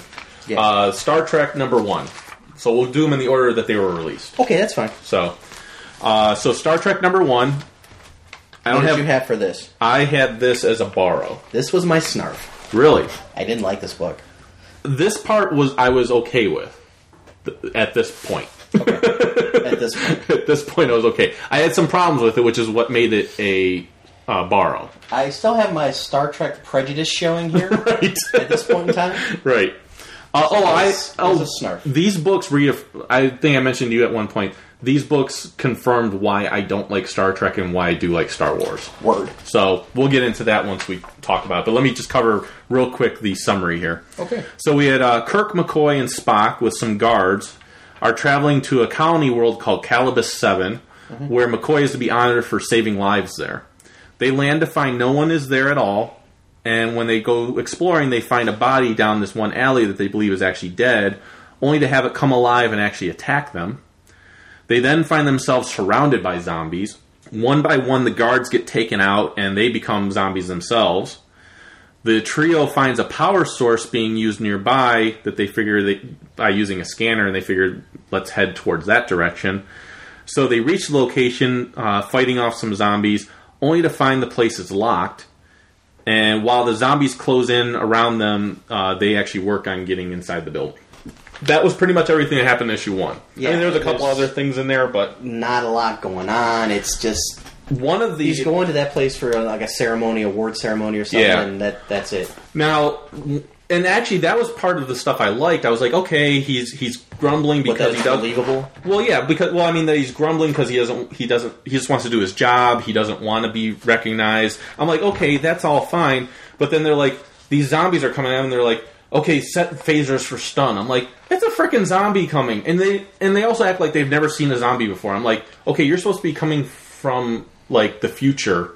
[SPEAKER 3] yeah.
[SPEAKER 2] uh, Star Trek number one. So, we'll do them in the order that they were released.
[SPEAKER 3] okay, that's fine.
[SPEAKER 2] So, uh, so Star Trek number one. I
[SPEAKER 3] What
[SPEAKER 2] don't
[SPEAKER 3] did
[SPEAKER 2] have,
[SPEAKER 3] you have for this?
[SPEAKER 2] I had this as a borrow.
[SPEAKER 3] This was my snarf.
[SPEAKER 2] Really?
[SPEAKER 3] I didn't like this book.
[SPEAKER 2] This part was I was okay with th- at this point.
[SPEAKER 3] At this point,
[SPEAKER 2] at this point, I was okay. I had some problems with it, which is what made it a uh, borrow.
[SPEAKER 3] I still have my Star Trek prejudice showing here. At this point in time,
[SPEAKER 2] Right. Uh, oh, I
[SPEAKER 3] It's-
[SPEAKER 2] oh,
[SPEAKER 3] it's a snarf.
[SPEAKER 2] These books read. a- I think I mentioned to you at one point. These books confirmed why I don't like Star Trek and why I do like Star Wars.
[SPEAKER 3] Word.
[SPEAKER 2] So we'll get into that once we talk about it. But let me just cover real quick the summary here.
[SPEAKER 3] Okay.
[SPEAKER 2] So we had uh, Kirk, McCoy, and Spock with some guards are traveling to a colony world called Calibus 7, where McCoy is to be honored for saving lives there. They land to find no one is there at all, and when they go exploring, they find a body down this one alley that they believe is actually dead, only to have it come alive and actually attack them. They then find themselves surrounded by zombies. One by one, the guards get taken out and they become zombies themselves. The trio finds a power source being used nearby that they figure they, by using a scanner, and they figure, let's head towards that direction. So they reach the location, uh, fighting off some zombies, only to find the place is locked. And while the zombies close in around them, uh, they actually work on getting inside the building. That was pretty much everything that happened in issue one. I
[SPEAKER 3] Yeah,
[SPEAKER 2] mean, there was a couple
[SPEAKER 3] there's-
[SPEAKER 2] other things in there, but
[SPEAKER 3] Not a lot going on. It's just
[SPEAKER 2] one of these.
[SPEAKER 3] he's going to that place for uh, like a ceremony, award ceremony or something.
[SPEAKER 2] Yeah.
[SPEAKER 3] And that that's it.
[SPEAKER 2] Now, and actually, that was part of the stuff I liked. I was like, okay, he's he's grumbling
[SPEAKER 3] But
[SPEAKER 2] because
[SPEAKER 3] that's
[SPEAKER 2] he doesn't.
[SPEAKER 3] believable.
[SPEAKER 2] Well, yeah, because well, I mean, that he's grumbling because he doesn't. He doesn't. He just wants to do his job. He doesn't want to be recognized. I'm like, okay, that's all fine. But then they're like, these zombies are coming out, and they're like, okay, set phasers for stun. I'm like, it's a freaking zombie coming, and they and they also act like they've never seen a zombie before. I'm like, okay, you're supposed to be coming from like the future.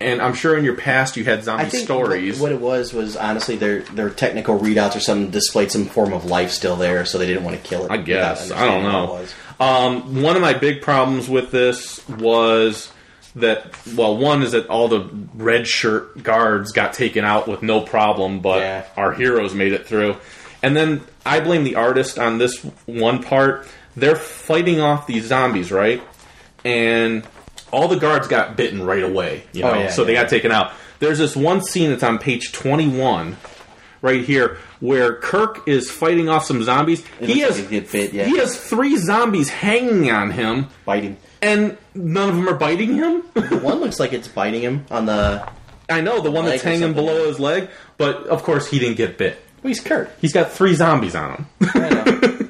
[SPEAKER 2] And I'm sure in your past you had zombie
[SPEAKER 3] I think
[SPEAKER 2] stories.
[SPEAKER 3] What, what it was was honestly their their technical readouts or something displayed some form of life still there, so they didn't want to kill it.
[SPEAKER 2] I guess.
[SPEAKER 3] without
[SPEAKER 2] I don't
[SPEAKER 3] understanding
[SPEAKER 2] know.
[SPEAKER 3] what it was.
[SPEAKER 2] Um, one of my big problems with this was that, well, one is that all the red shirt guards got taken out with no problem, but
[SPEAKER 3] Yeah.
[SPEAKER 2] our heroes made it through. And then I blame the artist on this one part. They're fighting off these zombies, right? And all the guards got bitten right away, you know,
[SPEAKER 3] Oh, yeah,
[SPEAKER 2] so they
[SPEAKER 3] yeah.
[SPEAKER 2] got taken out. There's this one scene that's on page 21 right here where Kirk is fighting off some zombies. he
[SPEAKER 3] looks
[SPEAKER 2] has
[SPEAKER 3] like he did bit, yeah.
[SPEAKER 2] he has three zombies hanging on him,
[SPEAKER 3] Biting.
[SPEAKER 2] and none of them are biting him.
[SPEAKER 3] One looks like it's biting him on the. oh, Well,
[SPEAKER 2] I know the one
[SPEAKER 3] Leg
[SPEAKER 2] that's
[SPEAKER 3] or
[SPEAKER 2] hanging
[SPEAKER 3] something.
[SPEAKER 2] below his leg, but of course he didn't get bit.
[SPEAKER 3] he's Kirk.
[SPEAKER 2] He's got three zombies on him.
[SPEAKER 3] I know.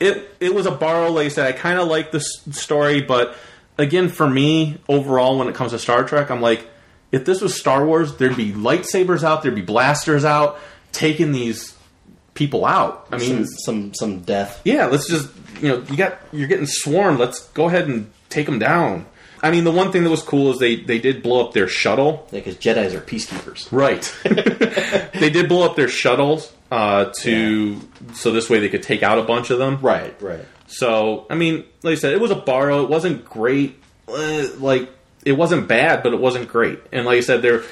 [SPEAKER 2] it it was a borrow lace that I kind of like the s- story, but again, for me overall, when it comes to Star Trek, I'm like, if this was Star Wars, there'd be lightsabers out, there'd be blasters out, taking these people out. I mean,
[SPEAKER 3] some, some some death.
[SPEAKER 2] yeah, let's just you know you got you're getting swarmed. Let's go ahead and take them down. I mean, the one thing that was cool is they they did blow up their shuttle.
[SPEAKER 3] Because Jedi's are peacekeepers.
[SPEAKER 2] Right. they did blow up their shuttles uh, to so this way they could take out a bunch of them.
[SPEAKER 3] Right, right.
[SPEAKER 2] So I mean, like I said, it was a borrow. It wasn't great. Uh, like it wasn't bad, but it wasn't great. And like I said, there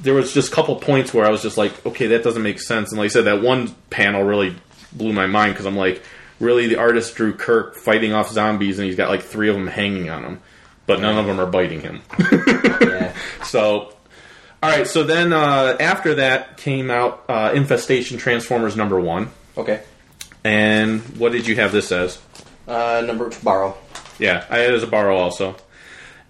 [SPEAKER 2] there was just a couple points where I was just like, okay, that doesn't make sense. And like I said, that one panel really blew my mind because I'm like, really, the artist drew Kirk fighting off zombies, and he's got like three of them hanging on him, but none of them are biting him.
[SPEAKER 3] Yeah.
[SPEAKER 2] So, all right. So then uh, after that came out uh, Infestation Transformers number one.
[SPEAKER 3] okay.
[SPEAKER 2] And what did you have this as?
[SPEAKER 3] Uh, number borrow.
[SPEAKER 2] Yeah, I had it as a borrow also.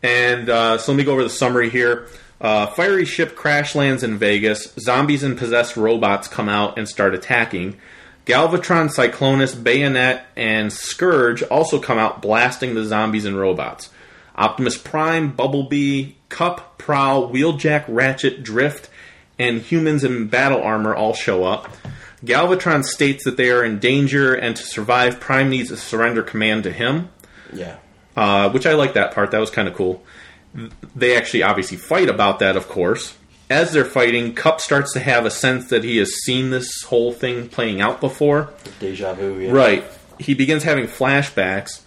[SPEAKER 2] And uh, so let me go over the summary here. Uh, fiery ship crash lands in Vegas. Zombies and possessed robots come out and start attacking. Galvatron, Cyclonus, Bayonet, and Scourge also come out blasting the zombies and robots. Optimus Prime, Bumblebee, Cup, Prowl, Wheeljack, Ratchet, Drift, and humans in battle armor all show up. Galvatron states that they are in danger, and to survive, Prime needs to surrender command to him
[SPEAKER 3] Yeah.
[SPEAKER 2] uh, which I like that part. That was kind of cool. They actually obviously fight about that, of course. As they're fighting, Cup starts to have a sense that he has seen this whole thing playing out before.
[SPEAKER 3] Deja vu. Yeah.
[SPEAKER 2] Right. He begins having flashbacks.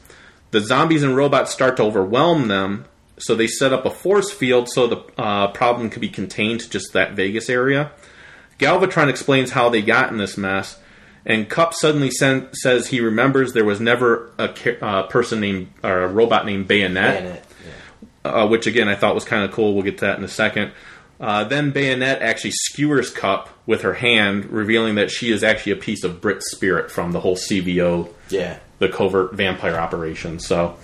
[SPEAKER 2] The zombies and robots start to overwhelm them, so they set up a force field so the uh, problem could be contained to just that Vegas area. Galvatron explains how they got in this mess, and Cup suddenly sen- says he remembers there was never a ca- uh, person named or a robot named Bayonet
[SPEAKER 3] And it.
[SPEAKER 2] uh, which again I thought was kind of cool. We'll get to that in a second. Uh, then Bayonet actually skewers Cup with her hand, revealing that she is actually a piece of Brit spirit from the whole CVO,
[SPEAKER 3] Yeah.
[SPEAKER 2] the covert vampire operation. So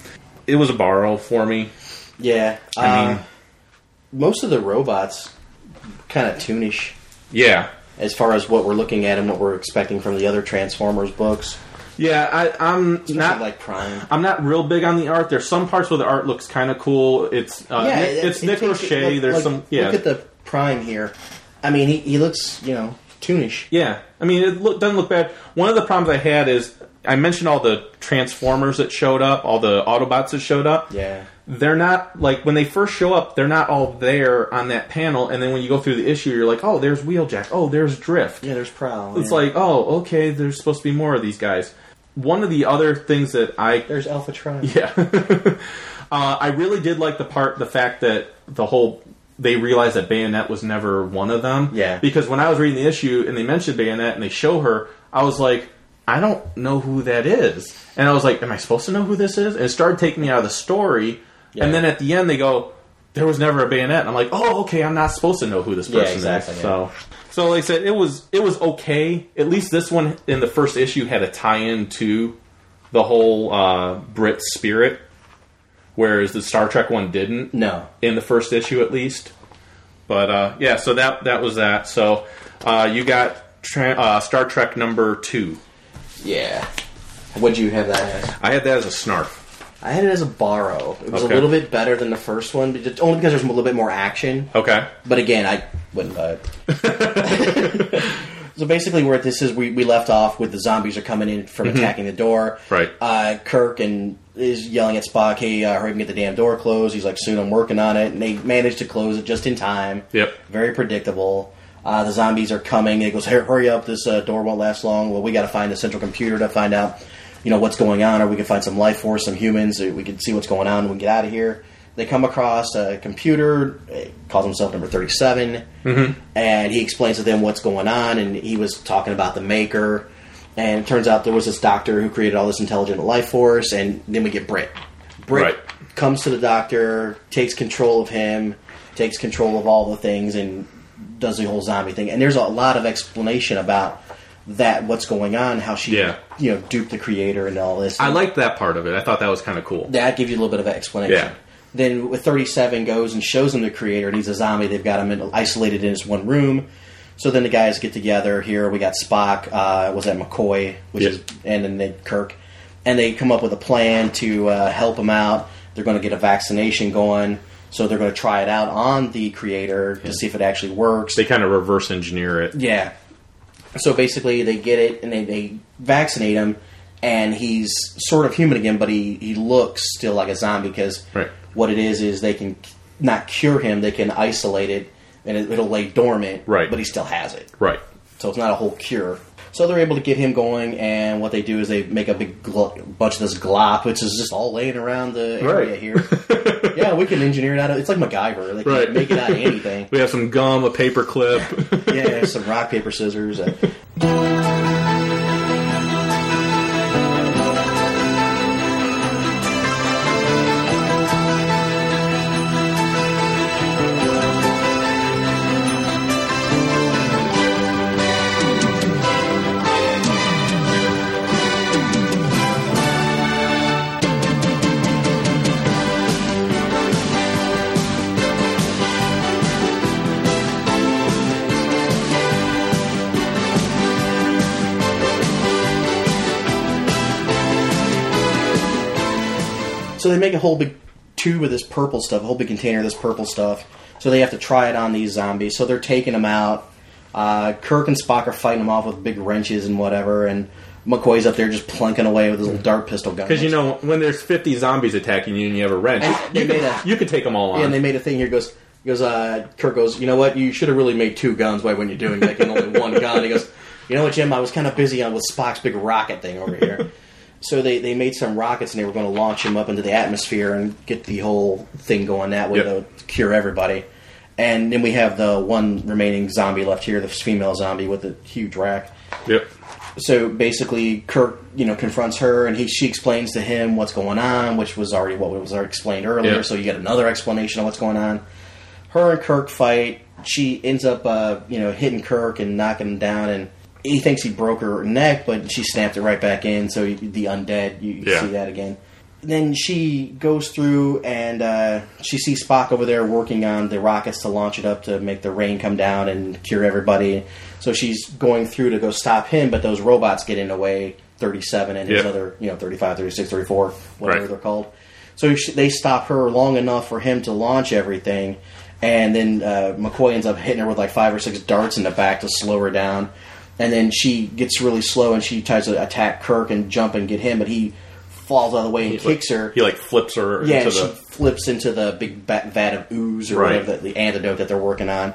[SPEAKER 2] it was a borrow for me.
[SPEAKER 3] Yeah.
[SPEAKER 2] I mean-
[SPEAKER 3] uh, most of the robots kind of toonish.
[SPEAKER 2] Yeah,
[SPEAKER 3] as far as what we're looking at and what we're expecting from the other Transformers books.
[SPEAKER 2] Yeah, I, I'm
[SPEAKER 3] Not
[SPEAKER 2] not
[SPEAKER 3] like Prime.
[SPEAKER 2] I'm not real big on the art. There's some parts where the art looks kind of cool. It's uh, Nick-
[SPEAKER 3] it-
[SPEAKER 2] it's
[SPEAKER 3] it
[SPEAKER 2] Nick
[SPEAKER 3] takes-
[SPEAKER 2] Roche.
[SPEAKER 3] look-
[SPEAKER 2] There's
[SPEAKER 3] look-
[SPEAKER 2] some yeah
[SPEAKER 3] Look at the Prime here. I mean, he, he looks you know toonish.
[SPEAKER 2] yeah. I mean, it look, doesn't look bad. One of the problems I had is I mentioned all the Transformers that showed up, all the Autobots that showed up.
[SPEAKER 3] Yeah.
[SPEAKER 2] They're not like when they first show up, they're not all there on that panel. And then when you go through the issue, you're like, oh, there's Wheeljack. Oh, there's Drift.
[SPEAKER 3] Yeah, there's Prowl.
[SPEAKER 2] It's
[SPEAKER 3] yeah.
[SPEAKER 2] like, oh, okay, there's supposed to be more of these guys. One of the other things that I
[SPEAKER 3] there's Alpha Tron.
[SPEAKER 2] Yeah. uh, I really did like the part, the fact that the whole they realized that Bayonet was never one of them.
[SPEAKER 3] Yeah.
[SPEAKER 2] Because when I was reading the issue and they mentioned Bayonet and they show her, I was like, I don't know who that is. And I was like, Am I supposed to know who this is? And it started taking me out of the story. And then at the end, they go, There was never a Bayonet. And I'm like, Oh, okay, I'm not supposed to know who this person
[SPEAKER 3] exactly,
[SPEAKER 2] is.
[SPEAKER 3] yeah.
[SPEAKER 2] So. So like I said, it was it was okay. At least this one in the first issue had a tie-in to the whole uh, Brit spirit, whereas the Star Trek one didn't
[SPEAKER 3] No.
[SPEAKER 2] in the first issue at least. But uh, yeah, so that that was that. So uh, you got tra- uh, Star Trek number two.
[SPEAKER 3] Yeah. What'd you have that as?
[SPEAKER 2] I had that as a snarf.
[SPEAKER 3] I had it as a borrow. It was
[SPEAKER 2] Okay.
[SPEAKER 3] a little bit better than the first one, but just, only because there's a little bit more action.
[SPEAKER 2] Okay.
[SPEAKER 3] But again, I wouldn't buy it. so basically, where this is, we, we left off with the zombies are coming in from attacking the door.
[SPEAKER 2] Right.
[SPEAKER 3] Uh, Kirk and is yelling at Spock, "Hey, uh, hurry up and get the damn door closed." He's like, "Soon, I'm working on it," and they manage to close it just in time.
[SPEAKER 2] Yep.
[SPEAKER 3] Very predictable. Uh, the zombies are coming. It goes, "Hey, hurry up! This uh, door won't last long." Well, we got to find the central computer to find out, you know, what's going on, or we can find some life force, some humans. Or we can see what's going on. and We can get out of here. They come across a computer. It calls himself number 37 and he explains to them what's going on. And he was talking about the maker. And it turns out there was this doctor who created all this intelligent life force. And then we get Britt. Britt
[SPEAKER 2] Right.
[SPEAKER 3] comes to the doctor, takes control of him, takes control of all the things, and does the whole zombie thing. And there's a lot of explanation about that, what's going on, how she,
[SPEAKER 2] Yeah.
[SPEAKER 3] you know, duped the creator and all this.
[SPEAKER 2] I liked that part of it. I thought that was kind of cool.
[SPEAKER 3] that gives you a little bit of explanation.
[SPEAKER 2] Yeah.
[SPEAKER 3] Then with 37 goes and shows him the creator, and he's a zombie. They've got him in, isolated in his one room. So then the guys get together. Here we got Spock. Uh, was that McCoy? Which
[SPEAKER 2] Yeah.
[SPEAKER 3] is and then they, Kirk, and they come up with a plan to uh, help him out. They're going to get a vaccination going, so they're going to try it out on the creator to see if it actually works.
[SPEAKER 2] They kind of reverse engineer it.
[SPEAKER 3] Yeah. So basically, they get it and they, they vaccinate him, and he's sort of human again, but he, he looks still like a zombie because
[SPEAKER 2] Right.
[SPEAKER 3] what it is is they can c- not cure him, they can isolate it, and it, it'll lay dormant,
[SPEAKER 2] Right.
[SPEAKER 3] but he still has it.
[SPEAKER 2] Right.
[SPEAKER 3] So it's not a whole cure. So they're able to get him going, and what they do is they make a big gl- bunch of this glop, which is just all laying around the area
[SPEAKER 2] Right.
[SPEAKER 3] here. yeah, we can engineer it out of. It's like MacGyver. They can
[SPEAKER 2] Right.
[SPEAKER 3] make it out of anything.
[SPEAKER 2] We have some gum, a paper clip.
[SPEAKER 3] yeah, some rock paper scissors. Uh, So they make a whole big tube of this purple stuff, a whole big container of this purple stuff. So they have to try it on these zombies. So they're taking them out. Uh, Kirk and Spock are fighting them off with big wrenches and whatever, and McCoy's up there just plunking away with his little dart pistol gun.
[SPEAKER 2] Because you know, when there's 50 zombies attacking you and you have a wrench,
[SPEAKER 3] And
[SPEAKER 2] you,
[SPEAKER 3] they
[SPEAKER 2] could,
[SPEAKER 3] made a-
[SPEAKER 2] you could take them all on.
[SPEAKER 3] Yeah, and they made a thing here. Goes goes. Uh, Kirk goes. You know what? You should have really made two guns. Why weren't you doing making only one gun? He goes. You know what, Jim? I was kind of busy on with Spock's big rocket thing over here. so they, they made some rockets and they were going to launch him up into the atmosphere and get the whole thing going that way
[SPEAKER 2] Yep.
[SPEAKER 3] to cure everybody. And then we have the one remaining zombie left here, this female zombie with the huge rack
[SPEAKER 2] Yep.
[SPEAKER 3] so basically Kirk, you know, confronts her and he she explains to him what's going on, which was already what was already explained earlier.
[SPEAKER 2] Yeah.
[SPEAKER 3] So you get another explanation of what's going on. Her and Kirk fight. She ends up, uh, you know, hitting Kirk and knocking him down, and he thinks he broke her neck, but she snapped it right back in. So you, the undead, you, you
[SPEAKER 2] Yeah.
[SPEAKER 3] see that again. then she goes through and uh, she sees Spock over there working on the rockets to launch it up to make the rain come down and cure everybody. So she's going through to go stop him, but those robots get in the way 37 and his
[SPEAKER 2] Yeah.
[SPEAKER 3] other, you know, 35, 36, 34, whatever
[SPEAKER 2] Right.
[SPEAKER 3] they're called. So she, they stop her long enough for him to launch everything, and then uh, McCoy ends up hitting her with like five or six darts in the back to slow her down. And then she gets really slow and she tries to attack Kirk and jump and get him, but he falls out of the way and kicks her.
[SPEAKER 2] He like flips her
[SPEAKER 3] Yeah,
[SPEAKER 2] into
[SPEAKER 3] and she
[SPEAKER 2] the
[SPEAKER 3] flips into the big bat, vat of ooze or
[SPEAKER 2] Right.
[SPEAKER 3] whatever the, the antidote that they're working on.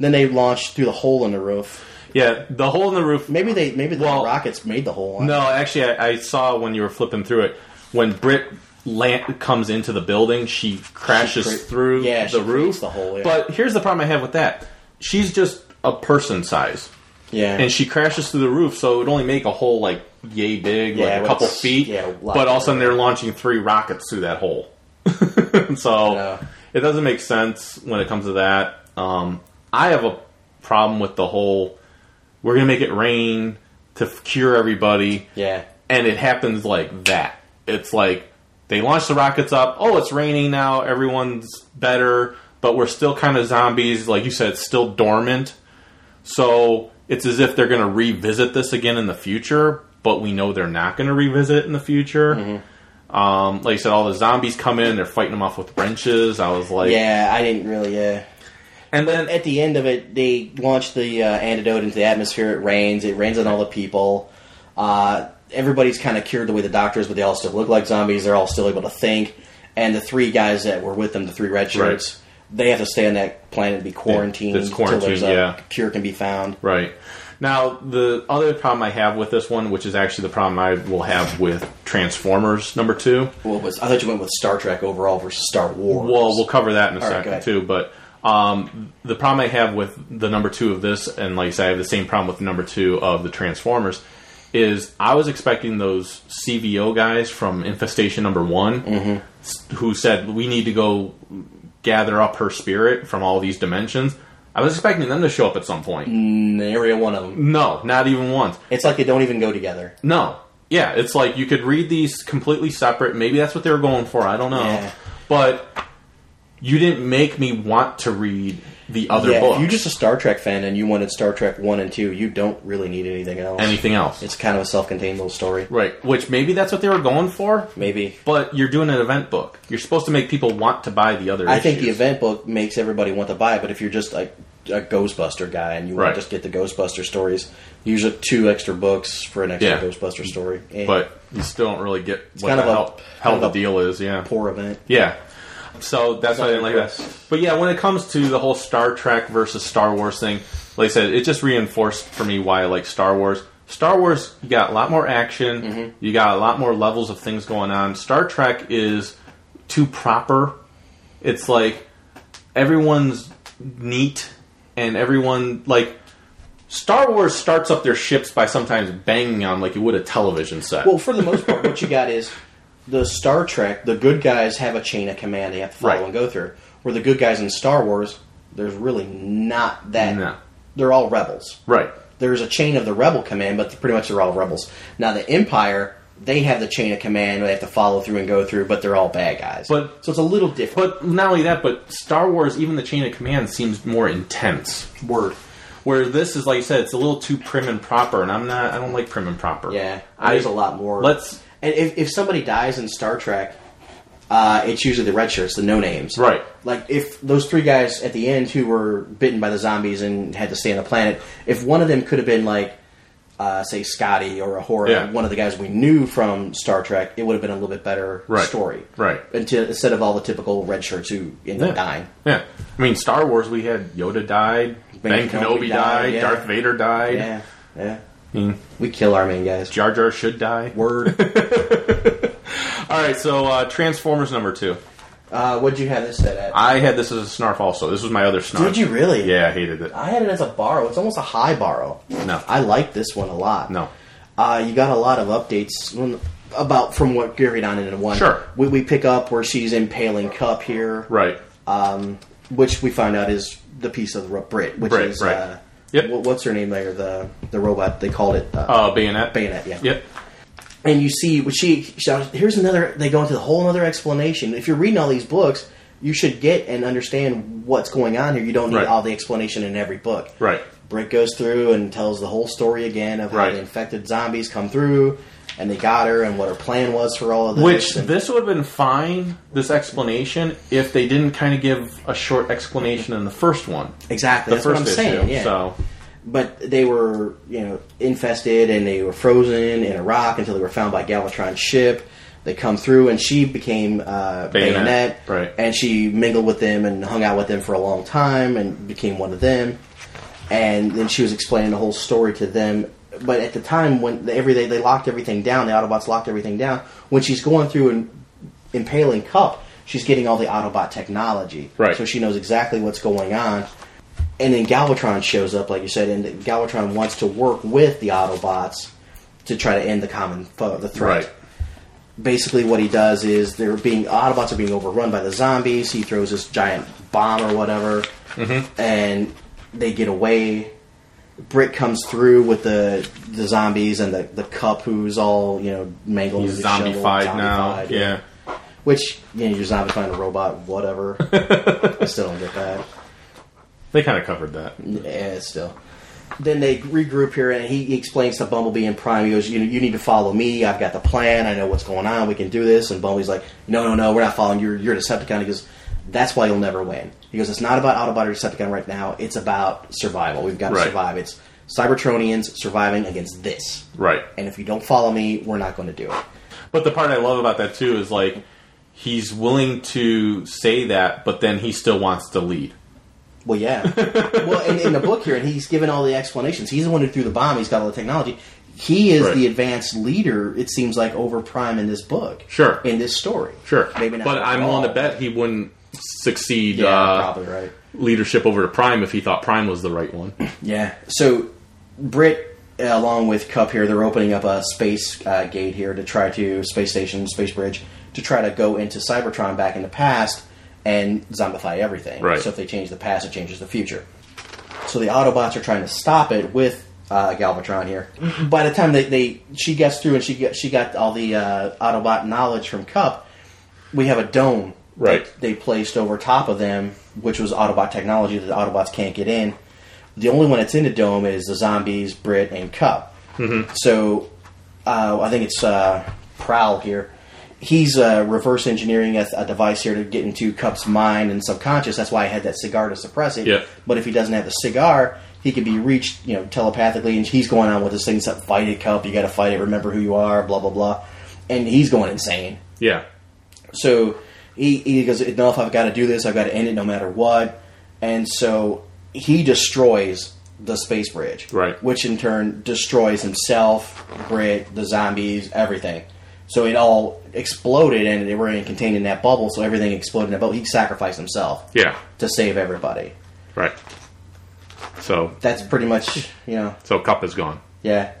[SPEAKER 3] Then they launch through the hole in the roof.
[SPEAKER 2] yeah the hole in the roof.
[SPEAKER 3] Maybe they maybe the
[SPEAKER 2] Well-
[SPEAKER 3] rockets made the hole.
[SPEAKER 2] No, actually, I, I saw when you were flipping through it when Brit land, comes into the building, she crashes
[SPEAKER 3] She cre-
[SPEAKER 2] through
[SPEAKER 3] yeah, she
[SPEAKER 2] the
[SPEAKER 3] creates
[SPEAKER 2] roof.
[SPEAKER 3] the hole, yeah.
[SPEAKER 2] But here's the problem I have with that: she's just a person size,
[SPEAKER 3] yeah,
[SPEAKER 2] and she crashes through the roof, so it would only make a hole like yay big,
[SPEAKER 3] Yeah,
[SPEAKER 2] like a
[SPEAKER 3] but
[SPEAKER 2] couple
[SPEAKER 3] it's-
[SPEAKER 2] feet.
[SPEAKER 3] yeah, a lot
[SPEAKER 2] but all of a sudden,
[SPEAKER 3] bigger.
[SPEAKER 2] they're launching three rockets through that hole. so
[SPEAKER 3] Yeah.
[SPEAKER 2] it doesn't make sense when it comes to that. Um, I have a problem with the whole we're gonna make it rain to f- cure everybody
[SPEAKER 3] yeah,
[SPEAKER 2] and it happens like that. It's like they launch the rockets up. Oh, it's raining now. Everyone's better, but we're still kind of zombies. Like you said, it's still dormant. So it's as if they're going to revisit this again in the future, but we know they're not going to revisit it in the future. Um, like you said, all the zombies come in. They're fighting them off with wrenches. I was like,
[SPEAKER 3] yeah. I didn't really. Yeah,
[SPEAKER 2] and then
[SPEAKER 3] at the end of it, they launch the uh, antidote into the atmosphere. It rains. It rains on all the people. Uh, everybody's kind of cured the way the doctors, but they all still look like zombies. They're all still able to think. And the three guys that were with them, the three red shirts, they have to stay on that planet and be quarantined
[SPEAKER 2] it's
[SPEAKER 3] until there's a
[SPEAKER 2] quarantined, yeah.
[SPEAKER 3] cure can be found.
[SPEAKER 2] Right. Now, the other problem I have with this one, which is actually the problem I will have with Transformers number two.
[SPEAKER 3] What was I thought you went with Star Trek overall versus Star Wars?
[SPEAKER 2] Well, we'll cover that in a
[SPEAKER 3] All right,
[SPEAKER 2] second
[SPEAKER 3] go ahead.
[SPEAKER 2] too. But um, the problem I have with the number two of this, and like I said, I have the same problem with the number two of the Transformers, is I was expecting those CVO guys from Infestation number one,
[SPEAKER 3] Mm-hmm.
[SPEAKER 2] s- who said we need to go gather up her spirit from all these dimensions. I was expecting them to show up at some point.
[SPEAKER 3] in area one of them.
[SPEAKER 2] No, not even once.
[SPEAKER 3] It's like they don't even go together.
[SPEAKER 2] No. Yeah, it's like you could read these completely separate. Maybe that's what they were going for. I don't know.
[SPEAKER 3] Yeah.
[SPEAKER 2] But you didn't make me want to read the other
[SPEAKER 3] yeah,
[SPEAKER 2] book.
[SPEAKER 3] if you're just a Star Trek fan and you wanted Star Trek one and two, you don't really need anything else.
[SPEAKER 2] anything else.
[SPEAKER 3] It's kind of a self-contained little story.
[SPEAKER 2] right. Which maybe that's what they were going for.
[SPEAKER 3] Maybe.
[SPEAKER 2] But you're doing an event book. You're supposed to make people want to buy the other
[SPEAKER 3] I think the
[SPEAKER 2] issues.
[SPEAKER 3] event book makes everybody want to buy it, but if you're just like a Ghostbuster guy and you want
[SPEAKER 2] Right.
[SPEAKER 3] to just get the Ghostbuster stories, usually two extra books for an extra
[SPEAKER 2] Yeah.
[SPEAKER 3] Ghostbuster story. Eh,
[SPEAKER 2] But you still don't really get what
[SPEAKER 3] kind
[SPEAKER 2] the
[SPEAKER 3] of a-
[SPEAKER 2] hell,
[SPEAKER 3] kind
[SPEAKER 2] hell
[SPEAKER 3] of
[SPEAKER 2] the
[SPEAKER 3] a
[SPEAKER 2] deal is. Yeah.
[SPEAKER 3] poor event.
[SPEAKER 2] Yeah. So that's why I didn't like that. But yeah, when it comes to the whole Star Trek versus Star Wars thing, like I said, it just reinforced for me why I like Star Wars. Star Wars, you got a lot more action, you got a lot more levels of things going on. Star Trek is too proper. It's like everyone's neat and everyone like Star Wars starts up their ships by sometimes banging on 'em like you would a television set.
[SPEAKER 3] Well, for the most part, what you got is the Star Trek. The good guys have a chain of command they have to follow
[SPEAKER 2] Right.
[SPEAKER 3] and go through. Where the good guys in Star Wars, there's really not that.
[SPEAKER 2] No.
[SPEAKER 3] They're all rebels.
[SPEAKER 2] right.
[SPEAKER 3] there's a chain of the rebel command, but pretty much they're all rebels. Now the Empire, they have the chain of command they have to follow through and go through, but they're all bad guys.
[SPEAKER 2] But-
[SPEAKER 3] so it's a little different.
[SPEAKER 2] But not only that, but Star Wars, even the chain of command seems more intense.
[SPEAKER 3] word.
[SPEAKER 2] Where this is, like I said, it's a little too prim and proper, and I'm not. I don't like prim and proper.
[SPEAKER 3] Yeah,
[SPEAKER 2] I-
[SPEAKER 3] there's a lot more.
[SPEAKER 2] Let's
[SPEAKER 3] And if, if somebody dies in Star Trek, uh, it's usually the red shirts, the no names.
[SPEAKER 2] Right.
[SPEAKER 3] Like if those three guys at the end who were bitten by the zombies and had to stay on the planet, if one of them could have been like, uh, say Scotty or Ahura,
[SPEAKER 2] Yeah.
[SPEAKER 3] one of the guys we knew from Star Trek, it would have been a little bit better
[SPEAKER 2] Right.
[SPEAKER 3] story.
[SPEAKER 2] Right.
[SPEAKER 3] Until, instead of all the typical red shirts who end up
[SPEAKER 2] Yeah.
[SPEAKER 3] dying.
[SPEAKER 2] Yeah, I mean, Star Wars. We had Yoda died, Ben, Kenobi, died,
[SPEAKER 3] yeah.
[SPEAKER 2] Darth Vader died.
[SPEAKER 3] Yeah. Yeah.
[SPEAKER 2] Mm.
[SPEAKER 3] We kill our main guys.
[SPEAKER 2] Jar Jar should die.
[SPEAKER 3] Word.
[SPEAKER 2] All right, so uh, Transformers number two.
[SPEAKER 3] uh, what'd you have this set at?
[SPEAKER 2] I had this as a snarf. Also, this was my other snarf.
[SPEAKER 3] Did you really?
[SPEAKER 2] Yeah, I hated it.
[SPEAKER 3] I had it as a borrow. It's almost a high borrow.
[SPEAKER 2] No.
[SPEAKER 3] I like this one a lot.
[SPEAKER 2] No.
[SPEAKER 3] Uh, you got a lot of updates when- about from what carried on in one.
[SPEAKER 2] Sure.
[SPEAKER 3] We, we pick up where she's impaling Cup here, um,
[SPEAKER 2] Right.
[SPEAKER 3] which we find out is the piece of the ro- Brit, which
[SPEAKER 2] Brit,
[SPEAKER 3] is
[SPEAKER 2] right.
[SPEAKER 3] uh,
[SPEAKER 2] Yep.
[SPEAKER 3] wh- what's her name there? The the robot they called it uh,
[SPEAKER 2] Uh, bayonet.
[SPEAKER 3] Bayonet. Yeah.
[SPEAKER 2] Yep.
[SPEAKER 3] and you see what she, she here's another they go into the whole another explanation if you're reading all these books you should get and understand what's going on here you don't need
[SPEAKER 2] Right.
[SPEAKER 3] all the explanation in every book
[SPEAKER 2] Right.
[SPEAKER 3] brick goes through and tells the whole story again of how
[SPEAKER 2] Right.
[SPEAKER 3] the infected zombies come through and they got her and what her plan was for all of this
[SPEAKER 2] Which
[SPEAKER 3] and-
[SPEAKER 2] this would have been fine, this explanation, if they didn't kind of give a short explanation in the first one,
[SPEAKER 3] exactly
[SPEAKER 2] the
[SPEAKER 3] that's
[SPEAKER 2] first
[SPEAKER 3] what i'm saying
[SPEAKER 2] issue.
[SPEAKER 3] yeah
[SPEAKER 2] So
[SPEAKER 3] but they were you know infested and they were frozen in a rock until they were found by Galvatron's ship. They come through and she became uh,
[SPEAKER 2] Bayonet,
[SPEAKER 3] Bayonet,
[SPEAKER 2] right.
[SPEAKER 3] And she mingled with them and hung out with them for a long time and became one of them. And then she was explaining the whole story to them. But at the time when every they, they locked everything down, the Autobots locked everything down. When she's going through and impaling Cup, she's getting all the Autobot technology,
[SPEAKER 2] Right.
[SPEAKER 3] So she knows exactly what's going on and then Galvatron shows up, like you said, and Galvatron wants to work with the Autobots to try to end the common foe, the threat.
[SPEAKER 2] Right.
[SPEAKER 3] Basically, what he does is they're being Autobots are being overrun by the zombies. He throws this giant bomb or whatever,
[SPEAKER 2] Mm-hmm.
[SPEAKER 3] and they get away. Brick comes through with the the zombies and the, the cup, who's all you know mangled,
[SPEAKER 2] he's
[SPEAKER 3] disheveled,
[SPEAKER 2] zombified now.
[SPEAKER 3] zombified,
[SPEAKER 2] Yeah.
[SPEAKER 3] Which you know you're zombifying a robot, whatever. I still don't get that.
[SPEAKER 2] They kind of covered that.
[SPEAKER 3] Yeah, still. Then they regroup here, and he, he explains to Bumblebee and Prime. He goes, you, "You need to follow me. I've got the plan. I know what's going on. We can do this." And Bumblebee's like, "No, no, no. We're not following you. You're a Decepticon." He goes, "That's why you'll never win." He goes, "It's not about Autobot or Decepticon right now. It's about survival. We've got to
[SPEAKER 2] Right.
[SPEAKER 3] survive. It's Cybertronians surviving against this.
[SPEAKER 2] Right.
[SPEAKER 3] And if you don't follow me, we're not going to do it."
[SPEAKER 2] But the part I love about that too is like he's willing to say that, but then he still wants to lead.
[SPEAKER 3] Well, yeah. well, in, in the book here, and he's given all the explanations. He's the one who threw the bomb. He's got all the technology. He is
[SPEAKER 2] Right.
[SPEAKER 3] the advanced leader. It seems like over Prime in this book.
[SPEAKER 2] Sure.
[SPEAKER 3] In this story.
[SPEAKER 2] Sure.
[SPEAKER 3] Maybe not.
[SPEAKER 2] But
[SPEAKER 3] at
[SPEAKER 2] I'm
[SPEAKER 3] all.
[SPEAKER 2] willing to bet he wouldn't succeed
[SPEAKER 3] Yeah,
[SPEAKER 2] uh,
[SPEAKER 3] probably right.
[SPEAKER 2] leadership over to Prime if he thought Prime was the right one.
[SPEAKER 3] Yeah. So Brit, along with Cup here, they're opening up a space uh, gate here to try to space station, space bridge, to try to go into Cybertron back in the past and zombify everything.
[SPEAKER 2] Right.
[SPEAKER 3] So if they change the past, it changes the future. So the Autobots are trying to stop it with uh, Galvatron here. By the time they, they she gets through and she get, she got all the uh, Autobot knowledge from Cup, we have a dome
[SPEAKER 2] Right.
[SPEAKER 3] they placed over top of them, which was Autobot technology that the Autobots can't get in. The only one that's in the dome is the zombies, Brit, and Cup. Mm-hmm. So uh, I think it's uh, Prowl here. He's uh, reverse engineering a, a device here to get into Cup's mind and subconscious. That's why I had that cigar to suppress it.
[SPEAKER 2] Yeah.
[SPEAKER 3] But if he doesn't have the cigar, he could be reached, you know, telepathically, and he's going on with his things up, fight it, Cup. You got to fight it. Remember who you are. Blah blah blah. And he's going insane.
[SPEAKER 2] Yeah.
[SPEAKER 3] So he, he goes, enough, I've got to do this, I've got to end it no matter what. And so he destroys the space bridge.
[SPEAKER 2] Right.
[SPEAKER 3] Which in turn destroys himself, Brit, the zombies, everything. So it all exploded and they were in- contained in that bubble, so everything exploded in that bubble. He sacrificed himself
[SPEAKER 2] Yeah.
[SPEAKER 3] to save everybody.
[SPEAKER 2] Right. So
[SPEAKER 3] That's pretty much, you know,
[SPEAKER 2] so Cup is gone.
[SPEAKER 3] yeah.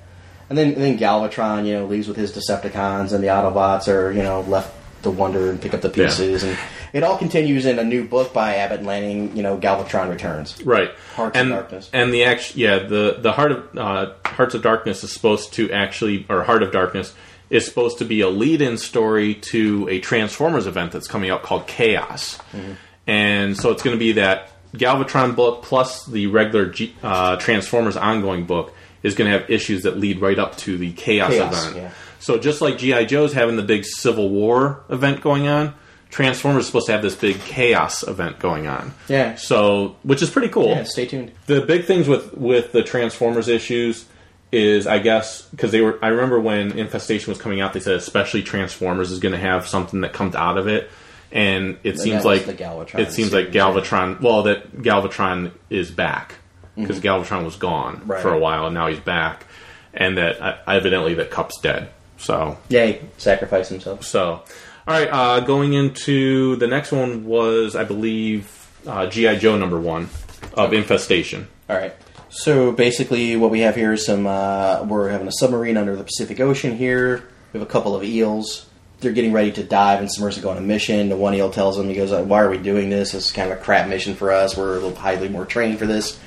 [SPEAKER 3] And then, and then Galvatron, you know, leaves with his Decepticons, and the Autobots are, you know, left to wonder and pick up the
[SPEAKER 2] Yeah.
[SPEAKER 3] pieces. And it all continues in a new book by Abbott and Lanning, you know, Galvatron Returns.
[SPEAKER 2] Right.
[SPEAKER 3] Hearts of
[SPEAKER 2] and,
[SPEAKER 3] Darkness.
[SPEAKER 2] And the act yeah, the the heart of uh, Hearts of Darkness is supposed to actually or Heart of Darkness is supposed to be a lead-in story to a Transformers event that's coming out called Chaos.
[SPEAKER 3] Mm-hmm.
[SPEAKER 2] And so it's going to be that Galvatron book plus the regular G, uh, Transformers ongoing book is going to have issues that lead right up to the Chaos,
[SPEAKER 3] Chaos,
[SPEAKER 2] event.
[SPEAKER 3] yeah.
[SPEAKER 2] So just like GI Joe's having the big Civil War event going on, Transformers is supposed to have this big Chaos event going on.
[SPEAKER 3] Yeah.
[SPEAKER 2] So, which is pretty cool.
[SPEAKER 3] Yeah, stay tuned.
[SPEAKER 2] The big things with with the Transformers issues is, I guess, because they were. I remember when Infestation was coming out, they said especially Transformers is going to have something that comes out of it, and it seems
[SPEAKER 3] was
[SPEAKER 2] like
[SPEAKER 3] the Galvatron
[SPEAKER 2] it seems like
[SPEAKER 3] series, right?
[SPEAKER 2] Galvatron. Well, that Galvatron is back because Galvatron was gone
[SPEAKER 3] Mm-hmm. Right.
[SPEAKER 2] for a while, and now he's back, and that uh, evidently that Cup's dead. So
[SPEAKER 3] Yay, sacrifice himself.
[SPEAKER 2] so, all right. Uh, going into the next one was, I believe, uh, GI Joe number one of Infestation.
[SPEAKER 3] All right. So basically, what we have here is some. Uh, we're having a submarine under the Pacific Ocean here. We have a couple of eels. They're getting ready to dive, and Submersive go on a mission. The one eel tells him, he goes, Why are we doing this? This is kind of a crap mission for us. We're a little highly more trained for this.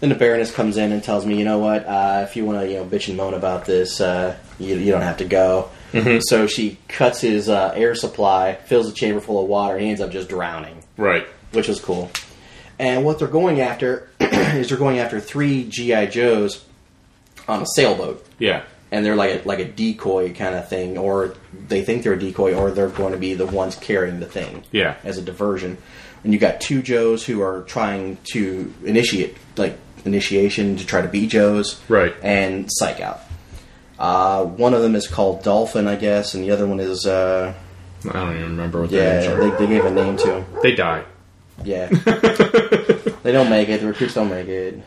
[SPEAKER 3] Then the Baroness comes in and tells me, You know what? Uh, if you want to, you know, bitch and moan about this, uh, you, you don't have to go. So she cuts his uh, air supply, fills the chamber full of water, and he ends up just drowning,
[SPEAKER 2] Right.
[SPEAKER 3] which was cool. And what they're going after is they're going after three GI Joes on a sailboat,
[SPEAKER 2] Yeah.
[SPEAKER 3] and they're like a, like a decoy kind of thing, or they think they're a decoy, or they're going to be the ones carrying the thing,
[SPEAKER 2] Yeah.
[SPEAKER 3] as a diversion. And you got two Joes who are trying to initiate like initiation to try to be Joes,
[SPEAKER 2] Right.
[SPEAKER 3] And psych out. Uh, one of them is called Dolphin, I guess, and the other one is uh,
[SPEAKER 2] I don't even remember what their
[SPEAKER 3] yeah,
[SPEAKER 2] names
[SPEAKER 3] they,
[SPEAKER 2] are.
[SPEAKER 3] they gave a name to him.
[SPEAKER 2] They die.
[SPEAKER 3] Yeah. they don't make it. The recruits don't make it.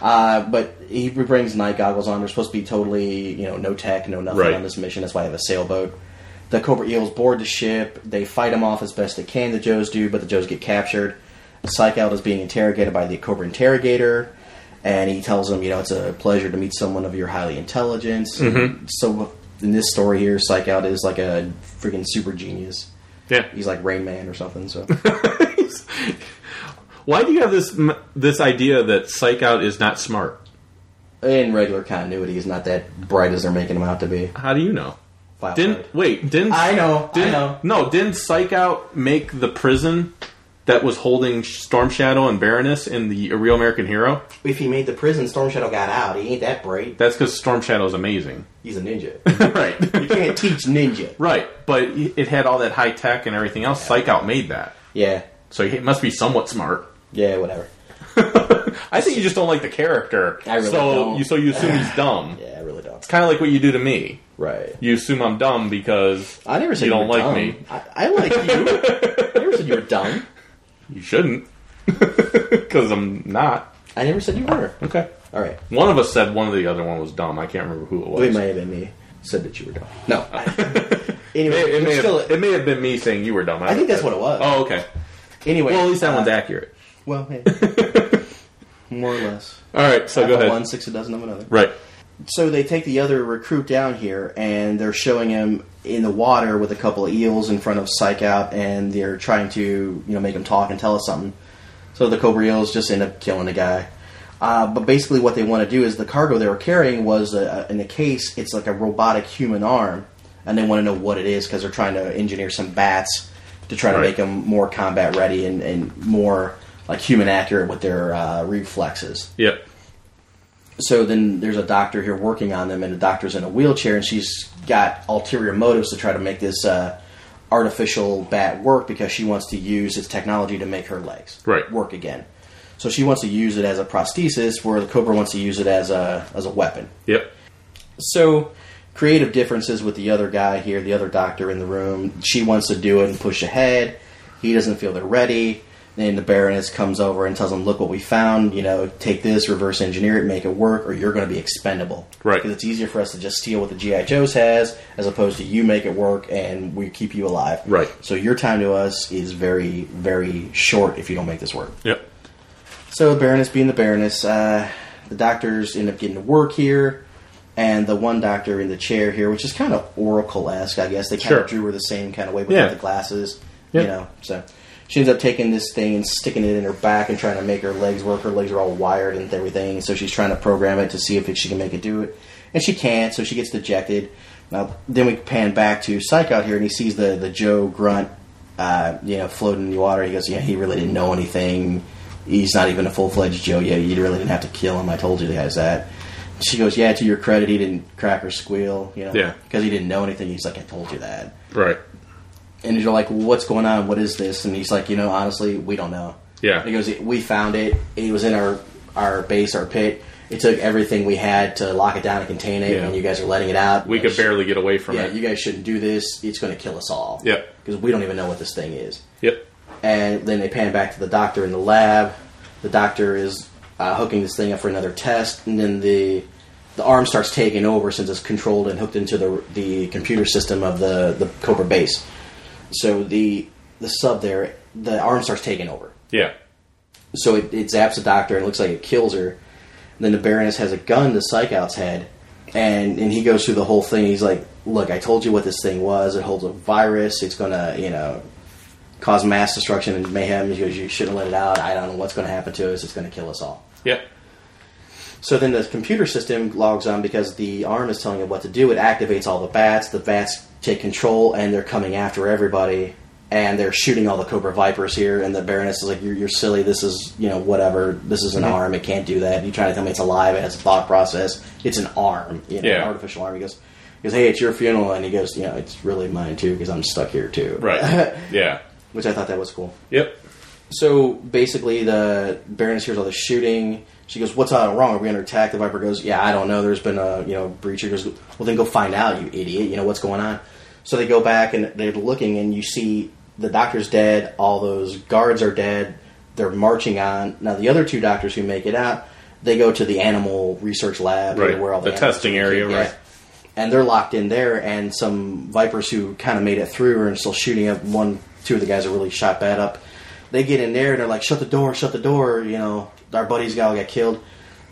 [SPEAKER 3] Uh, but he brings night goggles on. They're supposed to be totally, you know, no tech, no nothing
[SPEAKER 2] Right.
[SPEAKER 3] on this mission. That's why they have a sailboat. The Cobra Eels board the ship. They fight them off as best they can. The Joes do, but the Joes get captured. Psych Out is being interrogated by the Cobra Interrogator, and he tells him, you know, it's a pleasure to meet someone of your highly intelligence. So in this story here, Psych Out is like a freaking super genius.
[SPEAKER 2] Yeah.
[SPEAKER 3] He's like Rain Man or something. So.
[SPEAKER 2] Why do you have this m- this idea that psych out is not smart?
[SPEAKER 3] in regular continuity is not that bright as they're making him out to be.
[SPEAKER 2] How do you know?
[SPEAKER 3] File
[SPEAKER 2] Didn't
[SPEAKER 3] card.
[SPEAKER 2] wait? Didn't
[SPEAKER 3] I know, I
[SPEAKER 2] Didn't,
[SPEAKER 3] know.
[SPEAKER 2] No, didn't psych out make the prison that was holding Storm Shadow and Baroness in the A Real American Hero?
[SPEAKER 3] If he made the prison, Storm Shadow got out. He ain't that bright.
[SPEAKER 2] That's because Storm Shadow is amazing,
[SPEAKER 3] He's a ninja. you
[SPEAKER 2] right?
[SPEAKER 3] can't teach ninja.
[SPEAKER 2] right, but it had all that high tech and everything else. Psych out made that,
[SPEAKER 3] Yeah,
[SPEAKER 2] so it must be somewhat smart.
[SPEAKER 3] yeah, whatever.
[SPEAKER 2] I think you just don't like the character,
[SPEAKER 3] I really
[SPEAKER 2] so
[SPEAKER 3] don't.
[SPEAKER 2] you so you assume he's dumb.
[SPEAKER 3] Yeah, I really don't.
[SPEAKER 2] Kind of like what you do to me.
[SPEAKER 3] Right.
[SPEAKER 2] You assume I'm dumb because
[SPEAKER 3] I never said
[SPEAKER 2] you
[SPEAKER 3] you,
[SPEAKER 2] don't
[SPEAKER 3] were
[SPEAKER 2] like
[SPEAKER 3] dumb.
[SPEAKER 2] me.
[SPEAKER 3] I, I like you. I never said you were dumb.
[SPEAKER 2] You shouldn't, because I'm not.
[SPEAKER 3] I never said you were.
[SPEAKER 2] Okay.
[SPEAKER 3] All right.
[SPEAKER 2] One of us said one of the other one was dumb. I can't remember who it was.
[SPEAKER 3] It may have been me said that you were dumb. No. anyway,
[SPEAKER 2] It, it may
[SPEAKER 3] it's still,
[SPEAKER 2] have, it may have been me saying you were dumb.
[SPEAKER 3] I think that's what it was.
[SPEAKER 2] Oh, okay.
[SPEAKER 3] anyway,
[SPEAKER 2] Well, at least that one's
[SPEAKER 3] uh,
[SPEAKER 2] accurate.
[SPEAKER 3] Well, hey. more or less.
[SPEAKER 2] All right, so
[SPEAKER 3] Half
[SPEAKER 2] go
[SPEAKER 3] of
[SPEAKER 2] ahead.
[SPEAKER 3] One six a dozen of another.
[SPEAKER 2] Right.
[SPEAKER 3] so they take the other recruit down here and they're showing him in the water with a couple of eels in front of psych out and they're trying to you know make him talk and tell us something so the cobra eels just end up killing the guy uh, but basically what they want to do is the cargo they were carrying was uh in the case it's like a robotic human arm and they want to know what it is because they're trying to engineer some bats to try to
[SPEAKER 2] Right.
[SPEAKER 3] make them more combat ready and, and more like human accurate with their uh, reflexes
[SPEAKER 2] Yep.
[SPEAKER 3] so then there's a doctor here working on them, and the doctor's in a wheelchair, and she's got ulterior motives to try to make this uh, artificial bat work because she wants to use its technology to make her legs
[SPEAKER 2] Right.
[SPEAKER 3] work again. So she wants to use it as a prosthesis, where the Cobra wants to use it as a as a weapon.
[SPEAKER 2] Yep.
[SPEAKER 3] So creative differences with the other guy here, the other doctor in the room. She wants to do it and push ahead. He doesn't feel they're ready. Then the Baroness comes over and tells him, "Look what we found. You know, take this, reverse engineer it, make it work, or you're going to be expendable.
[SPEAKER 2] Right.
[SPEAKER 3] Because it's easier for us to just steal what the GI Joes has, as opposed to you make it work and we keep you alive.
[SPEAKER 2] Right.
[SPEAKER 3] So your time to us is very, very short if you don't make this work.
[SPEAKER 2] Yep.
[SPEAKER 3] So the Baroness being the Baroness, uh, the doctors end up getting to work here, and the one doctor in the chair here, which is kind of Oracle esque, I guess. They kind
[SPEAKER 2] Sure.
[SPEAKER 3] of drew her the same kind of way, but
[SPEAKER 2] Yeah.
[SPEAKER 3] with the glasses,
[SPEAKER 2] Yeah.
[SPEAKER 3] you know. So she ends up taking this thing and sticking it in her back and trying to make her legs work. Her legs are all wired and everything, so she's trying to program it to see if she can make it do it, and she can't. So she gets dejected. Now then we pan back to Psych out here, and he sees the the Joe grunt uh, you know, floating in the water. He goes, yeah, he really didn't know anything. He's not even a full fledged Joe yet. You really didn't have to kill him. I told you guys that. She goes, yeah, to your credit, he didn't crack or squeal, you know,
[SPEAKER 2] Yeah.
[SPEAKER 3] because he didn't know anything. He's like, I told you that.
[SPEAKER 2] Right.
[SPEAKER 3] And you're like, what's going on? What is this? And he's like, you know, honestly, we don't know.
[SPEAKER 2] Yeah.
[SPEAKER 3] And he goes, we found it. It was in our our base, our pit. It took everything we had to lock it down and contain it,
[SPEAKER 2] Yeah.
[SPEAKER 3] and you guys are letting it out.
[SPEAKER 2] We
[SPEAKER 3] Like,
[SPEAKER 2] could barely get away from
[SPEAKER 3] Yeah,
[SPEAKER 2] it.
[SPEAKER 3] you guys shouldn't do this. It's going to kill us all.
[SPEAKER 2] Yep.
[SPEAKER 3] Because we don't even know what this thing is
[SPEAKER 2] Yep.
[SPEAKER 3] and then they pan back to the doctor in the lab. The doctor is uh, hooking this thing up for another test, and then the the arm starts taking over since it's controlled and hooked into the the computer system of the the Cobra base. So the the sub there, the arm starts taking over.
[SPEAKER 2] Yeah.
[SPEAKER 3] So it, it zaps the doctor and it looks like it kills her. And then the Baroness has a gun to Psych Out's head, and and he goes through the whole thing. He's like, "Look, I told you what this thing was. It holds a virus. It's gonna, you know, cause mass destruction and mayhem. He goes, you shouldn't let it out. I don't know what's gonna happen to us. It's gonna kill us all."
[SPEAKER 2] Yep.
[SPEAKER 3] So then the computer system logs on because the arm is telling it what to do. It activates all the bats. The bats take control and they're coming after everybody. And they're shooting all the Cobra Vipers here. And the Baroness is like, "You're, you're silly. This is you know whatever. This is an
[SPEAKER 2] Mm-hmm.
[SPEAKER 3] arm. It can't do that. You try to tell me it's alive. It has a thought process. It's an arm. You know,
[SPEAKER 2] Yeah.
[SPEAKER 3] an artificial arm." He goes. He goes, hey, it's your funeral, and he goes, you know, it's really mine too because I'm stuck here too.
[SPEAKER 2] Right. yeah.
[SPEAKER 3] Which I thought that was cool.
[SPEAKER 2] Yep.
[SPEAKER 3] So basically, the Baroness hears all the shooting. She goes, "What's uh, wrong? Are we under attack?" The Viper goes, "Yeah, I don't know. There's been a you know breach." She goes, "Well, then go find out, you idiot. You know what's going on." So they go back and they're looking, and you see the doctor's dead. All those guards are dead. They're marching on. Now the other two doctors who make it out, they go to the animal research lab,
[SPEAKER 2] Right.
[SPEAKER 3] where all the,
[SPEAKER 2] The
[SPEAKER 3] animals
[SPEAKER 2] testing
[SPEAKER 3] are
[SPEAKER 2] area,
[SPEAKER 3] located.
[SPEAKER 2] right.
[SPEAKER 3] And they're locked in there, and some Vipers who kind of made it through are still shooting up. One, two of the guys are really shot bad up they get in there and they're like, "Shut the door! Shut the door!" You know, our buddies got all got killed.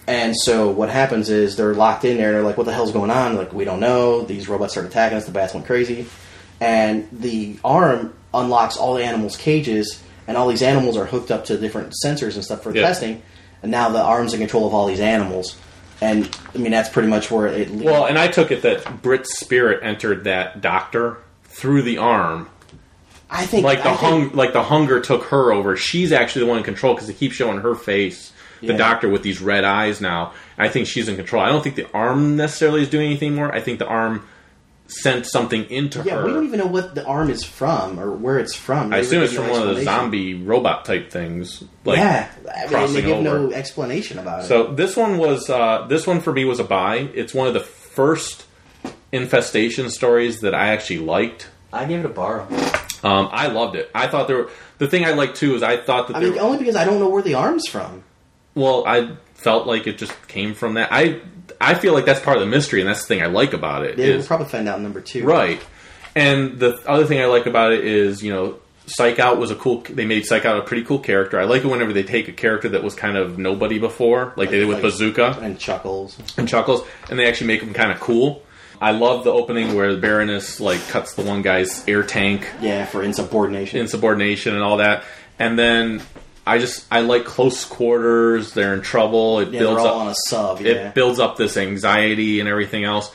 [SPEAKER 3] And so what happens is they're locked in there. and They're like, "What the hell's going on?" Like, we don't know. These robots start attacking us. The bats went crazy, and the arm unlocks all the animals' cages, and all these animals are hooked up to different sensors and stuff for
[SPEAKER 2] Yeah.
[SPEAKER 3] testing. And now the arm's in control of all these animals. And I mean, that's pretty much where it. Leads.
[SPEAKER 2] Well, and I took it that Brit's spirit entered that doctor through the arm.
[SPEAKER 3] I think
[SPEAKER 2] Like the
[SPEAKER 3] I think-
[SPEAKER 2] hung, like the hunger took her over. She's actually the one in control because they keep showing her face, the
[SPEAKER 3] Yeah.
[SPEAKER 2] doctor with these red eyes now. I think she's in control. I don't think the arm necessarily is doing anything more. I think the arm sent something into
[SPEAKER 3] Yeah,
[SPEAKER 2] her.
[SPEAKER 3] we don't even know what the arm is from or where it's from.
[SPEAKER 2] I
[SPEAKER 3] They
[SPEAKER 2] assume
[SPEAKER 3] really
[SPEAKER 2] it's
[SPEAKER 3] give
[SPEAKER 2] from
[SPEAKER 3] no
[SPEAKER 2] one of the
[SPEAKER 3] explanation.
[SPEAKER 2] zombie robot type things. Like,
[SPEAKER 3] yeah, I mean, they
[SPEAKER 2] crossing
[SPEAKER 3] give no
[SPEAKER 2] over.
[SPEAKER 3] explanation about it.
[SPEAKER 2] So this one was uh, this one for me was a buy. It's one of the first infestation stories that I actually liked.
[SPEAKER 3] I gave it a borrow.
[SPEAKER 2] Um, I loved it. I thought there were the thing I liked too is I thought that
[SPEAKER 3] I
[SPEAKER 2] there
[SPEAKER 3] mean, only because I don't know where the arm's from.
[SPEAKER 2] well I felt like it just came from that. I I feel like that's part of the mystery and that's the thing I like about it.
[SPEAKER 3] Yeah,
[SPEAKER 2] is-
[SPEAKER 3] we'll probably find out in number two.
[SPEAKER 2] Right. And the other thing I like about it is, you know, Psych Out was a cool. They made Psych Out a pretty cool character. I like it whenever they take a character that was kind of nobody before, like, they did with
[SPEAKER 3] Like-
[SPEAKER 2] Bazooka
[SPEAKER 3] And Chuckles.
[SPEAKER 2] and Chuckles, and they actually make them kind of cool. I love the opening where the Baroness like cuts the one guy's air tank
[SPEAKER 3] Yeah, for insubordination.
[SPEAKER 2] insubordination and all that, and then I just I like close quarters. They're in trouble. It
[SPEAKER 3] yeah, they're
[SPEAKER 2] builds
[SPEAKER 3] all
[SPEAKER 2] up
[SPEAKER 3] on a sub. Yeah.
[SPEAKER 2] it builds up this anxiety and everything else.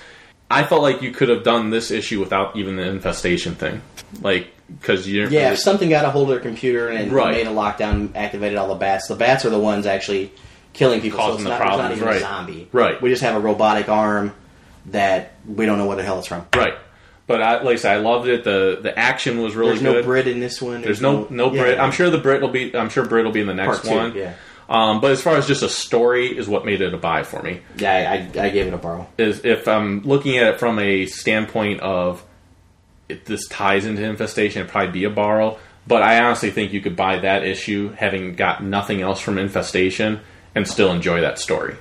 [SPEAKER 2] I felt like you could have done this issue without even the infestation thing, like because you didn't
[SPEAKER 3] yeah,
[SPEAKER 2] really-
[SPEAKER 3] if something got a hold of their computer and
[SPEAKER 2] Right.
[SPEAKER 3] made a lockdown, activated all the bats. The bats are the ones actually killing people.
[SPEAKER 2] Causing
[SPEAKER 3] so
[SPEAKER 2] the
[SPEAKER 3] it's, not,
[SPEAKER 2] problems,
[SPEAKER 3] it's not even
[SPEAKER 2] right.
[SPEAKER 3] a zombie.
[SPEAKER 2] Right.
[SPEAKER 3] We just have a robotic arm that we don't know what the hell it's from.
[SPEAKER 2] right. But I, like I said, I loved it. the The action was really
[SPEAKER 3] There's no
[SPEAKER 2] good.
[SPEAKER 3] Brit in this one.
[SPEAKER 2] There's no no
[SPEAKER 3] yeah.
[SPEAKER 2] Brit. I'm sure the Brit will be. I'm sure Brit will be in the next
[SPEAKER 3] Part two,
[SPEAKER 2] one.
[SPEAKER 3] yeah.
[SPEAKER 2] Um, but as far as just a story is what made it a buy for me.
[SPEAKER 3] Yeah, I, I, I gave it a borrow.
[SPEAKER 2] Is if I'm looking at it from a standpoint of if this ties into infestation, it'd probably be a borrow. But I honestly think you could buy that issue having got nothing else from infestation and still enjoy that story.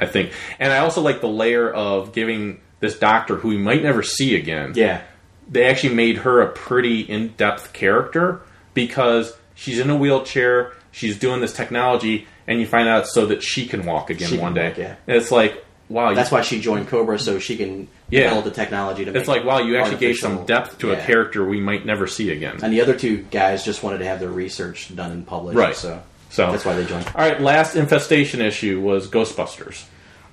[SPEAKER 2] I think, and I also like the layer of giving this doctor who we might never see again
[SPEAKER 3] Yeah.
[SPEAKER 2] they actually made her a pretty in-depth character because she's in a wheelchair, she's doing this technology, and you find out so that she can walk again
[SPEAKER 3] She can
[SPEAKER 2] one day.
[SPEAKER 3] walk, yeah.
[SPEAKER 2] And it's like wow,
[SPEAKER 3] That's
[SPEAKER 2] you,
[SPEAKER 3] why she joined Cobra so she can
[SPEAKER 2] Yeah.
[SPEAKER 3] build the technology to make
[SPEAKER 2] it's like wow, you actually gave some
[SPEAKER 3] artificial-
[SPEAKER 2] depth to a
[SPEAKER 3] yeah.
[SPEAKER 2] character we might never see again.
[SPEAKER 3] And the other two guys just wanted to have their research done and published.
[SPEAKER 2] Right.
[SPEAKER 3] So,
[SPEAKER 2] So-
[SPEAKER 3] that's why they joined.
[SPEAKER 2] All right, last infestation issue was Ghostbusters.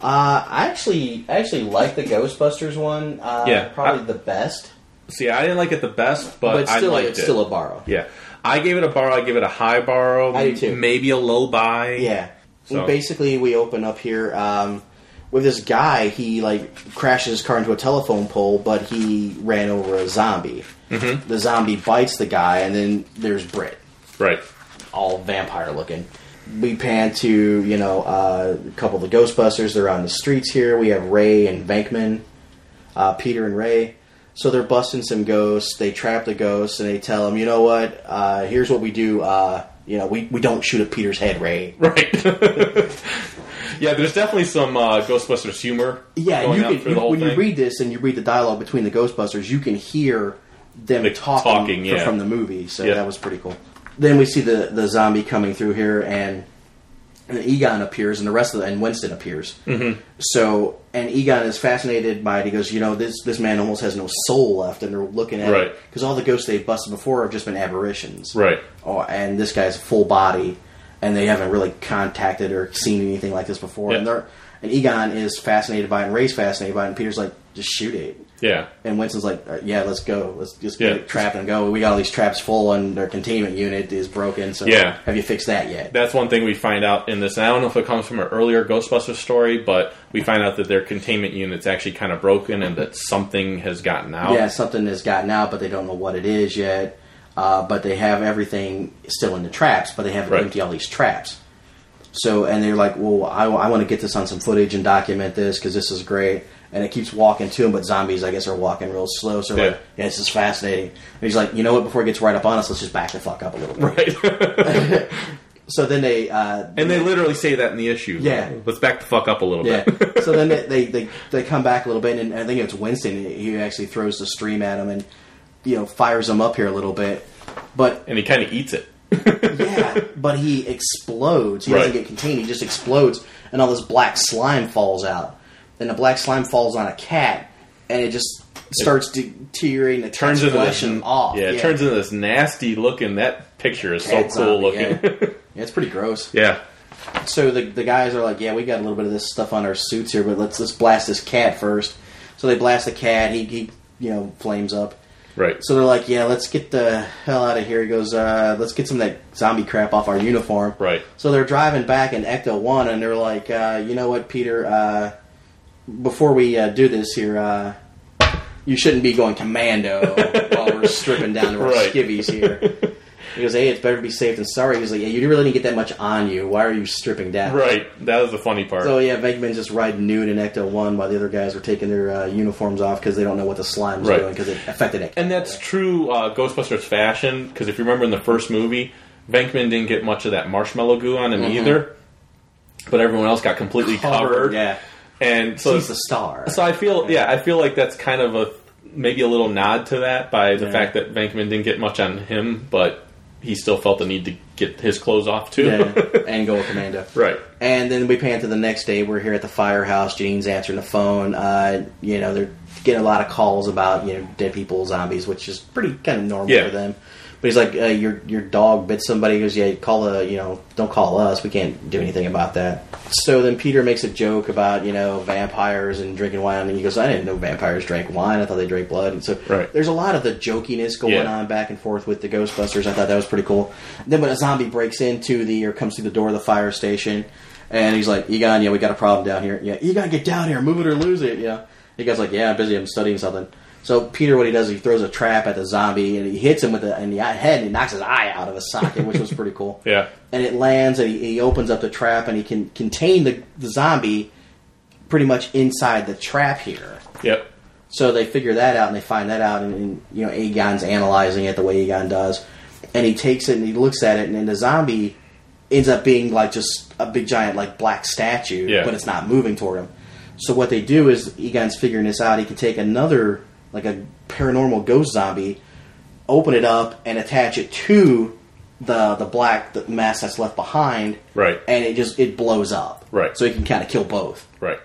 [SPEAKER 3] Uh, I actually I actually like the Ghostbusters one. Uh,
[SPEAKER 2] Yeah.
[SPEAKER 3] Probably
[SPEAKER 2] I-
[SPEAKER 3] the best.
[SPEAKER 2] See, I didn't like it the best, but,
[SPEAKER 3] But, still,
[SPEAKER 2] I liked
[SPEAKER 3] it's
[SPEAKER 2] it.
[SPEAKER 3] still a borrow.
[SPEAKER 2] yeah, I gave it a borrow. I give it a high borrow.
[SPEAKER 3] I do too.
[SPEAKER 2] Maybe a low buy.
[SPEAKER 3] Yeah.
[SPEAKER 2] So-
[SPEAKER 3] Basically, we open up here um, with this guy. He like crashes his car into a telephone pole, but he ran over a zombie. Mm-hmm. The zombie bites the guy, and then there's Britt.
[SPEAKER 2] Right.
[SPEAKER 3] all vampire looking. We pan to you know uh, a couple of the Ghostbusters. They're on the streets here. We have Ray and Venkman, uh, Peter and Ray. So they're busting some ghosts. They trap the ghosts and they tell them, you know what? Uh, here's what we do. Uh, you know, we, we don't shoot at Peter's head, Ray.
[SPEAKER 2] Right. yeah, there's definitely some uh, Ghostbusters humor.
[SPEAKER 3] Yeah,
[SPEAKER 2] going
[SPEAKER 3] you
[SPEAKER 2] on
[SPEAKER 3] can,
[SPEAKER 2] through
[SPEAKER 3] you,
[SPEAKER 2] the whole
[SPEAKER 3] when you
[SPEAKER 2] thing.
[SPEAKER 3] read this and you read the dialogue between the Ghostbusters, you can hear them
[SPEAKER 2] The
[SPEAKER 3] talking,
[SPEAKER 2] talking,
[SPEAKER 3] fr-
[SPEAKER 2] yeah.
[SPEAKER 3] from the movie. So
[SPEAKER 2] Yeah.
[SPEAKER 3] that was pretty cool. Then we see the the zombie coming through here, and, and Egon appears, and the rest of the, and Winston appears. Mm-hmm. So and Egon is fascinated by it. He goes, you know, this this man almost has no soul left, and they're looking at
[SPEAKER 2] Right.
[SPEAKER 3] because all the ghosts they've busted before have just been aberrations,
[SPEAKER 2] Right.
[SPEAKER 3] Oh, and this guy's full body. and they haven't really contacted or seen anything like this before. And
[SPEAKER 2] Yeah.
[SPEAKER 3] they're and Egon is fascinated by it, and Ray's fascinated by it, and Peter's like, just shoot it.
[SPEAKER 2] Yeah.
[SPEAKER 3] And Winston's like, "Uh, yeah, let's go. Let's just get
[SPEAKER 2] Yeah.
[SPEAKER 3] it trapped and go. We got all these traps full, and their containment unit is broken. So,
[SPEAKER 2] Yeah.
[SPEAKER 3] have you fixed that yet?
[SPEAKER 2] That's one thing we find out in this. And I don't know if it comes from an earlier Ghostbusters story, but we find out that their containment unit's actually kind of broken and that something has gotten out.
[SPEAKER 3] yeah, something has gotten out, but they don't know what it is yet. Uh, but they have everything still in the traps, but they haven't
[SPEAKER 2] Right.
[SPEAKER 3] emptied all these traps. So, and they're like, well, I, want to get this on some footage and document this because this is great. And it keeps walking to him, but zombies, I guess, are walking real slow. So, they're
[SPEAKER 2] Yeah.
[SPEAKER 3] like, yeah, this is fascinating. And he's like, you know what? Before it gets right up on us, let's just back the fuck up a little bit.
[SPEAKER 2] Right.
[SPEAKER 3] So then they, uh,
[SPEAKER 2] and they literally say that in the issue.
[SPEAKER 3] Yeah.
[SPEAKER 2] Let's back the fuck up a little
[SPEAKER 3] Yeah.
[SPEAKER 2] bit.
[SPEAKER 3] so then they, they, they, they come back a little bit, and I think it's Winston who actually throws the stream at him and, you know, fires him up here a little bit. But
[SPEAKER 2] and he kind of eats it.
[SPEAKER 3] yeah, but he explodes. He doesn't
[SPEAKER 2] Right.
[SPEAKER 3] get contained. He just explodes, and all this black slime falls out. And the black slime falls on a cat, and it just starts deteriorating. It
[SPEAKER 2] Turns into this,
[SPEAKER 3] him off.
[SPEAKER 2] Yeah, it turns into this nasty looking. That picture is so
[SPEAKER 3] Cat
[SPEAKER 2] cool
[SPEAKER 3] zombie,
[SPEAKER 2] looking.
[SPEAKER 3] Yeah. Yeah, it's pretty gross.
[SPEAKER 2] yeah.
[SPEAKER 3] So the, the guys are like, yeah, we got a little bit of this stuff on our suits here, but let's let's blast this cat first. So they blast the cat. He, he you know flames up.
[SPEAKER 2] Right.
[SPEAKER 3] So they're like, yeah, let's get the hell out of here. He goes, uh, let's get some of that zombie crap off our uniform.
[SPEAKER 2] Right.
[SPEAKER 3] So they're driving back in Ecto 1, and they're like, uh, you know what, Peter, uh, before we uh, do this here, uh, you shouldn't be going commando while we're stripping down to our
[SPEAKER 2] Right.
[SPEAKER 3] skivvies here. He goes, hey, it's better to be safe than sorry. He's like, yeah, you really didn't get that much on you. Why are you stripping down?
[SPEAKER 2] right. That was the funny part.
[SPEAKER 3] So yeah, Venkman just ride nude in Ecto One while the other guys were taking their uh, uniforms off because they don't know what the slime's
[SPEAKER 2] Right.
[SPEAKER 3] doing because it affected Ecto.
[SPEAKER 2] And that's true uh, Ghostbusters fashion because if you remember in the first movie, Venkman didn't get much of that marshmallow goo on him
[SPEAKER 3] Mm-hmm.
[SPEAKER 2] either, but everyone else got completely covered.
[SPEAKER 3] yeah.
[SPEAKER 2] and so
[SPEAKER 3] He's the star.
[SPEAKER 2] So I feel yeah, I feel like that's kind of a maybe a little nod to that by the
[SPEAKER 3] Yeah.
[SPEAKER 2] fact that Venkman didn't get much on him, but he still felt the need to get his clothes off too.
[SPEAKER 3] yeah, and go with Commando.
[SPEAKER 2] right.
[SPEAKER 3] And then we pan to the next day. We're here at the firehouse. Jean's answering the phone. Uh, you know, they're getting a lot of calls about you know dead people, zombies, which is pretty kind of normal
[SPEAKER 2] Yeah.
[SPEAKER 3] for them. But he's like, uh, your your dog bit somebody. He goes, yeah, call a you know, don't call us. We can't do anything about that. So then Peter makes a joke about you know vampires and drinking wine, and he goes, I didn't know vampires drank wine. I thought they drank blood. And so
[SPEAKER 2] Right.
[SPEAKER 3] there's a lot of the jokiness going
[SPEAKER 2] Yeah.
[SPEAKER 3] on back and forth with the Ghostbusters. I thought that was pretty cool. Then when a zombie breaks into the or comes through the door of the fire station, and he's like, "Egon, yeah, we got a problem down here. Yeah, Egon, get down here, move it or lose it." Yeah, Egon's like, "Yeah, I'm busy. I'm studying something." So Peter, what he does, is he throws a trap at the zombie, and he hits him with the in the eye- head, and he knocks his eye out of his socket, which was pretty cool.
[SPEAKER 2] Yeah.
[SPEAKER 3] and it lands, and he, he opens up the trap, and he can contain the, the zombie pretty much inside the trap here.
[SPEAKER 2] Yep.
[SPEAKER 3] So they figure that out and they find that out, and, and you know Aegon's analyzing it the way Aegon does, and he takes it and he looks at it, and then the zombie ends up being like just a big giant like black statue,
[SPEAKER 2] Yeah.
[SPEAKER 3] but it's not moving toward him. So what they do is Egon's figuring this out. He can take another like a paranormal ghost zombie, open it up and attach it to the the black the mass that's left behind,
[SPEAKER 2] Right.
[SPEAKER 3] And it just it blows up,
[SPEAKER 2] Right.
[SPEAKER 3] So he can kind of kill both.
[SPEAKER 2] Right.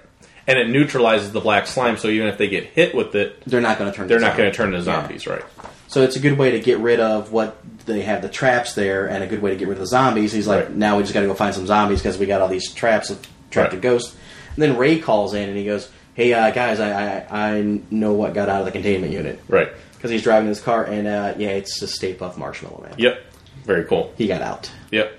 [SPEAKER 2] And it neutralizes the black slime, so even if they get hit with it,
[SPEAKER 3] They're not going to turn.
[SPEAKER 2] they're
[SPEAKER 3] into
[SPEAKER 2] not going
[SPEAKER 3] zombies.
[SPEAKER 2] to turn into
[SPEAKER 3] Yeah.
[SPEAKER 2] zombies, right?
[SPEAKER 3] So it's a good way to get rid of what they have the traps there, and a good way to get rid of the zombies. He's like,
[SPEAKER 2] Right.
[SPEAKER 3] now we just got to go find some zombies because we got all these traps of trapped
[SPEAKER 2] Right.
[SPEAKER 3] a ghost. And then Ray calls in and he goes, "Hey uh, guys, I, I I know what got out of the containment unit
[SPEAKER 2] Right.
[SPEAKER 3] because he's driving his car, and uh, yeah, it's the Stay Puft Marshmallow Man.
[SPEAKER 2] Yep. Very cool.
[SPEAKER 3] He got out.
[SPEAKER 2] Yep.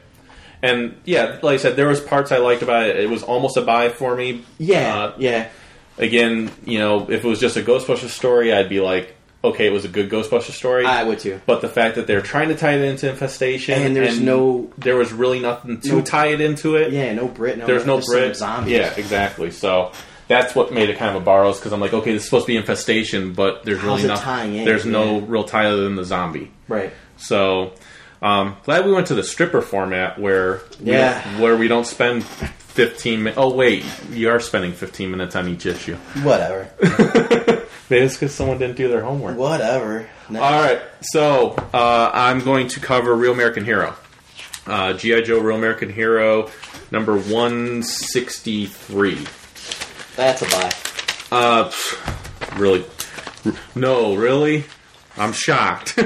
[SPEAKER 2] And yeah, like I said, there was parts I liked about it. It was almost a buy for me.
[SPEAKER 3] Yeah,
[SPEAKER 2] Uh,
[SPEAKER 3] yeah,
[SPEAKER 2] again, you know, if it was just a Ghostbusters story, I'd be like, okay, it was a good Ghostbusters story.
[SPEAKER 3] I would too.
[SPEAKER 2] But the fact that they're trying to tie it into infestation,
[SPEAKER 3] And there's no-
[SPEAKER 2] there was really nothing to
[SPEAKER 3] No-
[SPEAKER 2] tie it into it.
[SPEAKER 3] Yeah, no Brit. No,
[SPEAKER 2] there's no
[SPEAKER 3] just some
[SPEAKER 2] Brit.
[SPEAKER 3] Zombies.
[SPEAKER 2] Yeah, exactly. So. That's what made it kind of a borrows because I'm like, okay, this is supposed to be infestation, but there's
[SPEAKER 3] How's it
[SPEAKER 2] really not.
[SPEAKER 3] tying in?
[SPEAKER 2] There's no
[SPEAKER 3] Yeah.
[SPEAKER 2] real tie other than the zombie.
[SPEAKER 3] right.
[SPEAKER 2] So um, glad we went to the stripper format where we
[SPEAKER 3] Yeah.
[SPEAKER 2] don't- where we don't spend 15 minutes. Oh wait, you are spending 15 minutes on each issue.
[SPEAKER 3] Whatever.
[SPEAKER 2] Maybe it's because someone didn't do their homework.
[SPEAKER 3] Whatever. No.
[SPEAKER 2] All right, so uh, I'm going to cover Real American Hero, uh, GI Joe Real American Hero number 163.
[SPEAKER 3] That's a buy.
[SPEAKER 2] Uh, pff, really? No, really? I'm shocked.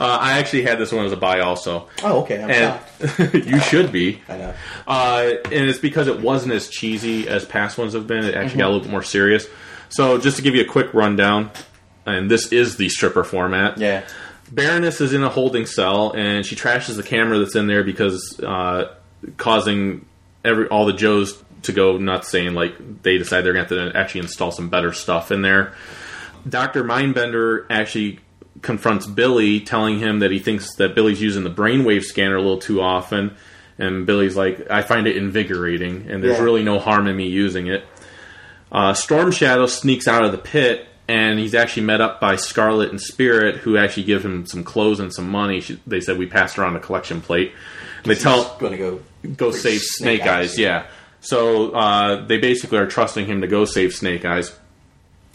[SPEAKER 2] Uh, I actually had this one as a buy also.
[SPEAKER 3] Oh, okay. I'm
[SPEAKER 2] And
[SPEAKER 3] shocked.
[SPEAKER 2] you should be.
[SPEAKER 3] I know.
[SPEAKER 2] Uh, and it's because it wasn't as cheesy as past ones have been. It actually got a little bit more serious. So, just to give you a quick rundown, and this is the stripper format.
[SPEAKER 3] Yeah.
[SPEAKER 2] Baroness is in a holding cell, and she trashes the camera that's in there because uh, causing every all the Joes to go nuts, saying like they decide they're going to have to actually install some better stuff in there. Doctor Mindbender actually confronts Billy, telling him that he thinks that Billy's using the brainwave scanner a little too often, and Billy's like, "I find it invigorating, and there's
[SPEAKER 3] Yeah.
[SPEAKER 2] really no harm in me using it." Uh, Storm Shadow sneaks out of the pit, and he's actually met up by Scarlet and Spirit, who actually give him some clothes and some money. She, they said we passed around a collection plate. And they tell
[SPEAKER 3] Going to go.
[SPEAKER 2] go save Snake Eyes. Yeah. So uh, they basically are trusting him to go save Snake Eyes.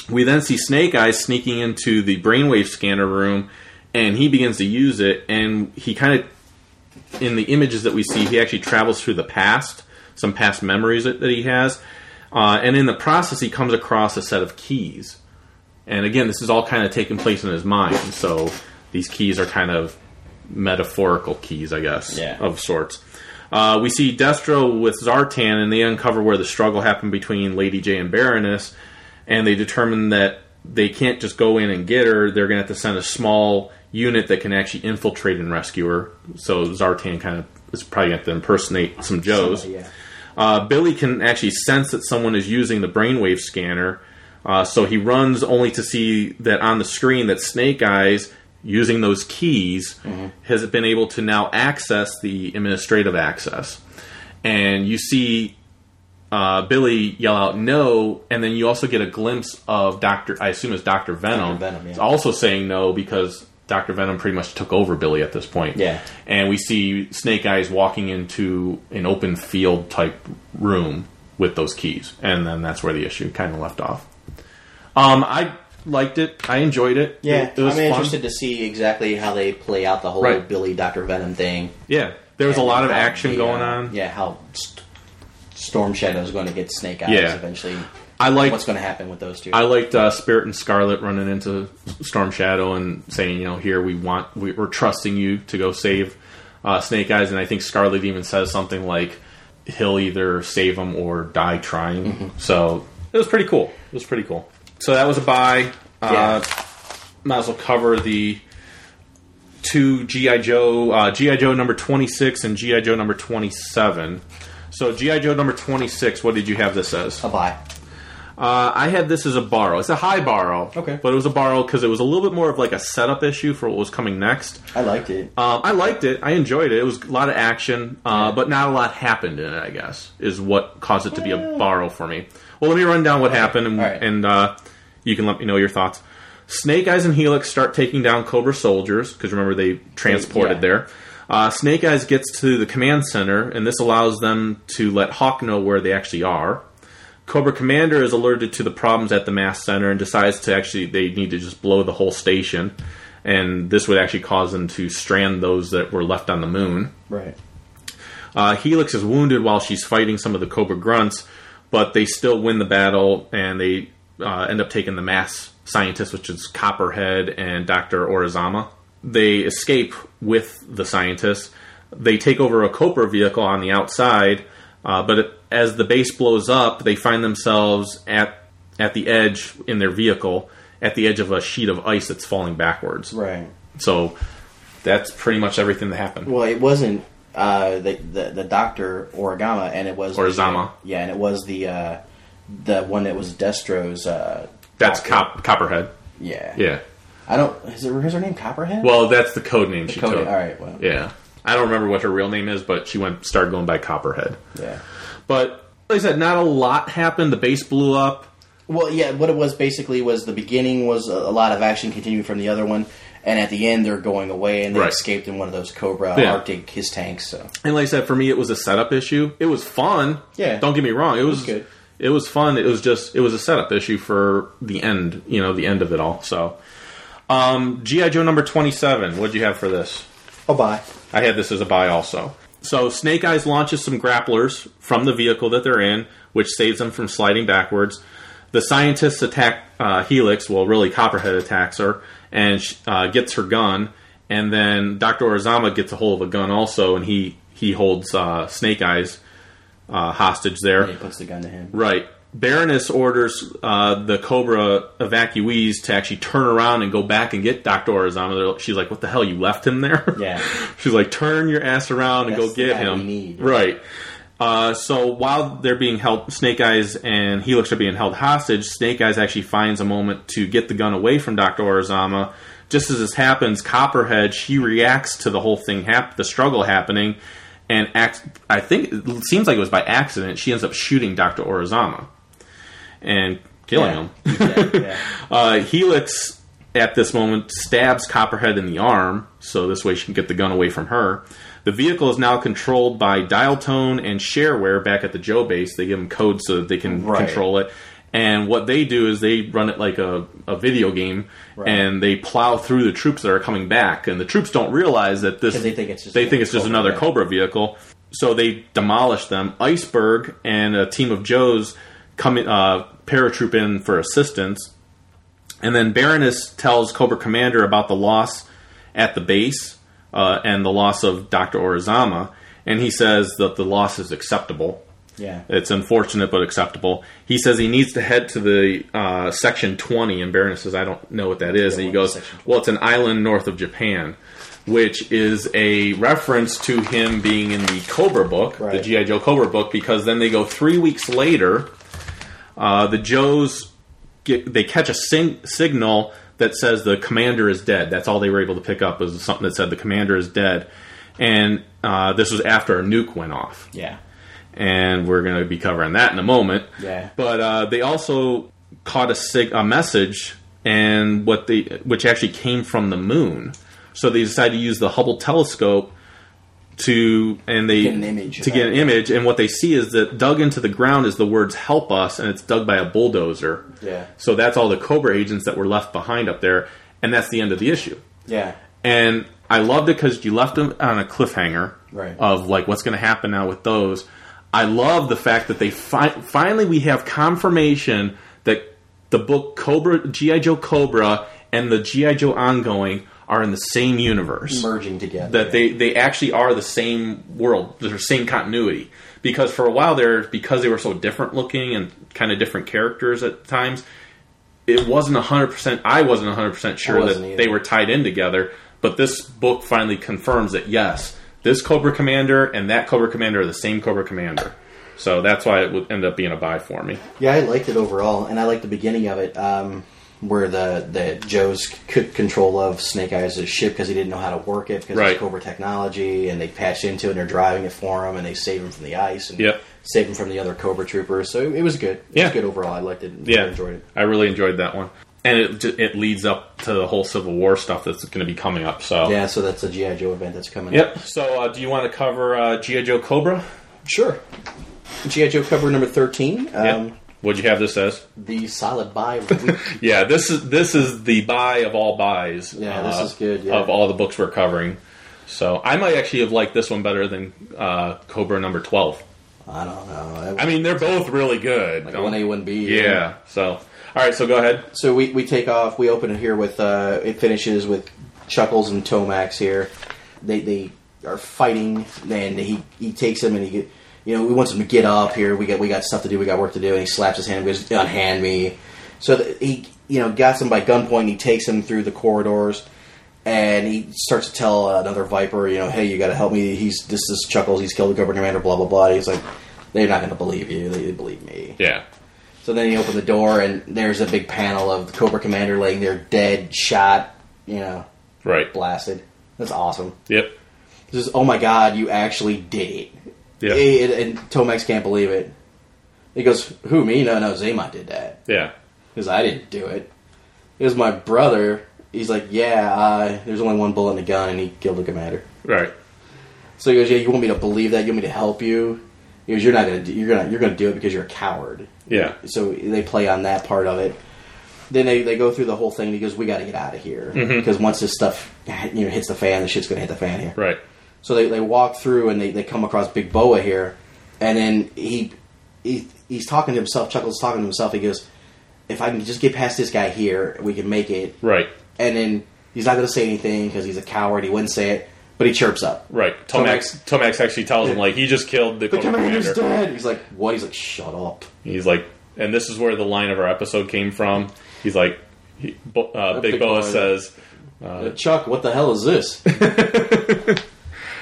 [SPEAKER 2] We then see Snake Eyes sneaking into the brainwave scanner room, and he begins to use it. And he kind of, in the images that we see, he actually travels through the past, some past memories that, that he has, uh, and in the process, he comes across a set of keys. And again, this is all kind of taking place in his mind. So these keys are kind of metaphorical keys, I guess,
[SPEAKER 3] Yeah.
[SPEAKER 2] of sorts. Uh, we see Destro with Zartan, and they uncover where the struggle happened between Lady J and Baroness, and they determine that they can't just go in and get her. They're going to have to send a small unit that can actually infiltrate and rescue her. So Zartan kind of is probably going to have to impersonate some Joes.
[SPEAKER 3] Yeah.
[SPEAKER 2] Uh, Billy can actually sense that someone is using the brainwave scanner, uh, so he runs only to see that on the screen that Snake Eyes, using those keys,
[SPEAKER 3] Mm-hmm.
[SPEAKER 2] has been able to now access the administrative access. And you see uh, Billy yell out no, and then you also get a glimpse of Doctor. I assume it's Doctor Venom.
[SPEAKER 3] Dr. Venom, yeah.
[SPEAKER 2] Also saying no because Doctor Venom pretty much took over Billy at this point.
[SPEAKER 3] Yeah.
[SPEAKER 2] and we see Snake Eyes walking into an open field type room with those keys, and then that's where the issue kind of left off. Um, I liked it. I enjoyed it.
[SPEAKER 3] Yeah,
[SPEAKER 2] it, it was
[SPEAKER 3] I'm
[SPEAKER 2] fun.
[SPEAKER 3] interested to see exactly how they play out the whole
[SPEAKER 2] Right.
[SPEAKER 3] Billy Doctor Venom thing.
[SPEAKER 2] Yeah, there was a
[SPEAKER 3] And
[SPEAKER 2] lot of
[SPEAKER 3] how
[SPEAKER 2] action
[SPEAKER 3] the,
[SPEAKER 2] going
[SPEAKER 3] uh,
[SPEAKER 2] on.
[SPEAKER 3] Yeah, how St- Storm Shadow's going to get Snake Eyes
[SPEAKER 2] Yeah.
[SPEAKER 3] eventually.
[SPEAKER 2] I liked
[SPEAKER 3] What's going to happen with those two?
[SPEAKER 2] I liked uh, Spirit and Scarlet running into Storm Shadow and saying, you know, here we want, we, we're trusting you to go save uh, Snake Eyes. And I think Scarlet even says something like, he'll either save him or die trying. So it was pretty cool. It was pretty cool. So that was a buy. Uh, might as well cover the two GI Joe, uh, GI Joe number twenty six and GI Joe number twenty seven. So GI Joe number twenty six. What did you have this as?
[SPEAKER 3] a buy.
[SPEAKER 2] Uh, I had this as a borrow. It's a high borrow.
[SPEAKER 3] Okay.
[SPEAKER 2] But it was a borrow because it was a little bit more of like a setup issue for what was coming next.
[SPEAKER 3] I liked it.
[SPEAKER 2] Um, I liked it. I enjoyed it. It was a lot of action, uh, but not a lot happened in it, I guess, is what caused it to be a borrow for me. Well, let me run down what happened, and,
[SPEAKER 3] All right.
[SPEAKER 2] and uh, you can let me know your thoughts. Snake Eyes and Helix start taking down Cobra soldiers, because remember they transported
[SPEAKER 3] Yeah.
[SPEAKER 2] there. Uh, Snake Eyes gets to the command center, and this allows them to let Hawk know where they actually are. Cobra Commander is alerted to the problems at the mass center and decides to actually they need to just blow the whole station, and this would actually cause them to strand those that were left on the moon.
[SPEAKER 3] right.
[SPEAKER 2] Uh, Helix is wounded while she's fighting some of the Cobra grunts, but they still win the battle and they uh, end up taking the mass scientist, which is Copperhead and Dr. Orizama. They escape with the scientists. They take over a Cobra vehicle on the outside, uh, but it- as the base blows up, they find themselves at at the edge in their vehicle, at the edge of a sheet of ice that's falling backwards.
[SPEAKER 3] Right.
[SPEAKER 2] So that's pretty much everything that happened.
[SPEAKER 3] Well, it wasn't uh, the, the the Doctor Origama, and it was the-
[SPEAKER 2] Origama.
[SPEAKER 3] yeah, and it was the uh, the one that was Destro's. Uh,
[SPEAKER 2] that's
[SPEAKER 3] doctor.
[SPEAKER 2] Cop- Copperhead.
[SPEAKER 3] Yeah.
[SPEAKER 2] Yeah.
[SPEAKER 3] I don't. Is, it, is her name Copperhead?
[SPEAKER 2] Well, that's the code name she
[SPEAKER 3] Cody.
[SPEAKER 2] took.
[SPEAKER 3] All right. Well.
[SPEAKER 2] Yeah. I don't remember what her real name is, but she went started going by Copperhead.
[SPEAKER 3] yeah.
[SPEAKER 2] But like I said, not a lot happened. The base blew up.
[SPEAKER 3] Well, yeah, what it was basically was the beginning was a, a lot of action continuing from the other one, and at the end they're going away and they
[SPEAKER 2] Right.
[SPEAKER 3] escaped in one of those Cobra
[SPEAKER 2] Yeah.
[SPEAKER 3] Arctic his tanks. So
[SPEAKER 2] And like I said, for me it was a setup issue. It was fun.
[SPEAKER 3] Yeah.
[SPEAKER 2] Don't get me wrong. It was it was,
[SPEAKER 3] good.
[SPEAKER 2] fun. It was just it was a setup issue for the end, you know, the end of it all. So um G.I. Joe number twenty seven, what'd you have for this?
[SPEAKER 3] oh bye.
[SPEAKER 2] I had this as a buy also. So Snake Eyes launches some grapplers from the vehicle that they're in, which saves them from sliding backwards. The scientists attack uh, Helix, well, really Copperhead attacks her, and sh- uh, gets her gun. and then Doctor Orizama gets a hold of a gun also, and he he holds uh, Snake Eyes uh, hostage there.
[SPEAKER 3] He puts the gun to him.
[SPEAKER 2] Right. Baroness orders uh, the Cobra evacuees to actually turn around and go back and get Doctor Orizama. They're- She's like, "What the hell? You left him there?"
[SPEAKER 3] Yeah.
[SPEAKER 2] She's like, "Turn your ass around and
[SPEAKER 3] That's
[SPEAKER 2] go get
[SPEAKER 3] the guy
[SPEAKER 2] him."
[SPEAKER 3] we need.
[SPEAKER 2] Right. Uh, so while they're being held, Snake Eyes and Helix are being held hostage. Snake Eyes actually finds a moment to get the gun away from Doctor Orizama. Just as this happens, Copperhead she reacts to the whole thing, hap- the struggle happening, and acts. I think it seems like it was by accident. She ends up shooting Doctor Orizama and killing
[SPEAKER 3] Yeah.
[SPEAKER 2] him.
[SPEAKER 3] Yeah, yeah.
[SPEAKER 2] Uh, Helix, at this moment, stabs Copperhead in the arm, so this way she can get the gun away from her. The vehicle is now controlled by dial tone and shareware back at the Joe base. They give them codes so that they can
[SPEAKER 3] Right.
[SPEAKER 2] control it. And what they do is they run it like a, a video game,
[SPEAKER 3] Right.
[SPEAKER 2] and they plow through the troops that are coming back. And the troops don't realize that this
[SPEAKER 3] 'Cause they think it's just
[SPEAKER 2] they
[SPEAKER 3] another
[SPEAKER 2] think it's just
[SPEAKER 3] Cobra,
[SPEAKER 2] another
[SPEAKER 3] yeah.
[SPEAKER 2] Cobra vehicle. So they demolish them. Iceberg and a team of Joes come in, uh, paratroop in for assistance. And then Baroness tells Cobra Commander about the loss at the base uh, and the loss of Dr. Orizama. And he says that the loss is acceptable.
[SPEAKER 3] Yeah.
[SPEAKER 2] It's unfortunate, but acceptable. He says he needs to head to the uh, Section 20, and Baroness says, I don't know what that is. And he
[SPEAKER 3] what
[SPEAKER 2] goes,
[SPEAKER 3] is Section 20?
[SPEAKER 2] Well, it's an island north of Japan, which is a reference to him being in the Cobra book, the
[SPEAKER 3] Right.
[SPEAKER 2] G.I. Joe Cobra book, because then they go three weeks later. Uh, the Joes get, they catch a sing- signal that says the commander is dead. That's all they were able to pick up was something that said the commander is dead. And uh, this was after a nuke went off
[SPEAKER 3] Yeah.
[SPEAKER 2] and we're going to be covering that in a moment.
[SPEAKER 3] Yeah.
[SPEAKER 2] But uh, they also caught a, sig- a message, and what they which actually came from the moon. So they decided to use the Hubble telescope to and they
[SPEAKER 3] Get an image.
[SPEAKER 2] to get an image, and what they see is that dug into the ground is the words "Help Us," and it's dug by a bulldozer.
[SPEAKER 3] Yeah.
[SPEAKER 2] So that's all the Cobra agents that were left behind up there, and that's the end of the issue
[SPEAKER 3] Yeah.
[SPEAKER 2] and I loved it because you left them on a cliffhanger
[SPEAKER 3] Right.
[SPEAKER 2] of like what's going to happen now with those. I love the fact that they fi- finally we have confirmation that the book Cobra GI Joe Cobra and the GI Joe ongoing are in the same universe.
[SPEAKER 3] Merging together.
[SPEAKER 2] That they they actually are the same world, the same continuity. Because for a while there, because they were so different looking and kind of different characters at times, it wasn't 100% i wasn't 100% sure that
[SPEAKER 3] wasn't either.
[SPEAKER 2] they were tied in together but this book finally confirms that yes this cobra commander and that cobra commander are the same cobra commander so that's why it would end up being a buy for me
[SPEAKER 3] Yeah, I liked it overall, and I liked the beginning of it, um, where the the Joe's took control of Snake Eyes' ship because he didn't know how to work it because
[SPEAKER 2] Right.
[SPEAKER 3] it's Cobra technology, and they patched into it and they're driving it for him, and they save him from the ice and
[SPEAKER 2] Yep.
[SPEAKER 3] save him from the other Cobra troopers. So it, it was good. It
[SPEAKER 2] Yeah.
[SPEAKER 3] was good overall. I liked it.
[SPEAKER 2] yeah
[SPEAKER 3] I enjoyed it.
[SPEAKER 2] i really enjoyed that one and it ju- it leads up to the whole civil war stuff that's going to be coming up so
[SPEAKER 3] Yeah, so that's the GI Joe event that's coming. up.
[SPEAKER 2] yep so uh, do you want to cover uh, gi joe cobra
[SPEAKER 3] sure. GI Joe cover number thirteen. Um,
[SPEAKER 2] yeah what'd you have this as
[SPEAKER 3] The solid buy of the week.
[SPEAKER 2] yeah this is this is the buy of all buys uh,
[SPEAKER 3] Yeah, this is good, yeah.
[SPEAKER 2] of all the books we're covering so i might actually have liked this one better than uh, cobra number 12
[SPEAKER 3] I don't know.
[SPEAKER 2] i mean they're both really good don't-
[SPEAKER 3] one A, one B.
[SPEAKER 2] yeah so all right so go ahead
[SPEAKER 3] So we, we take off. We open it here with uh, it finishes with Chuckles and Tomax here. They they are fighting. Then he he takes him and he get- you know we want him to get up here. We got we got stuff to do. We got work to do. And he slaps his hand. and goes unhand me. So that he you know got him by gunpoint. and He takes him through the corridors. And he starts to tell another Viper, you know, hey, you got to help me. He's this is Chuckles. He's killed the Cobra Commander. Blah blah blah. He's like, they're not going to believe you. They believe me.
[SPEAKER 2] yeah
[SPEAKER 3] So then you open the door, and there's a big panel of the Cobra Commander laying there, dead, shot, you know,
[SPEAKER 2] right
[SPEAKER 3] blasted. That's awesome.
[SPEAKER 2] yep
[SPEAKER 3] This is, oh my god, you actually did it.
[SPEAKER 2] Yeah.
[SPEAKER 3] It- it- and Tomex can't believe it. He goes, who, me? No, no, Zaymot did that.
[SPEAKER 2] yeah
[SPEAKER 3] Because I didn't do it. It was my brother. He's like, yeah, uh, there's only one bullet in the gun, and he killed the commander.
[SPEAKER 2] right
[SPEAKER 3] So he goes, yeah, you want me to believe that? You want me to help you? He goes, you're not gonna, do, you're gonna, you're gonna do it because you're a coward.
[SPEAKER 2] yeah
[SPEAKER 3] so they play on that part of it. Then they, they go through the whole thing. And he goes, "We got to get out of here
[SPEAKER 2] Mm-hmm.
[SPEAKER 3] because once this stuff you know hits the fan, the shit's going to hit the fan here."
[SPEAKER 2] right
[SPEAKER 3] So they, they walk through and they, they come across Big Boa here, and then he, he he's talking to himself. Chuckles talking to himself. He goes, "If I can just get past this guy here, we can make it."
[SPEAKER 2] right
[SPEAKER 3] And then He's not going to say anything because he's a coward. He wouldn't say it, but he chirps up.
[SPEAKER 2] Right. Tomax Tomax actually tells him like he just killed the,
[SPEAKER 3] The
[SPEAKER 2] Cobra
[SPEAKER 3] commander's
[SPEAKER 2] commander.
[SPEAKER 3] dead. He's like, what? He's like, shut up.
[SPEAKER 2] He's like, and this is where the line of our episode came from. He's like, he, Bo- uh, Big
[SPEAKER 3] Big
[SPEAKER 2] Boa
[SPEAKER 3] Boa.
[SPEAKER 2] says
[SPEAKER 3] Chuck, what the hell is this?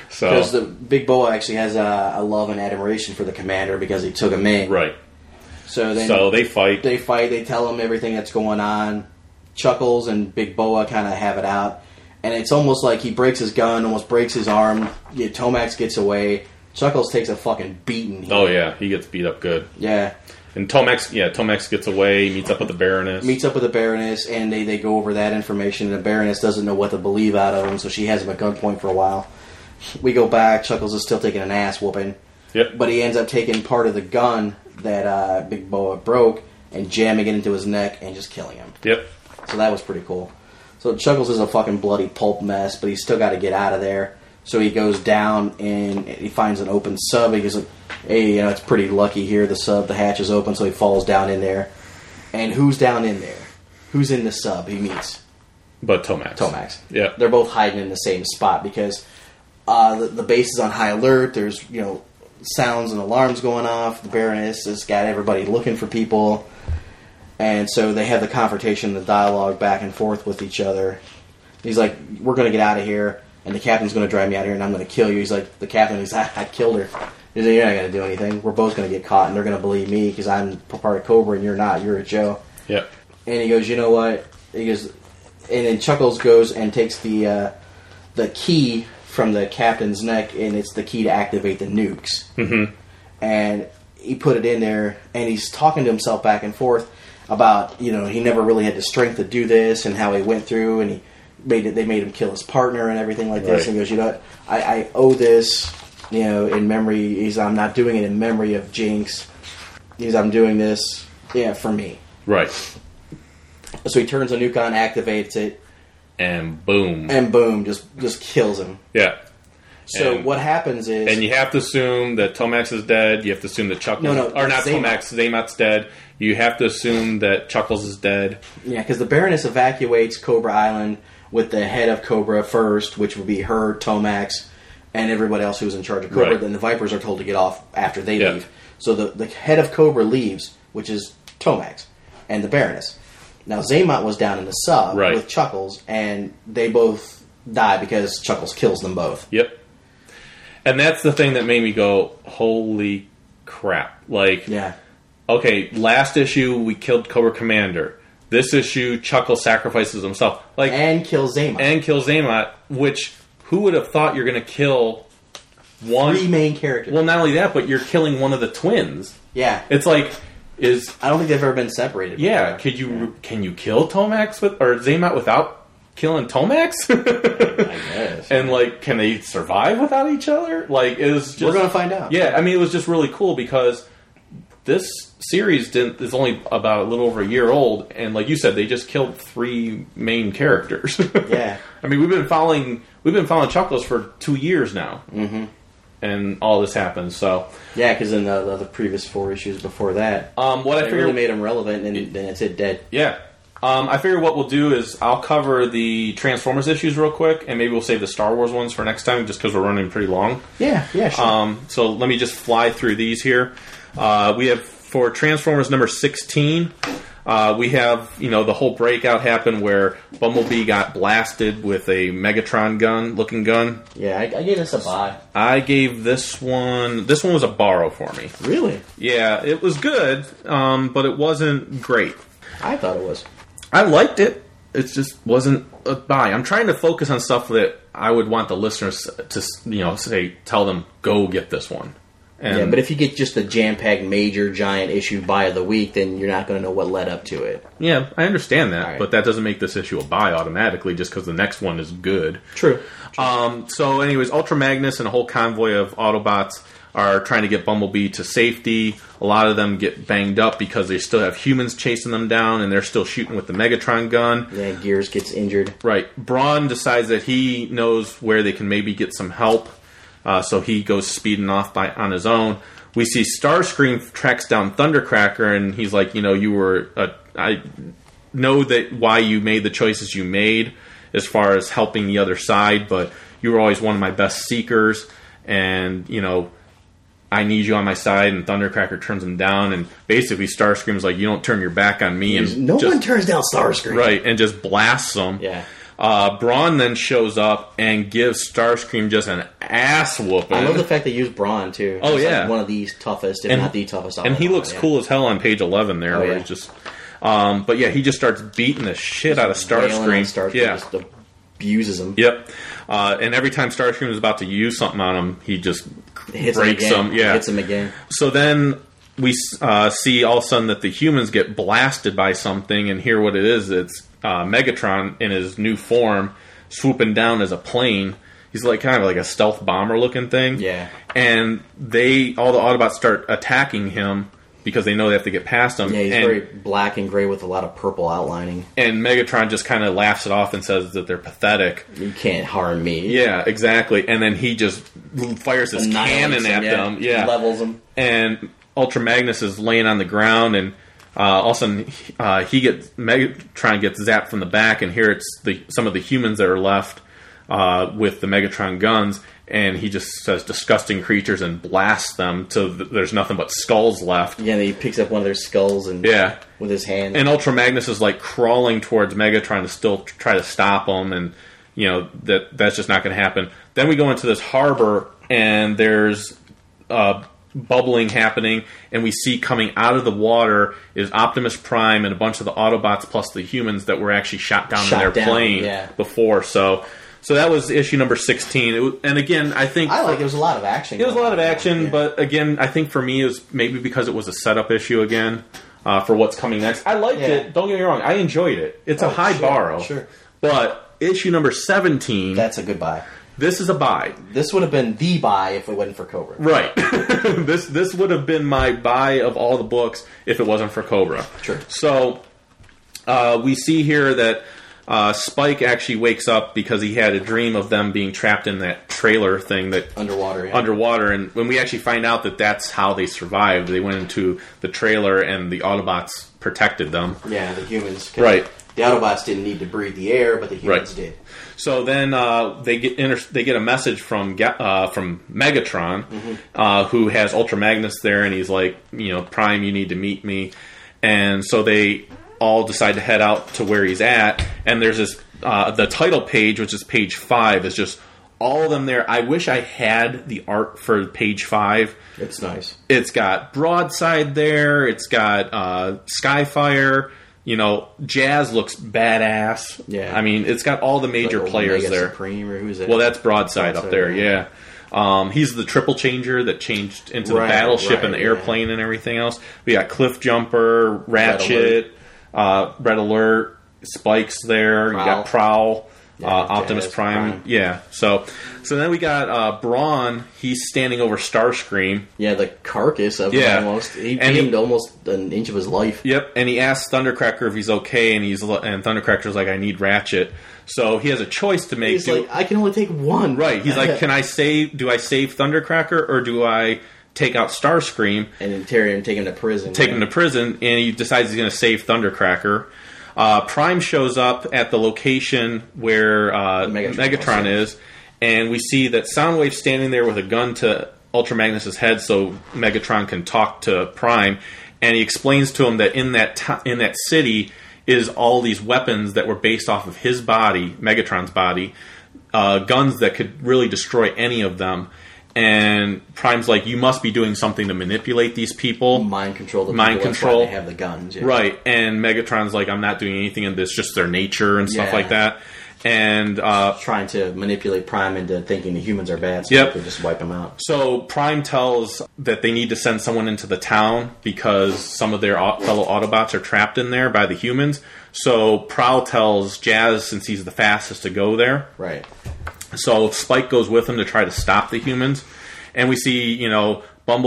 [SPEAKER 2] so.
[SPEAKER 3] Because the big boa actually has a, a love and admiration for the commander because he took him in.
[SPEAKER 2] right.
[SPEAKER 3] So then
[SPEAKER 2] So they fight.
[SPEAKER 3] they fight. They tell him everything that's going on. Chuckles and Big Boa kind of have it out, and it's almost like he breaks his gun, almost breaks his arm. Yeah, Tomax gets away. Chuckles takes a fucking beating. here.
[SPEAKER 2] oh yeah, he gets beat up good.
[SPEAKER 3] yeah.
[SPEAKER 2] And Tomax, yeah, Tomax gets away. Meets up with the Baroness.
[SPEAKER 3] Meets up with the Baroness, and they, they go over that information. And the Baroness doesn't know what to believe out of him, so she has him at gunpoint for a while. We go back. Chuckles is still taking an ass whooping.
[SPEAKER 2] Yep.
[SPEAKER 3] but he ends up taking part of the gun that uh, Big Boa broke and jamming it into his neck and just killing him.
[SPEAKER 2] Yep.
[SPEAKER 3] So that was pretty cool. So Chuckles is a fucking bloody pulp mess, but he's still got to get out of there. So he goes down and he finds an open sub. He's like, "Hey, you know, it's pretty lucky here. The sub, the hatch is open." So he falls down in there. And who's down in there? Who's in the sub? He meets
[SPEAKER 2] But Tomax.
[SPEAKER 3] Tomax.
[SPEAKER 2] Yeah.
[SPEAKER 3] They're both hiding in the same spot because uh, the, the base is on high alert. There's, you know, sounds and alarms going off. The Baroness has got everybody looking for people. And so they have the confrontation, the dialogue back and forth with each other. He's like, we're going to get out of here, and the captain's going to drive me out of here, and I'm going to kill you. He's like, the captain, he's like, I killed her. He's like, you're not going to do anything. We're both going to get caught, and they're going to believe me because I'm part of Cobra and you're not. You're a Joe.
[SPEAKER 2] Yep.
[SPEAKER 3] And he goes, you know what? He goes, and then Chuckles goes and takes the uh, the key from the captain's neck, and it's the key to activate the nukes. Mm-hmm. And he put it in there, and he's talking to himself back and forth about you know he never really had the strength to do this, and how he went through, and he made it. They made him kill his partner and everything like this.
[SPEAKER 2] Right.
[SPEAKER 3] And he goes, you know what? I, I owe this. You know, in memory, he's I'm not doing it in memory of Jinx. He's I'm doing this, yeah, for me.
[SPEAKER 2] Right.
[SPEAKER 3] So he turns a nuke on, activates it,
[SPEAKER 2] And boom.
[SPEAKER 3] and boom, just just kills him.
[SPEAKER 2] yeah.
[SPEAKER 3] So
[SPEAKER 2] And-
[SPEAKER 3] what happens is
[SPEAKER 2] And you have to assume that Tomax is dead. You have to assume that Chuckles,
[SPEAKER 3] No, no,
[SPEAKER 2] or not
[SPEAKER 3] Zaymot.
[SPEAKER 2] Tomax, Zaymot's dead. You have to assume that Chuckles is dead.
[SPEAKER 3] yeah, because the Baroness evacuates Cobra Island with the head of Cobra first, which would be her, Tomax, and everybody else who's in charge of Cobra.
[SPEAKER 2] Right.
[SPEAKER 3] Then the Vipers are told to get off after they
[SPEAKER 2] Yeah.
[SPEAKER 3] leave. So the the head of Cobra leaves, which is Tomax and the Baroness. Now Zaymot was down in the sub
[SPEAKER 2] Right.
[SPEAKER 3] with Chuckles, and they both die because Chuckles kills them both.
[SPEAKER 2] Yep. And that's the thing that made me go, holy crap! Like,
[SPEAKER 3] Yeah,
[SPEAKER 2] okay, last issue we killed Cobra Commander. This issue, Chuckles sacrifices himself, like, and,
[SPEAKER 3] and kills Zaymot.
[SPEAKER 2] kills Zaymot. Which who would have thought you're going to kill one?
[SPEAKER 3] Three main characters.
[SPEAKER 2] well, not only that, but you're killing one of the twins.
[SPEAKER 3] yeah,
[SPEAKER 2] It's like, is
[SPEAKER 3] I don't think they've ever been separated.
[SPEAKER 2] Yeah,
[SPEAKER 3] before.
[SPEAKER 2] could you can you kill Tomax with or Zaymot without killing Tomax?
[SPEAKER 3] I guess.
[SPEAKER 2] and like, can they survive without each other? Like, it was just
[SPEAKER 3] We're gonna find out.
[SPEAKER 2] Yeah, I mean, it was just really cool because this series didn't is only about a little over a year old, and like you said, they just killed three main characters.
[SPEAKER 3] Yeah.
[SPEAKER 2] I mean, we've been following we've been following Chuckles for two years now, mm-hmm. and all this happened. So,
[SPEAKER 3] Yeah, because in the, the, the previous four issues before that,
[SPEAKER 2] um, what I
[SPEAKER 3] they
[SPEAKER 2] figured
[SPEAKER 3] really made him relevant, and then it's it dead.
[SPEAKER 2] Yeah. Um, I figure what we'll do is I'll cover the Transformers issues real quick, and maybe we'll save the Star Wars ones for next time, just because we're running pretty long.
[SPEAKER 3] Yeah, yeah, sure.
[SPEAKER 2] Um, so let me just fly through these here. Uh, we have for Transformers number sixteen. Uh, we have you know the whole breakout happened where Bumblebee got blasted with a Megatron gun looking gun.
[SPEAKER 3] yeah, I, I gave this a buy.
[SPEAKER 2] I gave this one this one was a borrow for me.
[SPEAKER 3] Really,
[SPEAKER 2] Yeah, it was good, um, but it wasn't great.
[SPEAKER 3] I thought it was.
[SPEAKER 2] I liked it. It just wasn't a buy. I'm trying to focus on stuff that I would want the listeners to, you know, say, tell them, go get this one. And
[SPEAKER 3] yeah, but if you get just the jam packed major giant issue buy of the week, then you're not going to know what led up to it.
[SPEAKER 2] yeah, I understand that,
[SPEAKER 3] All right.
[SPEAKER 2] but that doesn't make this issue a buy automatically just because the next one is good.
[SPEAKER 3] True.
[SPEAKER 2] Um, so, anyways, Ultra Magnus and a whole convoy of Autobots are trying to get Bumblebee to safety. A lot of them get banged up because they still have humans chasing them down, and they're still shooting with the Megatron gun.
[SPEAKER 3] Yeah, Gears gets injured.
[SPEAKER 2] Right. Braun decides that he knows where they can maybe get some help, uh, so he goes speeding off by on his own. We see Starscream tracks down Thundercracker, and he's uh, like, you know, you were, a, I know that why you made the choices you made, as far as helping the other side, but you were always one of my best seekers, and you know. I need you on my side, and Thundercracker turns him down, and basically Starscream's like, "You don't turn your back on me." And
[SPEAKER 3] No
[SPEAKER 2] just-
[SPEAKER 3] one turns down Starscream.
[SPEAKER 2] right, and just blasts him.
[SPEAKER 3] Yeah.
[SPEAKER 2] Uh, Braun then shows up and gives Starscream just an ass whooping.
[SPEAKER 3] I love the fact they use Braun too.
[SPEAKER 2] Oh,
[SPEAKER 3] He's, like,
[SPEAKER 2] yeah.
[SPEAKER 3] one of these toughest, if
[SPEAKER 2] And-
[SPEAKER 3] not the toughest.
[SPEAKER 2] and he
[SPEAKER 3] outlaw,
[SPEAKER 2] looks
[SPEAKER 3] yeah.
[SPEAKER 2] cool as hell on page eleven there,
[SPEAKER 3] Oh,
[SPEAKER 2] where
[SPEAKER 3] yeah.
[SPEAKER 2] he's just. Um, but yeah, he just starts beating the shit out of
[SPEAKER 3] Wailing on
[SPEAKER 2] Starscream.
[SPEAKER 3] Starscream
[SPEAKER 2] yeah,
[SPEAKER 3] just abuses him.
[SPEAKER 2] yep. Uh, and every time Starscream is about to use something on him, he just
[SPEAKER 3] Hits
[SPEAKER 2] breaks
[SPEAKER 3] him again.
[SPEAKER 2] him. Yeah,
[SPEAKER 3] Hits him again.
[SPEAKER 2] So then we uh, see all of a sudden that the humans get blasted by something, and hear what it is. It's uh, Megatron in his new form, swooping down as a plane. He's like kind of like a stealth bomber looking thing.
[SPEAKER 3] Yeah.
[SPEAKER 2] And they all the Autobots start attacking him because they know they have to get past him.
[SPEAKER 3] Yeah, he's
[SPEAKER 2] and,
[SPEAKER 3] very black and gray with a lot of purple outlining.
[SPEAKER 2] and Megatron just kind of laughs it off and says that they're pathetic.
[SPEAKER 3] You can't harm me.
[SPEAKER 2] Yeah, exactly. And then he just fires his
[SPEAKER 3] Annihilates
[SPEAKER 2] cannon
[SPEAKER 3] him,
[SPEAKER 2] at them. Yeah,
[SPEAKER 3] Levels him.
[SPEAKER 2] and Ultra Magnus is laying on the ground, and uh, all of a sudden uh, he gets Megatron gets zapped from the back, and here it's the some of the humans that are left uh, with the Megatron guns, and he just says disgusting creatures and blasts them till th- there's nothing but skulls left.
[SPEAKER 3] Yeah, and he picks up one of their skulls and
[SPEAKER 2] Yeah.
[SPEAKER 3] with his hand.
[SPEAKER 2] And Ultra Magnus is like crawling towards Megatron to still t- try to stop him, and you know that that's just not going to happen. Then we go into this harbor, and there's uh, bubbling happening, and we see coming out of the water is Optimus Prime and a bunch of the Autobots plus the humans that were actually shot down
[SPEAKER 3] Shot
[SPEAKER 2] in their
[SPEAKER 3] down,
[SPEAKER 2] plane
[SPEAKER 3] yeah.
[SPEAKER 2] before. So, so that was issue number sixteen, it was, and again, I think
[SPEAKER 3] I like it was a lot of action.
[SPEAKER 2] it was a lot of action,
[SPEAKER 3] Yeah.
[SPEAKER 2] but again, I think for me, it was maybe because it was a setup issue again uh, for what's coming next. I liked
[SPEAKER 3] Yeah.
[SPEAKER 2] it. Don't get me wrong. I enjoyed it. It's
[SPEAKER 3] Oh,
[SPEAKER 2] a high
[SPEAKER 3] sure,
[SPEAKER 2] borrow.
[SPEAKER 3] sure.
[SPEAKER 2] But issue number 17,
[SPEAKER 3] that's a good buy.
[SPEAKER 2] this is a buy.
[SPEAKER 3] This would have been the buy if it wasn't for Cobra.
[SPEAKER 2] Right. this this would have been my buy of all the books if it wasn't for Cobra.
[SPEAKER 3] Sure.
[SPEAKER 2] So uh, we see here that uh, Spike actually wakes up because he had a dream of them being trapped in that trailer thing that
[SPEAKER 3] Underwater. Yeah.
[SPEAKER 2] underwater and when we actually find out that that's how they survived they went into the trailer and the autobots protected them
[SPEAKER 3] Yeah, the humans. 'cause
[SPEAKER 2] Right.
[SPEAKER 3] The Autobots didn't need to breathe the air, but the humans
[SPEAKER 2] Right.
[SPEAKER 3] did.
[SPEAKER 2] so then uh, they get inter- they get a message from Ga- uh, from megatron uh, who has ultra magnus there and he's like you know prime you need to meet me and so they all decide to head out to where he's at and there's this uh, the title page which is page five is just all of them there i wish i had the art for page five
[SPEAKER 3] It's nice.
[SPEAKER 2] it's got broadside there it's got uh, skyfire you know jazz looks badass
[SPEAKER 3] Yeah.
[SPEAKER 2] i mean it's got all the major
[SPEAKER 3] Like,
[SPEAKER 2] players
[SPEAKER 3] Omega
[SPEAKER 2] there
[SPEAKER 3] Supreme or who's it?
[SPEAKER 2] well that's broadside, up
[SPEAKER 3] Broadside,
[SPEAKER 2] there
[SPEAKER 3] yeah.
[SPEAKER 2] yeah, Um, he's the triple changer that changed into
[SPEAKER 3] Right,
[SPEAKER 2] the battleship and the
[SPEAKER 3] right,
[SPEAKER 2] airplane and everything else we got cliff jumper ratchet uh, red alert spikes there you got prowl uh,
[SPEAKER 3] Yeah,
[SPEAKER 2] Optimus
[SPEAKER 3] Jazz,
[SPEAKER 2] Prime.
[SPEAKER 3] Prime.
[SPEAKER 2] yeah. So, so then we got uh, Brawn. He's standing over Starscream,
[SPEAKER 3] yeah, the carcass of
[SPEAKER 2] Yeah.
[SPEAKER 3] him almost. He
[SPEAKER 2] And he-
[SPEAKER 3] gained almost an inch of his life.
[SPEAKER 2] Yep, and he asks Thundercracker if he's okay, and he's and Thundercracker's like, "I need Ratchet," so he has a choice to make.
[SPEAKER 3] He's
[SPEAKER 2] Do-
[SPEAKER 3] like, I can only take one.
[SPEAKER 2] right? He's like, "Can I save? Do I save Thundercracker or do I take out Starscream,
[SPEAKER 3] And then Terry and take him to prison.
[SPEAKER 2] take
[SPEAKER 3] yeah.
[SPEAKER 2] him to prison?" And he decides he's going to save Thundercracker. Uh, Prime shows up at the location where uh,
[SPEAKER 3] Megatron
[SPEAKER 2] Megatron,
[SPEAKER 3] was, yeah.
[SPEAKER 2] is, and we see that Soundwave's standing there with a gun to Ultra Magnus's head, so Megatron can talk to Prime. And he explains to him that in that to- in that city is all these weapons that were based off of his body, Megatron's body, uh, guns that could really destroy any of them. And Prime's like, "You must be doing something to manipulate these people."
[SPEAKER 3] mind control. The
[SPEAKER 2] Mind
[SPEAKER 3] people, that's why
[SPEAKER 2] control.
[SPEAKER 3] They have the guns. Yeah.
[SPEAKER 2] Right, and Megatron's like, I'm not doing anything, and it's just their nature and stuff
[SPEAKER 3] Yeah.
[SPEAKER 2] like that. And uh,
[SPEAKER 3] Trying to manipulate Prime into thinking the humans are bad, so
[SPEAKER 2] Yep.
[SPEAKER 3] they could just wipe him out.
[SPEAKER 2] so Prime tells that they need to send someone into the town because some of their au- fellow Autobots are trapped in there by the humans. So Prowl tells Jazz, since he's the fastest, to go there.
[SPEAKER 3] Right.
[SPEAKER 2] So Spike goes with him to try to stop the humans, and we see you know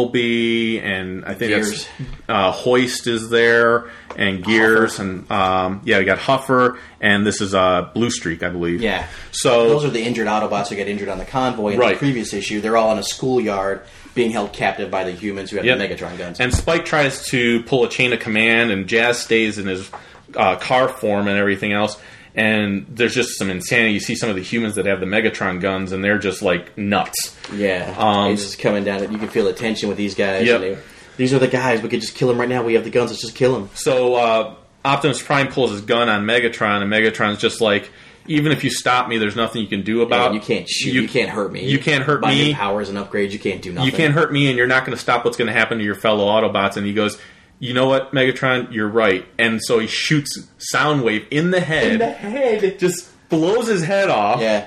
[SPEAKER 2] Bumblebee and I think
[SPEAKER 3] Gears.
[SPEAKER 2] that's uh, Hoist is there and Gears and um, yeah we got Huffer and this is uh, Blue Streak I believe
[SPEAKER 3] Yeah.
[SPEAKER 2] so
[SPEAKER 3] Those are the injured Autobots who got injured on the convoy in the
[SPEAKER 2] Oh. Right.
[SPEAKER 3] previous issue. They're all in a schoolyard being held captive by the humans who have
[SPEAKER 2] Yep.
[SPEAKER 3] the Megatron guns.
[SPEAKER 2] And Spike tries to pull a chain of command, and Jazz stays in his uh, car form and everything else. and there's just some insanity. You see some of the humans that have the Megatron guns, and they're just like nuts.
[SPEAKER 3] Yeah,
[SPEAKER 2] Um,
[SPEAKER 3] it's just coming down. You can feel the tension with these guys.
[SPEAKER 2] Yep.
[SPEAKER 3] and they- these are the guys. We could just kill them right now. We have the guns. Let's just kill them.
[SPEAKER 2] So uh, Optimus Prime pulls his gun on Megatron, and Megatron's just like, even if you stop me, there's nothing you can do about.
[SPEAKER 3] you can't shoot. You, can't hurt me.
[SPEAKER 2] You can't hurt
[SPEAKER 3] By
[SPEAKER 2] me.
[SPEAKER 3] new powers and upgrades, you can't do nothing.
[SPEAKER 2] You can't hurt me, and you're not going to stop what's going to happen to your fellow Autobots. And he goes, "You know what, Megatron? You're right." And so he shoots Soundwave in the head,
[SPEAKER 3] In the head.
[SPEAKER 2] just blows his head off.
[SPEAKER 3] Yeah,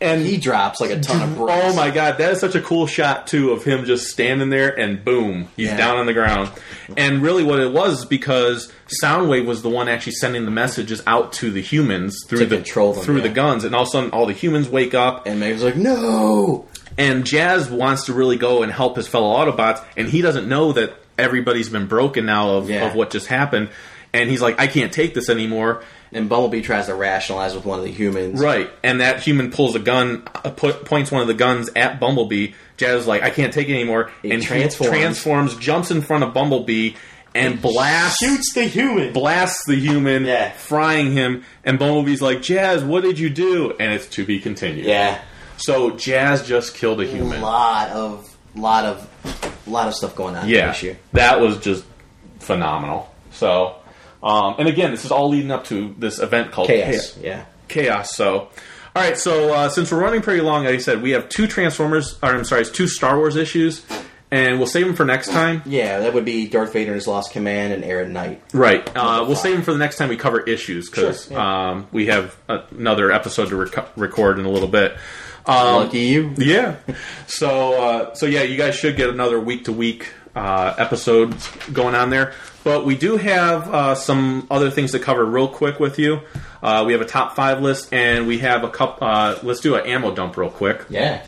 [SPEAKER 2] and
[SPEAKER 3] he drops like a ton of bricks.
[SPEAKER 2] Oh my god, that is such a cool shot too of him just standing there and boom, he's
[SPEAKER 3] Yeah.
[SPEAKER 2] down on the ground. And really what it was because Soundwave was the one actually sending the messages out to the humans through
[SPEAKER 3] To
[SPEAKER 2] the
[SPEAKER 3] control them,
[SPEAKER 2] through the
[SPEAKER 3] yeah.
[SPEAKER 2] guns and all of a sudden all the humans wake up
[SPEAKER 3] And Mega's like, no.
[SPEAKER 2] and Jazz wants to really go and help his fellow Autobots and he doesn't know that everybody's been broken now of,
[SPEAKER 3] Yeah.
[SPEAKER 2] of what just happened and he's like I can't take this anymore.
[SPEAKER 3] And Bumblebee tries to rationalize with one of the humans.
[SPEAKER 2] Right, and that human pulls a gun, uh, put, points one of the guns at Bumblebee. Jazz is like, I can't take it anymore,
[SPEAKER 3] He
[SPEAKER 2] and
[SPEAKER 3] transforms.
[SPEAKER 2] he transforms, jumps in front of Bumblebee, and blasts
[SPEAKER 3] Shoots the human.
[SPEAKER 2] blasts the human,
[SPEAKER 3] Yeah.
[SPEAKER 2] frying him. And Bumblebee's like, Jazz, what did you do? And it's to be continued.
[SPEAKER 3] Yeah.
[SPEAKER 2] So Jazz just killed a human.
[SPEAKER 3] Lot of lot of lot of stuff going on. in
[SPEAKER 2] yeah,
[SPEAKER 3] this year.
[SPEAKER 2] that was just phenomenal. So, um, and again, this is all leading up to this event called
[SPEAKER 3] Chaos. Yeah.
[SPEAKER 2] chaos. So, all right. So uh, since we're running pretty long, like I said, we have two Transformers. Or I'm sorry, it's two Star Wars issues, and we'll save them for next time.
[SPEAKER 3] Yeah, that would be Darth Vader and his lost command and Aaron Knight.
[SPEAKER 2] Right. Uh, we'll save them for the next time we cover issues because
[SPEAKER 3] Sure, yeah.
[SPEAKER 2] um, we have a- another episode to rec- record in a little bit. Um,
[SPEAKER 3] Lucky you.
[SPEAKER 2] Yeah. So uh, so yeah, you guys should get another week to week episode going on there. But we do have uh, some other things to cover real quick with you. Uh, we have a top five list, and we have a cup. Uh, let's do an ammo dump real quick.
[SPEAKER 3] Yeah.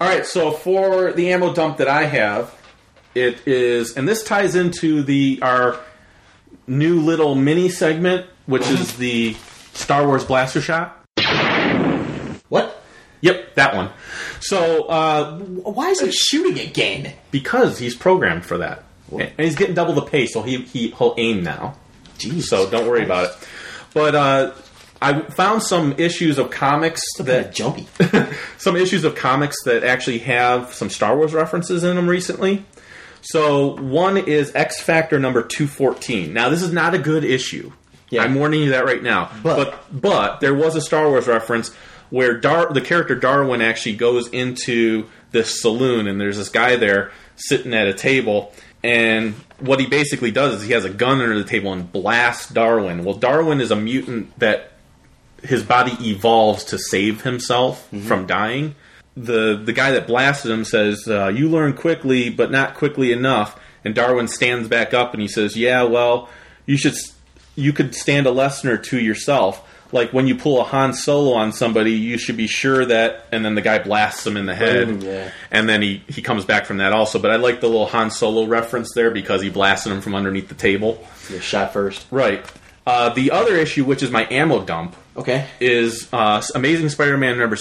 [SPEAKER 2] All right. So for the ammo dump that I have, it is, and this ties into the our new little mini segment, which is the Star Wars blaster shot.
[SPEAKER 3] What?
[SPEAKER 2] Yep, that one. So uh,
[SPEAKER 3] Why is he shooting again?
[SPEAKER 2] because he's programmed for that, and he's getting double the pace, so he, he he'll aim now.
[SPEAKER 3] Jeez.
[SPEAKER 2] So don't worry about it. But uh, I found some issues of comics
[SPEAKER 3] Kinda
[SPEAKER 2] that
[SPEAKER 3] jumpy.
[SPEAKER 2] some issues of comics that actually have some Star Wars references in them recently. So one is X Factor number two fourteen. Now this is not a good issue.
[SPEAKER 3] Yeah.
[SPEAKER 2] I'm warning you that right now.
[SPEAKER 3] But-
[SPEAKER 2] but but there was a Star Wars reference where Dar- the character Darwin actually goes into this saloon and there's this guy there sitting at a table and what he basically does is he has a gun under the table and blasts Darwin. Well, Darwin is a mutant that his body evolves to save himself
[SPEAKER 3] Mm-hmm.
[SPEAKER 2] from dying. The the guy that blasted him says, uh, "You learn quickly, but not quickly enough." And Darwin stands back up and he says, "Yeah, well, you should s- you could stand a lesson or two yourself. Like when you pull a Han Solo on somebody, you should be sure that." And then the guy blasts him in the head,
[SPEAKER 3] Boom, yeah.
[SPEAKER 2] and then he he comes back from that also. But I like the little Han Solo reference there because he blasted him from underneath the table.
[SPEAKER 3] You shot first.
[SPEAKER 2] Right. Uh, the other issue, which is my ammo dump,
[SPEAKER 3] Okay.
[SPEAKER 2] is uh, Amazing Spider-Man number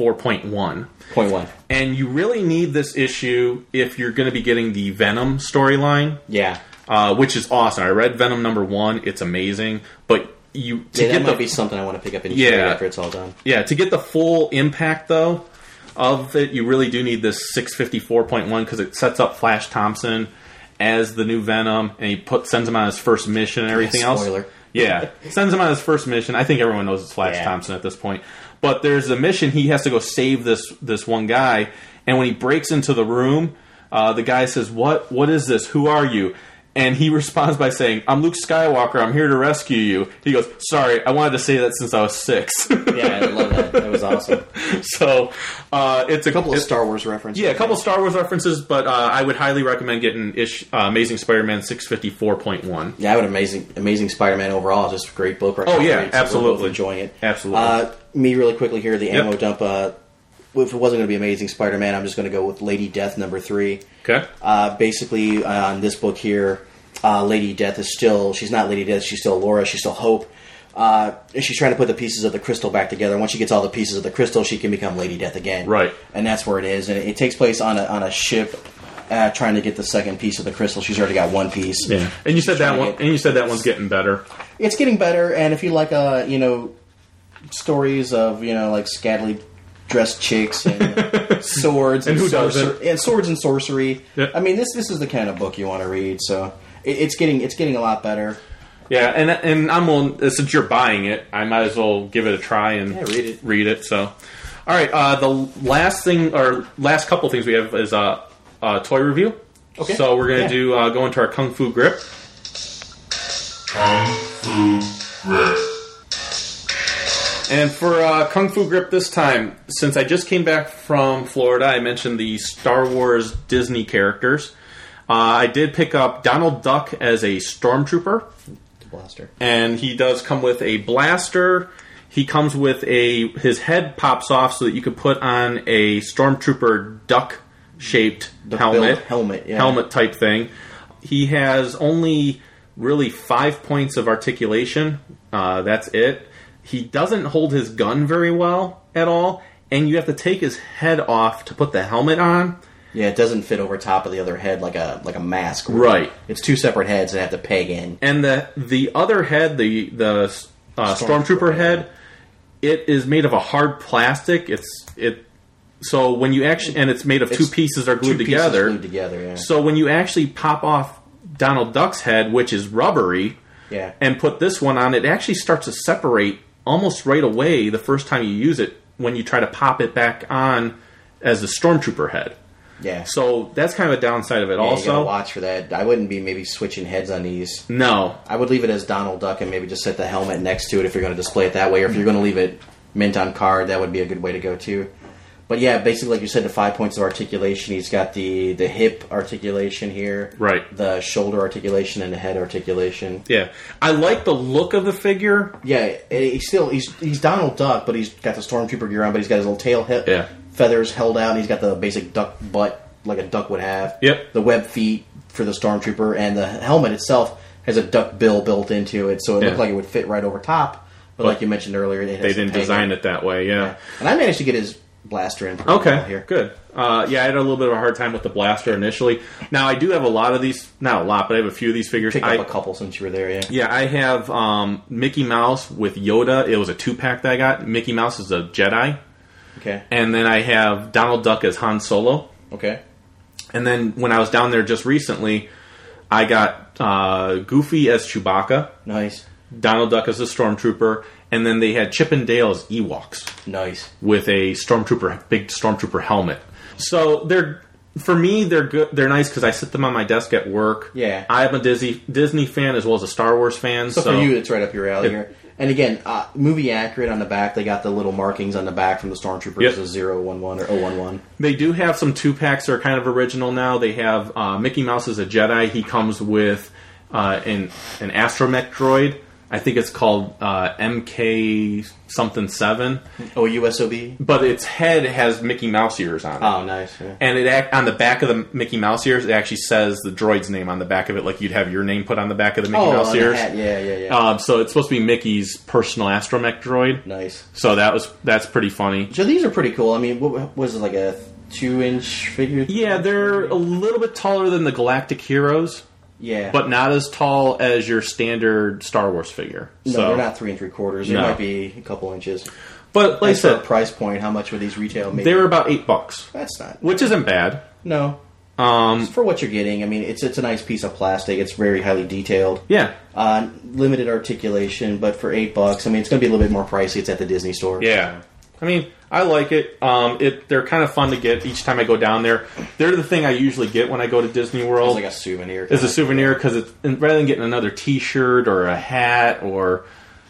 [SPEAKER 2] 654.1.
[SPEAKER 3] Point one.
[SPEAKER 2] And you really need this issue if you're going to be getting the Venom storyline,
[SPEAKER 3] Yeah.
[SPEAKER 2] uh, which is awesome. I read Venom number one; it's amazing. But you to
[SPEAKER 3] yeah, that
[SPEAKER 2] get
[SPEAKER 3] might
[SPEAKER 2] the
[SPEAKER 3] be something I want to pick up in
[SPEAKER 2] Yeah.
[SPEAKER 3] trade after it's all done.
[SPEAKER 2] yeah to get the full impact though of it, you really do need this 654.1 because it sets up Flash Thompson as the new Venom, and he put sends him on his first mission and everything else.
[SPEAKER 3] spoiler.
[SPEAKER 2] Yeah, sends him on his first mission. I think everyone knows it's Flash
[SPEAKER 3] Yeah.
[SPEAKER 2] Thompson at this point. But there's a mission he has to go save this this one guy, and when he breaks into the room, uh, the guy says, "What? What is this? Who are you?" And he responds by saying, "I'm Luke Skywalker. I'm here to rescue you." He goes, "Sorry, I wanted to say that since I was six.
[SPEAKER 3] Yeah, I love that. That was awesome.
[SPEAKER 2] so uh, it's a
[SPEAKER 3] couple of
[SPEAKER 2] it's-
[SPEAKER 3] Star Wars references.
[SPEAKER 2] yeah, a couple Star Wars references, but uh, I would highly recommend getting ish, uh, Amazing Spider-Man six fifty four point one.
[SPEAKER 3] Yeah, I would amazing amazing Spider-Man overall. Just a great book right
[SPEAKER 2] Oh,
[SPEAKER 3] now.
[SPEAKER 2] yeah,
[SPEAKER 3] Great, so we're both
[SPEAKER 2] absolutely.
[SPEAKER 3] enjoying it.
[SPEAKER 2] Absolutely.
[SPEAKER 3] Uh, me really quickly here. The
[SPEAKER 2] Yep.
[SPEAKER 3] ammo dump. Uh, if it wasn't going to be Amazing Spider-Man, I'm just going to go with Lady Death number three.
[SPEAKER 2] Okay,
[SPEAKER 3] Uh, basically, on this book here, uh, Lady Death is still she's not Lady Death. She's still Laura. She's still Hope. Uh, and she's trying to put the pieces of the crystal back together. Once she gets all the pieces of the crystal, she can become Lady Death again.
[SPEAKER 2] Right.
[SPEAKER 3] And that's where it is. And it, it takes place on a, on a ship uh, trying to get the second piece of the crystal. She's already got one piece.
[SPEAKER 2] Yeah, and you said that
[SPEAKER 3] She's trying to
[SPEAKER 2] one,
[SPEAKER 3] get-
[SPEAKER 2] and you said that one's getting better.
[SPEAKER 3] it's getting better. And if you like, uh, you know, stories of you know like scantily dressed chicks and swords
[SPEAKER 2] And who
[SPEAKER 3] sorcer-
[SPEAKER 2] doesn't?
[SPEAKER 3] and swords and sorcery.
[SPEAKER 2] Yeah.
[SPEAKER 3] I mean, this this is the kind of book you want to read. So it, it's getting it's getting a lot better.
[SPEAKER 2] Yeah, and and I'm willing uh, since you're buying it, I might as well give it a try and
[SPEAKER 3] Yeah, read it.
[SPEAKER 2] So, all right, uh, the last thing or last couple things we have is a uh, uh, toy review.
[SPEAKER 3] Okay.
[SPEAKER 2] So we're gonna
[SPEAKER 3] Yeah.
[SPEAKER 2] do uh, go into our kung fu grip.
[SPEAKER 8] Kung Fu Grip.
[SPEAKER 2] And for uh, Kung Fu Grip this time, since I just came back from Florida, I mentioned the Star Wars Disney characters. Uh, I did pick up Donald Duck as a stormtrooper,
[SPEAKER 3] The blaster.
[SPEAKER 2] and he does come with a blaster. He comes with a his head pops off so that you could put on a stormtrooper duck shaped
[SPEAKER 3] The
[SPEAKER 2] helmet,
[SPEAKER 3] build helmet, yeah.
[SPEAKER 2] helmet type thing. He has only really five points of articulation. Uh, that's it. He doesn't hold his gun very well at all, and you have to take his head off to put the helmet on.
[SPEAKER 3] Yeah, it doesn't fit over top of the other head like a like a mask.
[SPEAKER 2] Right.
[SPEAKER 3] It's two separate heads and have to peg in.
[SPEAKER 2] and the the other head, the the uh,
[SPEAKER 3] Stormtrooper
[SPEAKER 2] stormtrooper
[SPEAKER 3] head.
[SPEAKER 2] head, it is made of a hard plastic. It's it. So when you actually and it's made of two
[SPEAKER 3] It's
[SPEAKER 2] pieces are glued
[SPEAKER 3] Two pieces
[SPEAKER 2] together.
[SPEAKER 3] glued together. Yeah.
[SPEAKER 2] So when you actually pop off Donald Duck's head, which is rubbery,
[SPEAKER 3] yeah.
[SPEAKER 2] and put this one on, it actually starts to separate almost right away the first time you use it when you try to pop it back on as a stormtrooper head.
[SPEAKER 3] yeah.
[SPEAKER 2] So that's kind of a downside of it.
[SPEAKER 3] Yeah, you
[SPEAKER 2] also,
[SPEAKER 3] gotta watch for that. I wouldn't be maybe switching heads on these.
[SPEAKER 2] no,
[SPEAKER 3] I would leave it as Donald Duck and maybe just set the helmet next to it if you're going to display it that way, or if you're going to leave it mint on card, that would be a good way to go too. But yeah, basically, like you said, the five points of articulation. He's got the the hip articulation here,
[SPEAKER 2] Right.
[SPEAKER 3] The shoulder articulation and the head articulation.
[SPEAKER 2] yeah, I like the look of the figure.
[SPEAKER 3] Yeah, and he's still he's he's Donald Duck, but he's got the stormtrooper gear on, but he's got his little tail he-
[SPEAKER 2] Yeah.
[SPEAKER 3] feathers held out, and he's got the basic duck butt like a duck would have.
[SPEAKER 2] Yep.
[SPEAKER 3] The web feet for the stormtrooper, and the helmet itself has a duck bill built into it, so it
[SPEAKER 2] Yeah.
[SPEAKER 3] looked like it would fit right over top. But, like you mentioned earlier, it has
[SPEAKER 2] they
[SPEAKER 3] a
[SPEAKER 2] didn't
[SPEAKER 3] peg.
[SPEAKER 2] design it that way. Yeah.
[SPEAKER 3] And I managed to get his blaster in. pretty
[SPEAKER 2] Okay.
[SPEAKER 3] well here.
[SPEAKER 2] Good. Uh, yeah, I had a little bit of a hard time with the blaster initially. Now I do have a lot of these. Not a lot, but I have a few of these figures.
[SPEAKER 3] Picked
[SPEAKER 2] I-
[SPEAKER 3] up a couple since you were there, yeah.
[SPEAKER 2] Yeah, I have um, Mickey Mouse with Yoda. It was a two pack that I got. Mickey Mouse is a Jedi,
[SPEAKER 3] Okay.
[SPEAKER 2] and then I have Donald Duck as Han Solo.
[SPEAKER 3] Okay.
[SPEAKER 2] And then when I was down there just recently, I got uh, Goofy as Chewbacca,
[SPEAKER 3] Nice.
[SPEAKER 2] Donald Duck as a Stormtrooper, and then they had Chip and Dale as Ewoks.
[SPEAKER 3] Nice.
[SPEAKER 2] with a stormtrooper big stormtrooper helmet. So they're for me they're good they're nice because I sit them on my desk at work.
[SPEAKER 3] Yeah.
[SPEAKER 2] I'm a Disney Disney fan as well as a Star Wars fan. So,
[SPEAKER 3] So, for you, it's right up your alley
[SPEAKER 2] It-
[SPEAKER 3] here. And again, uh, movie accurate on the back. They got the little markings on the back from the stormtroopers,
[SPEAKER 2] Yep.
[SPEAKER 3] yep. a 011 or 011.
[SPEAKER 2] they do have some two packs that are kind of original now. They have uh, Mickey Mouse is a Jedi. He comes with uh, an an astromech droid. I think it's called uh, MK something seven,
[SPEAKER 3] Oh, USOB.
[SPEAKER 2] but its head has Mickey Mouse ears on it.
[SPEAKER 3] Oh, nice. Yeah.
[SPEAKER 2] and it act, on the back of the Mickey Mouse ears, it actually says the droid's name on the back of it, like you'd have your name put on the back of the Mickey
[SPEAKER 3] oh,
[SPEAKER 2] Mouse
[SPEAKER 3] on the
[SPEAKER 2] ears.
[SPEAKER 3] hat. Yeah, yeah, yeah.
[SPEAKER 2] Um, so it's supposed to be Mickey's personal astromech droid.
[SPEAKER 3] nice.
[SPEAKER 2] So that was that's pretty funny.
[SPEAKER 3] So these are pretty cool. I mean, what was it like a two-inch figure?
[SPEAKER 2] Yeah, they're a little bit taller than the Galactic Heroes,
[SPEAKER 3] yeah.
[SPEAKER 2] but not as tall as your standard Star Wars figure.
[SPEAKER 3] no,
[SPEAKER 2] so,
[SPEAKER 3] they're not three and three quarters. They
[SPEAKER 2] No.
[SPEAKER 3] might be a couple inches.
[SPEAKER 2] But like I
[SPEAKER 3] As for a
[SPEAKER 2] said,
[SPEAKER 3] price point, how much were these retail? Maybe
[SPEAKER 2] they were about eight bucks,
[SPEAKER 3] That's not
[SPEAKER 2] which isn't bad.
[SPEAKER 3] no. Um, for what you're getting, I mean, it's it's a nice piece of plastic. It's very highly detailed.
[SPEAKER 2] Yeah,
[SPEAKER 3] Uh, limited articulation, but for eight bucks, I mean, it's going to be a little bit more pricey. It's at the Disney store.
[SPEAKER 2] Yeah, I mean, I like it. Um, it they're kind of fun to get each time I go down there. They're the thing I usually get when I go to Disney
[SPEAKER 3] It's
[SPEAKER 2] World
[SPEAKER 3] like a souvenir.
[SPEAKER 2] as a souvenir because it's and rather than getting another T-shirt or a hat or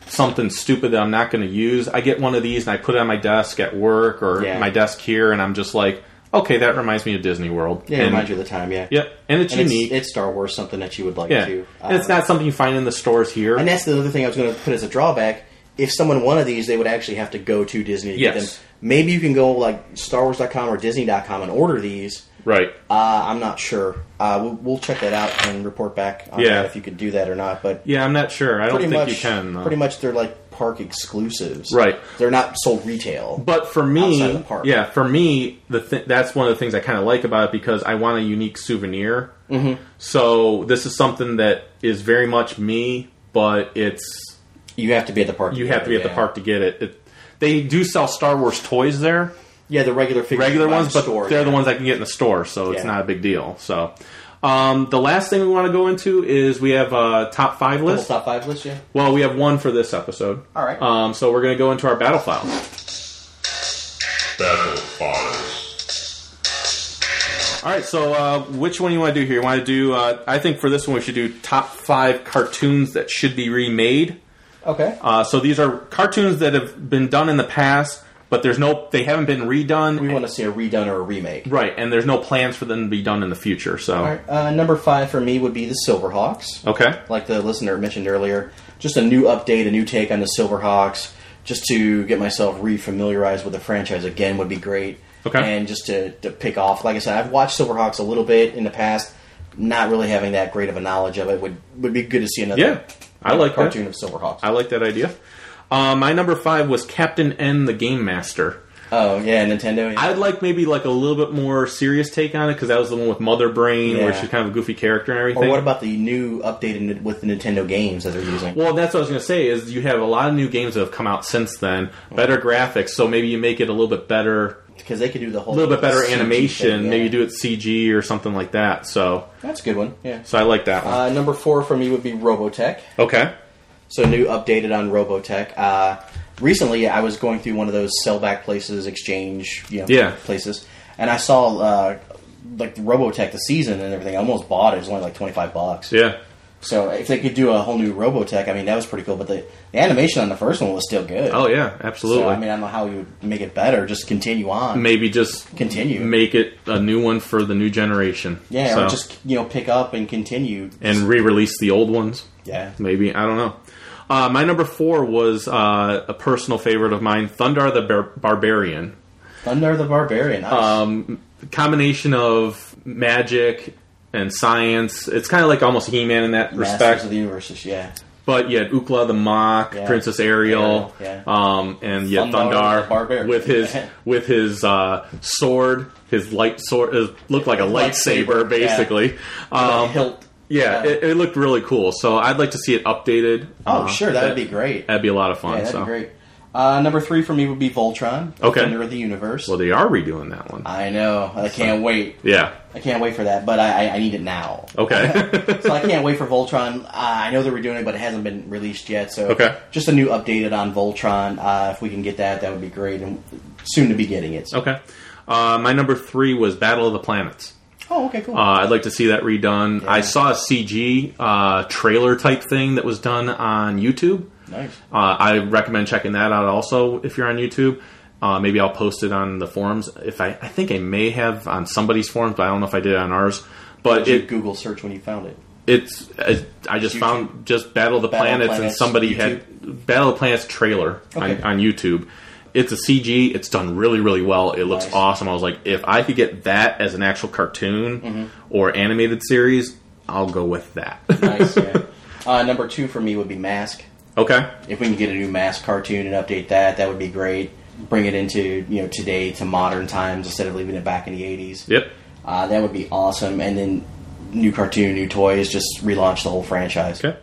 [SPEAKER 2] something stupid that I'm not going to use, I get one of these and I put it on my desk at work or
[SPEAKER 3] Yeah.
[SPEAKER 2] my desk here, and I'm just like, okay, that reminds me of Disney World.
[SPEAKER 3] Yeah, it
[SPEAKER 2] and,
[SPEAKER 3] reminds you of the time. Yeah.
[SPEAKER 2] Yep, and it's
[SPEAKER 3] And it's,
[SPEAKER 2] unique.
[SPEAKER 3] it's Star Wars, something that you would like
[SPEAKER 2] yeah,
[SPEAKER 3] to.
[SPEAKER 2] and it's
[SPEAKER 3] uh,
[SPEAKER 2] not something you find in the stores here.
[SPEAKER 3] And that's the other thing I was going to put as a drawback. If someone wanted these, they would actually have to go to Disney to get
[SPEAKER 2] Yes.
[SPEAKER 3] them. Maybe you can go like StarWars.com or Disney.com and order these,
[SPEAKER 2] Right.
[SPEAKER 3] Uh, I'm not sure. Uh, we'll, we'll check that out and report back on
[SPEAKER 2] Yeah.
[SPEAKER 3] that if you could do that or not. But
[SPEAKER 2] Yeah, I'm not sure. I don't
[SPEAKER 3] pretty
[SPEAKER 2] think
[SPEAKER 3] much,
[SPEAKER 2] you can. Though.
[SPEAKER 3] pretty much, they're like park exclusives.
[SPEAKER 2] Right.
[SPEAKER 3] They're not sold retail.
[SPEAKER 2] But for
[SPEAKER 3] Outside
[SPEAKER 2] me,
[SPEAKER 3] of the park.
[SPEAKER 2] yeah, for me, the th- that's one of the things I kind of like about it because I want a unique souvenir. Mm-hmm. So this is something that is very much me, but it's
[SPEAKER 3] you have to be at the park.
[SPEAKER 2] you have to be at the
[SPEAKER 3] yeah.
[SPEAKER 2] park to get it. it they do sell Star Wars toys there,
[SPEAKER 3] Yeah, the regular figures
[SPEAKER 2] regular
[SPEAKER 3] you buy in
[SPEAKER 2] ones, but
[SPEAKER 3] store,
[SPEAKER 2] they're the
[SPEAKER 3] yeah.
[SPEAKER 2] ones I can get in the store, so it's
[SPEAKER 3] Yeah.
[SPEAKER 2] not a big deal. So um, the last thing we want to go into is we have a top five
[SPEAKER 3] Double
[SPEAKER 2] list.
[SPEAKER 3] top five list. Yeah.
[SPEAKER 2] Well, we have one for this episode.
[SPEAKER 3] All right.
[SPEAKER 2] Um, so we're going to go into our battle files.
[SPEAKER 8] Battle Files.
[SPEAKER 2] All right, so uh, which one you want to do here? You want to do? Uh, I think for this one we should do top five cartoons that should be remade.
[SPEAKER 3] Okay.
[SPEAKER 2] Uh, so these are cartoons that have been done in the past, but there's no, they haven't been redone,
[SPEAKER 3] we want to see a redone or a remake.
[SPEAKER 2] right? And there's no plans for them to be done in the future. So
[SPEAKER 3] All right. Uh, number five for me would be the Silverhawks.
[SPEAKER 2] okay,
[SPEAKER 3] like the listener mentioned earlier, just a new update, a new take on the Silverhawks, just to get myself re-familiarized with the franchise again would be great.
[SPEAKER 2] Okay.
[SPEAKER 3] And just to, to pick off, like I said, I've watched Silverhawks a little bit in the past, not really having that great of a knowledge of it would would be good to see another.
[SPEAKER 2] Yeah, I like that.
[SPEAKER 3] cartoon of Silverhawks.
[SPEAKER 2] I like that idea. Uh, my number five was Captain N, the Game Master.
[SPEAKER 3] oh yeah, Nintendo. Yeah.
[SPEAKER 2] I'd like maybe like a little bit more serious take on it because that was the one with Mother Brain, where
[SPEAKER 3] Yeah.
[SPEAKER 2] she's kind of a goofy character and everything.
[SPEAKER 3] or what about the new updated with the Nintendo games that they're using?
[SPEAKER 2] Well, that's what I was going to say. Is you have a lot of new games that have come out since then, better graphics, so maybe you make it a little bit better,
[SPEAKER 3] Because they could do the whole
[SPEAKER 2] a little bit better
[SPEAKER 3] CG
[SPEAKER 2] animation.
[SPEAKER 3] thing, yeah.
[SPEAKER 2] Maybe do it CG or something like that. So,
[SPEAKER 3] That's a good one. Yeah.
[SPEAKER 2] so I like that one.
[SPEAKER 3] Uh, number four for me would be Robotech.
[SPEAKER 2] okay,
[SPEAKER 3] So new updated on Robotech. Uh, recently, I was going through one of those sell back places, exchange, you know,
[SPEAKER 2] Yeah.
[SPEAKER 3] places, and I saw uh, like Robotech the season and everything. I almost bought it. It was only like twenty five bucks.
[SPEAKER 2] yeah,
[SPEAKER 3] So if they could do a whole new Robotech, I mean, that was pretty cool. But the, the animation on the first one was still good.
[SPEAKER 2] oh yeah, absolutely.
[SPEAKER 3] So I mean, I don't know how you would make it better. Just continue on.
[SPEAKER 2] maybe just
[SPEAKER 3] Continue.
[SPEAKER 2] make it a new one for the new generation.
[SPEAKER 3] yeah,
[SPEAKER 2] So-
[SPEAKER 3] or just you know pick up and continue.
[SPEAKER 2] and re-release the old ones.
[SPEAKER 3] yeah,
[SPEAKER 2] Maybe I don't know. Uh, my number four was uh, a personal favorite of mine, Thundar the Bar- Barbarian.
[SPEAKER 3] Thunder the Barbarian. Nice.
[SPEAKER 2] Um, combination of magic and science. It's kind of like almost He-Man in that
[SPEAKER 3] Masters
[SPEAKER 2] respect.
[SPEAKER 3] of the universes. Yeah.
[SPEAKER 2] but you had Ukla the Mock,
[SPEAKER 3] Yeah.
[SPEAKER 2] Princess Ariel,
[SPEAKER 3] Ariel, yeah.
[SPEAKER 2] um, and you had
[SPEAKER 3] Thundar
[SPEAKER 2] Thundar
[SPEAKER 3] the Barbarian.
[SPEAKER 2] with his
[SPEAKER 3] Yeah.
[SPEAKER 2] with his uh, sword, his light sword. It looked like a
[SPEAKER 3] Lightsaber,
[SPEAKER 2] lightsaber,
[SPEAKER 3] yeah.
[SPEAKER 2] basically. Um,
[SPEAKER 3] hilt. Uh,
[SPEAKER 2] yeah, It, it looked really cool. So I'd like to see it updated.
[SPEAKER 3] Oh,
[SPEAKER 2] Uh,
[SPEAKER 3] sure, that would be great.
[SPEAKER 2] That'd be a lot of fun.
[SPEAKER 3] Yeah, that'd
[SPEAKER 2] so.
[SPEAKER 3] be great. Uh, number three for me would be Voltron,
[SPEAKER 2] Okay.
[SPEAKER 3] Defender of the Universe.
[SPEAKER 2] Well, they are redoing that one.
[SPEAKER 3] I know. I can't wait.
[SPEAKER 2] yeah.
[SPEAKER 3] I can't wait for that, but I, I, I need it now.
[SPEAKER 2] Okay.
[SPEAKER 3] so I can't wait for Voltron. Uh, I know they're redoing it, but it hasn't been released yet. So
[SPEAKER 2] Okay.
[SPEAKER 3] just a new updated on Voltron. Uh, if we can get that, that would be great, and soon to be getting it. so-
[SPEAKER 2] okay. Uh, my number three was Battle of the Planets.
[SPEAKER 3] Oh, okay, cool.
[SPEAKER 2] Uh, I'd like to see that redone. I saw a CG uh, trailer type thing that was done on YouTube.
[SPEAKER 3] nice.
[SPEAKER 2] Uh, I recommend checking that out also if you're on YouTube. Uh, maybe I'll post it on the forums. If I, I think I may have on somebody's forums, but I don't know if I did it on ours. But
[SPEAKER 3] Did you
[SPEAKER 2] it,
[SPEAKER 3] Google search when you found it?
[SPEAKER 2] it's I I just
[SPEAKER 3] YouTube?
[SPEAKER 2] found just Battle of the
[SPEAKER 3] Battle of
[SPEAKER 2] Planets, and
[SPEAKER 3] Planets,
[SPEAKER 2] somebody
[SPEAKER 3] YouTube?
[SPEAKER 2] had Battle of the Planets trailer
[SPEAKER 3] Okay.
[SPEAKER 2] on, on YouTube. It's a CG. It's done really, really well. It looks
[SPEAKER 3] Nice.
[SPEAKER 2] awesome. I was like, if I could get that as an actual cartoon
[SPEAKER 3] Mm-hmm.
[SPEAKER 2] or animated series, I'll go with that.
[SPEAKER 3] Nice. yeah. uh, number two for me would be Mask.
[SPEAKER 2] okay.
[SPEAKER 3] if we can get a new mass cartoon and update that, that would be great. Bring it into you know today to modern times instead of leaving it back in the eighties.
[SPEAKER 2] Yep.
[SPEAKER 3] uh, that would be awesome. And then new cartoon, new toys, just relaunch the whole franchise.
[SPEAKER 2] Okay.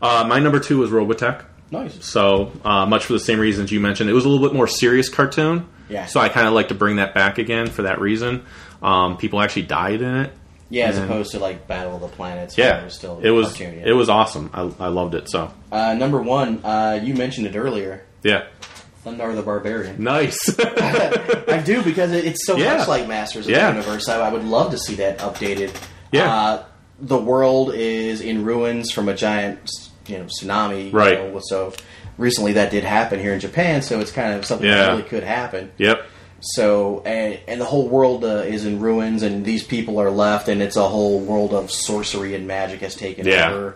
[SPEAKER 2] Uh, my number two was Robotech.
[SPEAKER 3] Nice.
[SPEAKER 2] So uh, much for the same reasons you mentioned. It was a little bit more serious cartoon.
[SPEAKER 3] Yeah.
[SPEAKER 2] So I kind of like to bring that back again for that reason. Um, people actually died in it.
[SPEAKER 3] Yeah, as
[SPEAKER 2] And-
[SPEAKER 3] opposed to like Battle of the Planets. where
[SPEAKER 2] Yeah,
[SPEAKER 3] it was still
[SPEAKER 2] it was
[SPEAKER 3] cartoon, yeah.
[SPEAKER 2] it was awesome. I, I loved it. So
[SPEAKER 3] uh, number one. Uh, you mentioned it earlier.
[SPEAKER 2] yeah,
[SPEAKER 3] Thundar the Barbarian.
[SPEAKER 2] nice.
[SPEAKER 3] I do because it, it's so
[SPEAKER 2] Yeah.
[SPEAKER 3] much like Masters of
[SPEAKER 2] Yeah.
[SPEAKER 3] the Universe. I, I would love to see that updated.
[SPEAKER 2] Yeah.
[SPEAKER 3] Uh, the world is in ruins from a giant, you know, tsunami. you
[SPEAKER 2] Right.
[SPEAKER 3] know, so recently that did happen here in Japan. So it's kind of something
[SPEAKER 2] Yeah.
[SPEAKER 3] that really could happen.
[SPEAKER 2] yep.
[SPEAKER 3] So and, and the whole world uh, is in ruins, and these people are left, and it's a whole world of sorcery and magic has taken
[SPEAKER 2] Yeah.
[SPEAKER 3] over.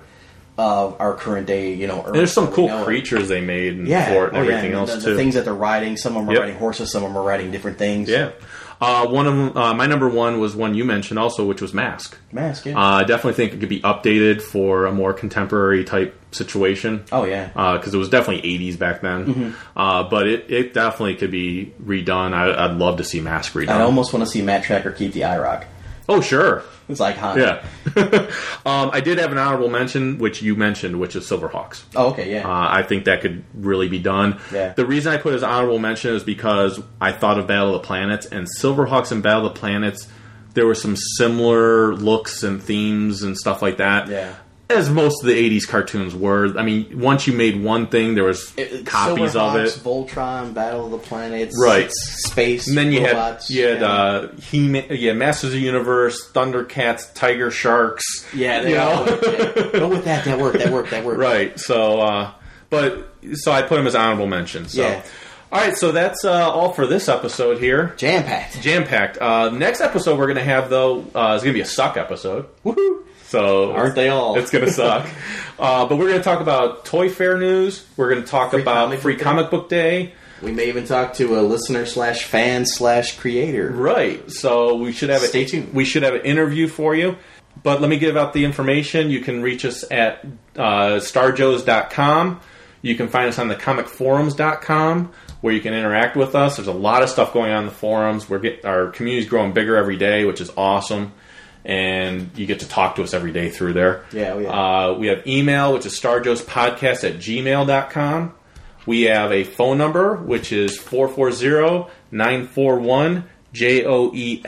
[SPEAKER 3] of our current day, you know.
[SPEAKER 2] And there's some
[SPEAKER 3] urban,
[SPEAKER 2] cool
[SPEAKER 3] you know,
[SPEAKER 2] creatures they made and
[SPEAKER 3] yeah,
[SPEAKER 2] for it and
[SPEAKER 3] oh, yeah,
[SPEAKER 2] everything
[SPEAKER 3] and
[SPEAKER 2] else
[SPEAKER 3] the, the
[SPEAKER 2] too.
[SPEAKER 3] things that they're riding. Some of them are
[SPEAKER 2] Yep.
[SPEAKER 3] riding horses. Some of them are riding different things.
[SPEAKER 2] yeah. Uh, one of 'em- uh, my number one was one you mentioned also, which was Mask.
[SPEAKER 3] mask. Yeah.
[SPEAKER 2] Uh, I definitely think it could be updated for a more contemporary type situation.
[SPEAKER 3] oh yeah.
[SPEAKER 2] because it was definitely 80s back then. Uh, but it, it definitely could be redone. I, I'd love to see Mask redone.
[SPEAKER 3] I almost want to see Matt Tracker keep the eye rock.
[SPEAKER 2] oh, sure.
[SPEAKER 3] It's like, huh?
[SPEAKER 2] Yeah. um, I did have an honorable mention, which you mentioned, which is Silverhawks.
[SPEAKER 3] Oh, okay. Yeah.
[SPEAKER 2] Uh, I think that could really be done.
[SPEAKER 3] Yeah.
[SPEAKER 2] The reason I put it as honorable mention is because I thought of Battle of the Planets and Silverhawks and Battle of the Planets. There were some similar looks and themes and stuff like that.
[SPEAKER 3] yeah.
[SPEAKER 2] As most of the '80s cartoons were. I mean, once you made one thing, there was
[SPEAKER 3] It-
[SPEAKER 2] copies of
[SPEAKER 3] Silverhawks,
[SPEAKER 2] it.
[SPEAKER 3] Voltron, Battle of the Planets,
[SPEAKER 2] Right.
[SPEAKER 3] Space,
[SPEAKER 2] And then you
[SPEAKER 3] robots,
[SPEAKER 2] had you had
[SPEAKER 3] yeah.
[SPEAKER 2] uh, he man yeah Masters of the Universe, Thundercats, Tiger Sharks.
[SPEAKER 3] Yeah, they
[SPEAKER 2] you
[SPEAKER 3] all
[SPEAKER 2] know?
[SPEAKER 3] worked, yeah. Go with that. That worked. That worked. That worked.
[SPEAKER 2] Right. So, uh, but so I put him as honorable mention. So,
[SPEAKER 3] Yeah.
[SPEAKER 2] all right. So that's uh, all for this episode here.
[SPEAKER 3] Jam packed.
[SPEAKER 2] Jam packed. Uh, next episode we're gonna have though uh, is gonna be a suck episode.
[SPEAKER 3] Woohoo!
[SPEAKER 2] So
[SPEAKER 3] Aren't they all?
[SPEAKER 2] It's gonna suck. uh, but we're gonna talk about Toy Fair news. We're gonna talk about
[SPEAKER 3] Comic
[SPEAKER 2] Free
[SPEAKER 3] Book Day.
[SPEAKER 2] Comic Book Day.
[SPEAKER 3] We may even talk to a listener slash fan slash creator.
[SPEAKER 2] Right. So we should have a,
[SPEAKER 3] Stay tuned.
[SPEAKER 2] We should have an interview for you. But let me give out the information. You can reach us at uh, starjoes.com. You can find us on the comicforums.com where you can interact with us. There's a lot of stuff going on in the forums. We're get, our community's growing bigger every day, which is awesome. And you get to talk to us every day through there.
[SPEAKER 3] Yeah, oh, yeah.
[SPEAKER 2] Uh, we have email, which is starjoespodcast at gmail.com. We have a phone number, which is 440-941-JOES, E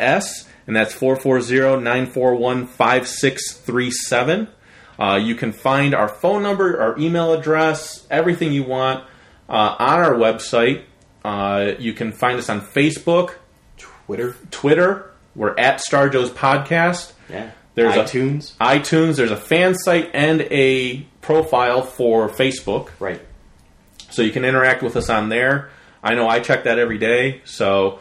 [SPEAKER 2] and that's 440-941-5637. Uh, you can find our phone number, our email address, everything you want uh, on our website. Uh, you can find us on Facebook,
[SPEAKER 3] Twitter.
[SPEAKER 2] Twitter. We're at Star Joe's Podcast.
[SPEAKER 3] Yeah.
[SPEAKER 2] There's a-
[SPEAKER 3] iTunes.
[SPEAKER 2] iTunes, there's a fan site and a profile for Facebook.
[SPEAKER 3] right.
[SPEAKER 2] So you can interact with us on there. I know I check that every day, so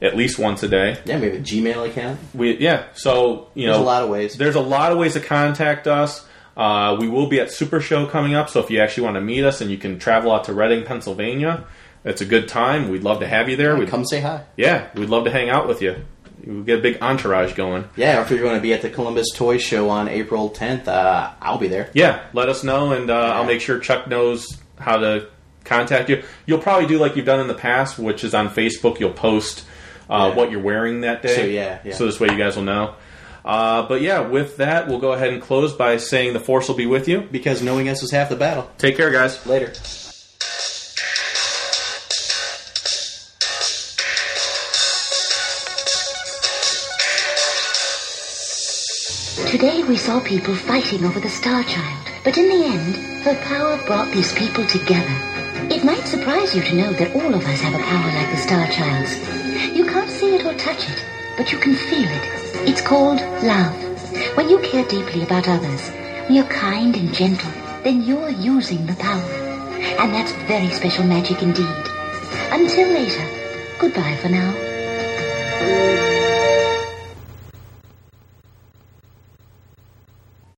[SPEAKER 2] at least once a day.
[SPEAKER 3] Yeah, maybe a Gmail account.
[SPEAKER 2] We yeah, so you know
[SPEAKER 3] There's a lot of ways.
[SPEAKER 2] There's a lot of ways to contact us. Uh, we will be at Super Show coming up, so if you actually want to meet us and you can travel out to Reading, Pennsylvania, it's a good time. We'd love to have you there. We'd,
[SPEAKER 3] Come say hi.
[SPEAKER 2] yeah, we'd love to hang out with you. We'll get a big entourage going.
[SPEAKER 3] Yeah, or if you're going to be at the Columbus Toy Show on April 10th, uh, I'll be there.
[SPEAKER 2] Yeah, let us know, and uh, I'll make sure Chuck knows how to contact you. You'll probably do like you've done in the past, which is on Facebook. You'll post uh,
[SPEAKER 3] Yeah.
[SPEAKER 2] what you're wearing that day.
[SPEAKER 3] So, yeah, yeah.
[SPEAKER 2] So this way you guys will know. Uh, but yeah, with that, we'll go ahead and close by saying the force will be with you.
[SPEAKER 3] Because knowing us is half the battle.
[SPEAKER 2] Take care, guys.
[SPEAKER 3] Later.
[SPEAKER 9] Today we saw people fighting over the Star Child, but in the end, her power brought these people together. It might surprise you to know that all of us have a power like the Star Child's. You can't see it or touch it, but you can feel it. It's called love. When you care deeply about others, when you're kind and gentle, then you're using the power. And that's very special magic indeed. Until later, goodbye for now.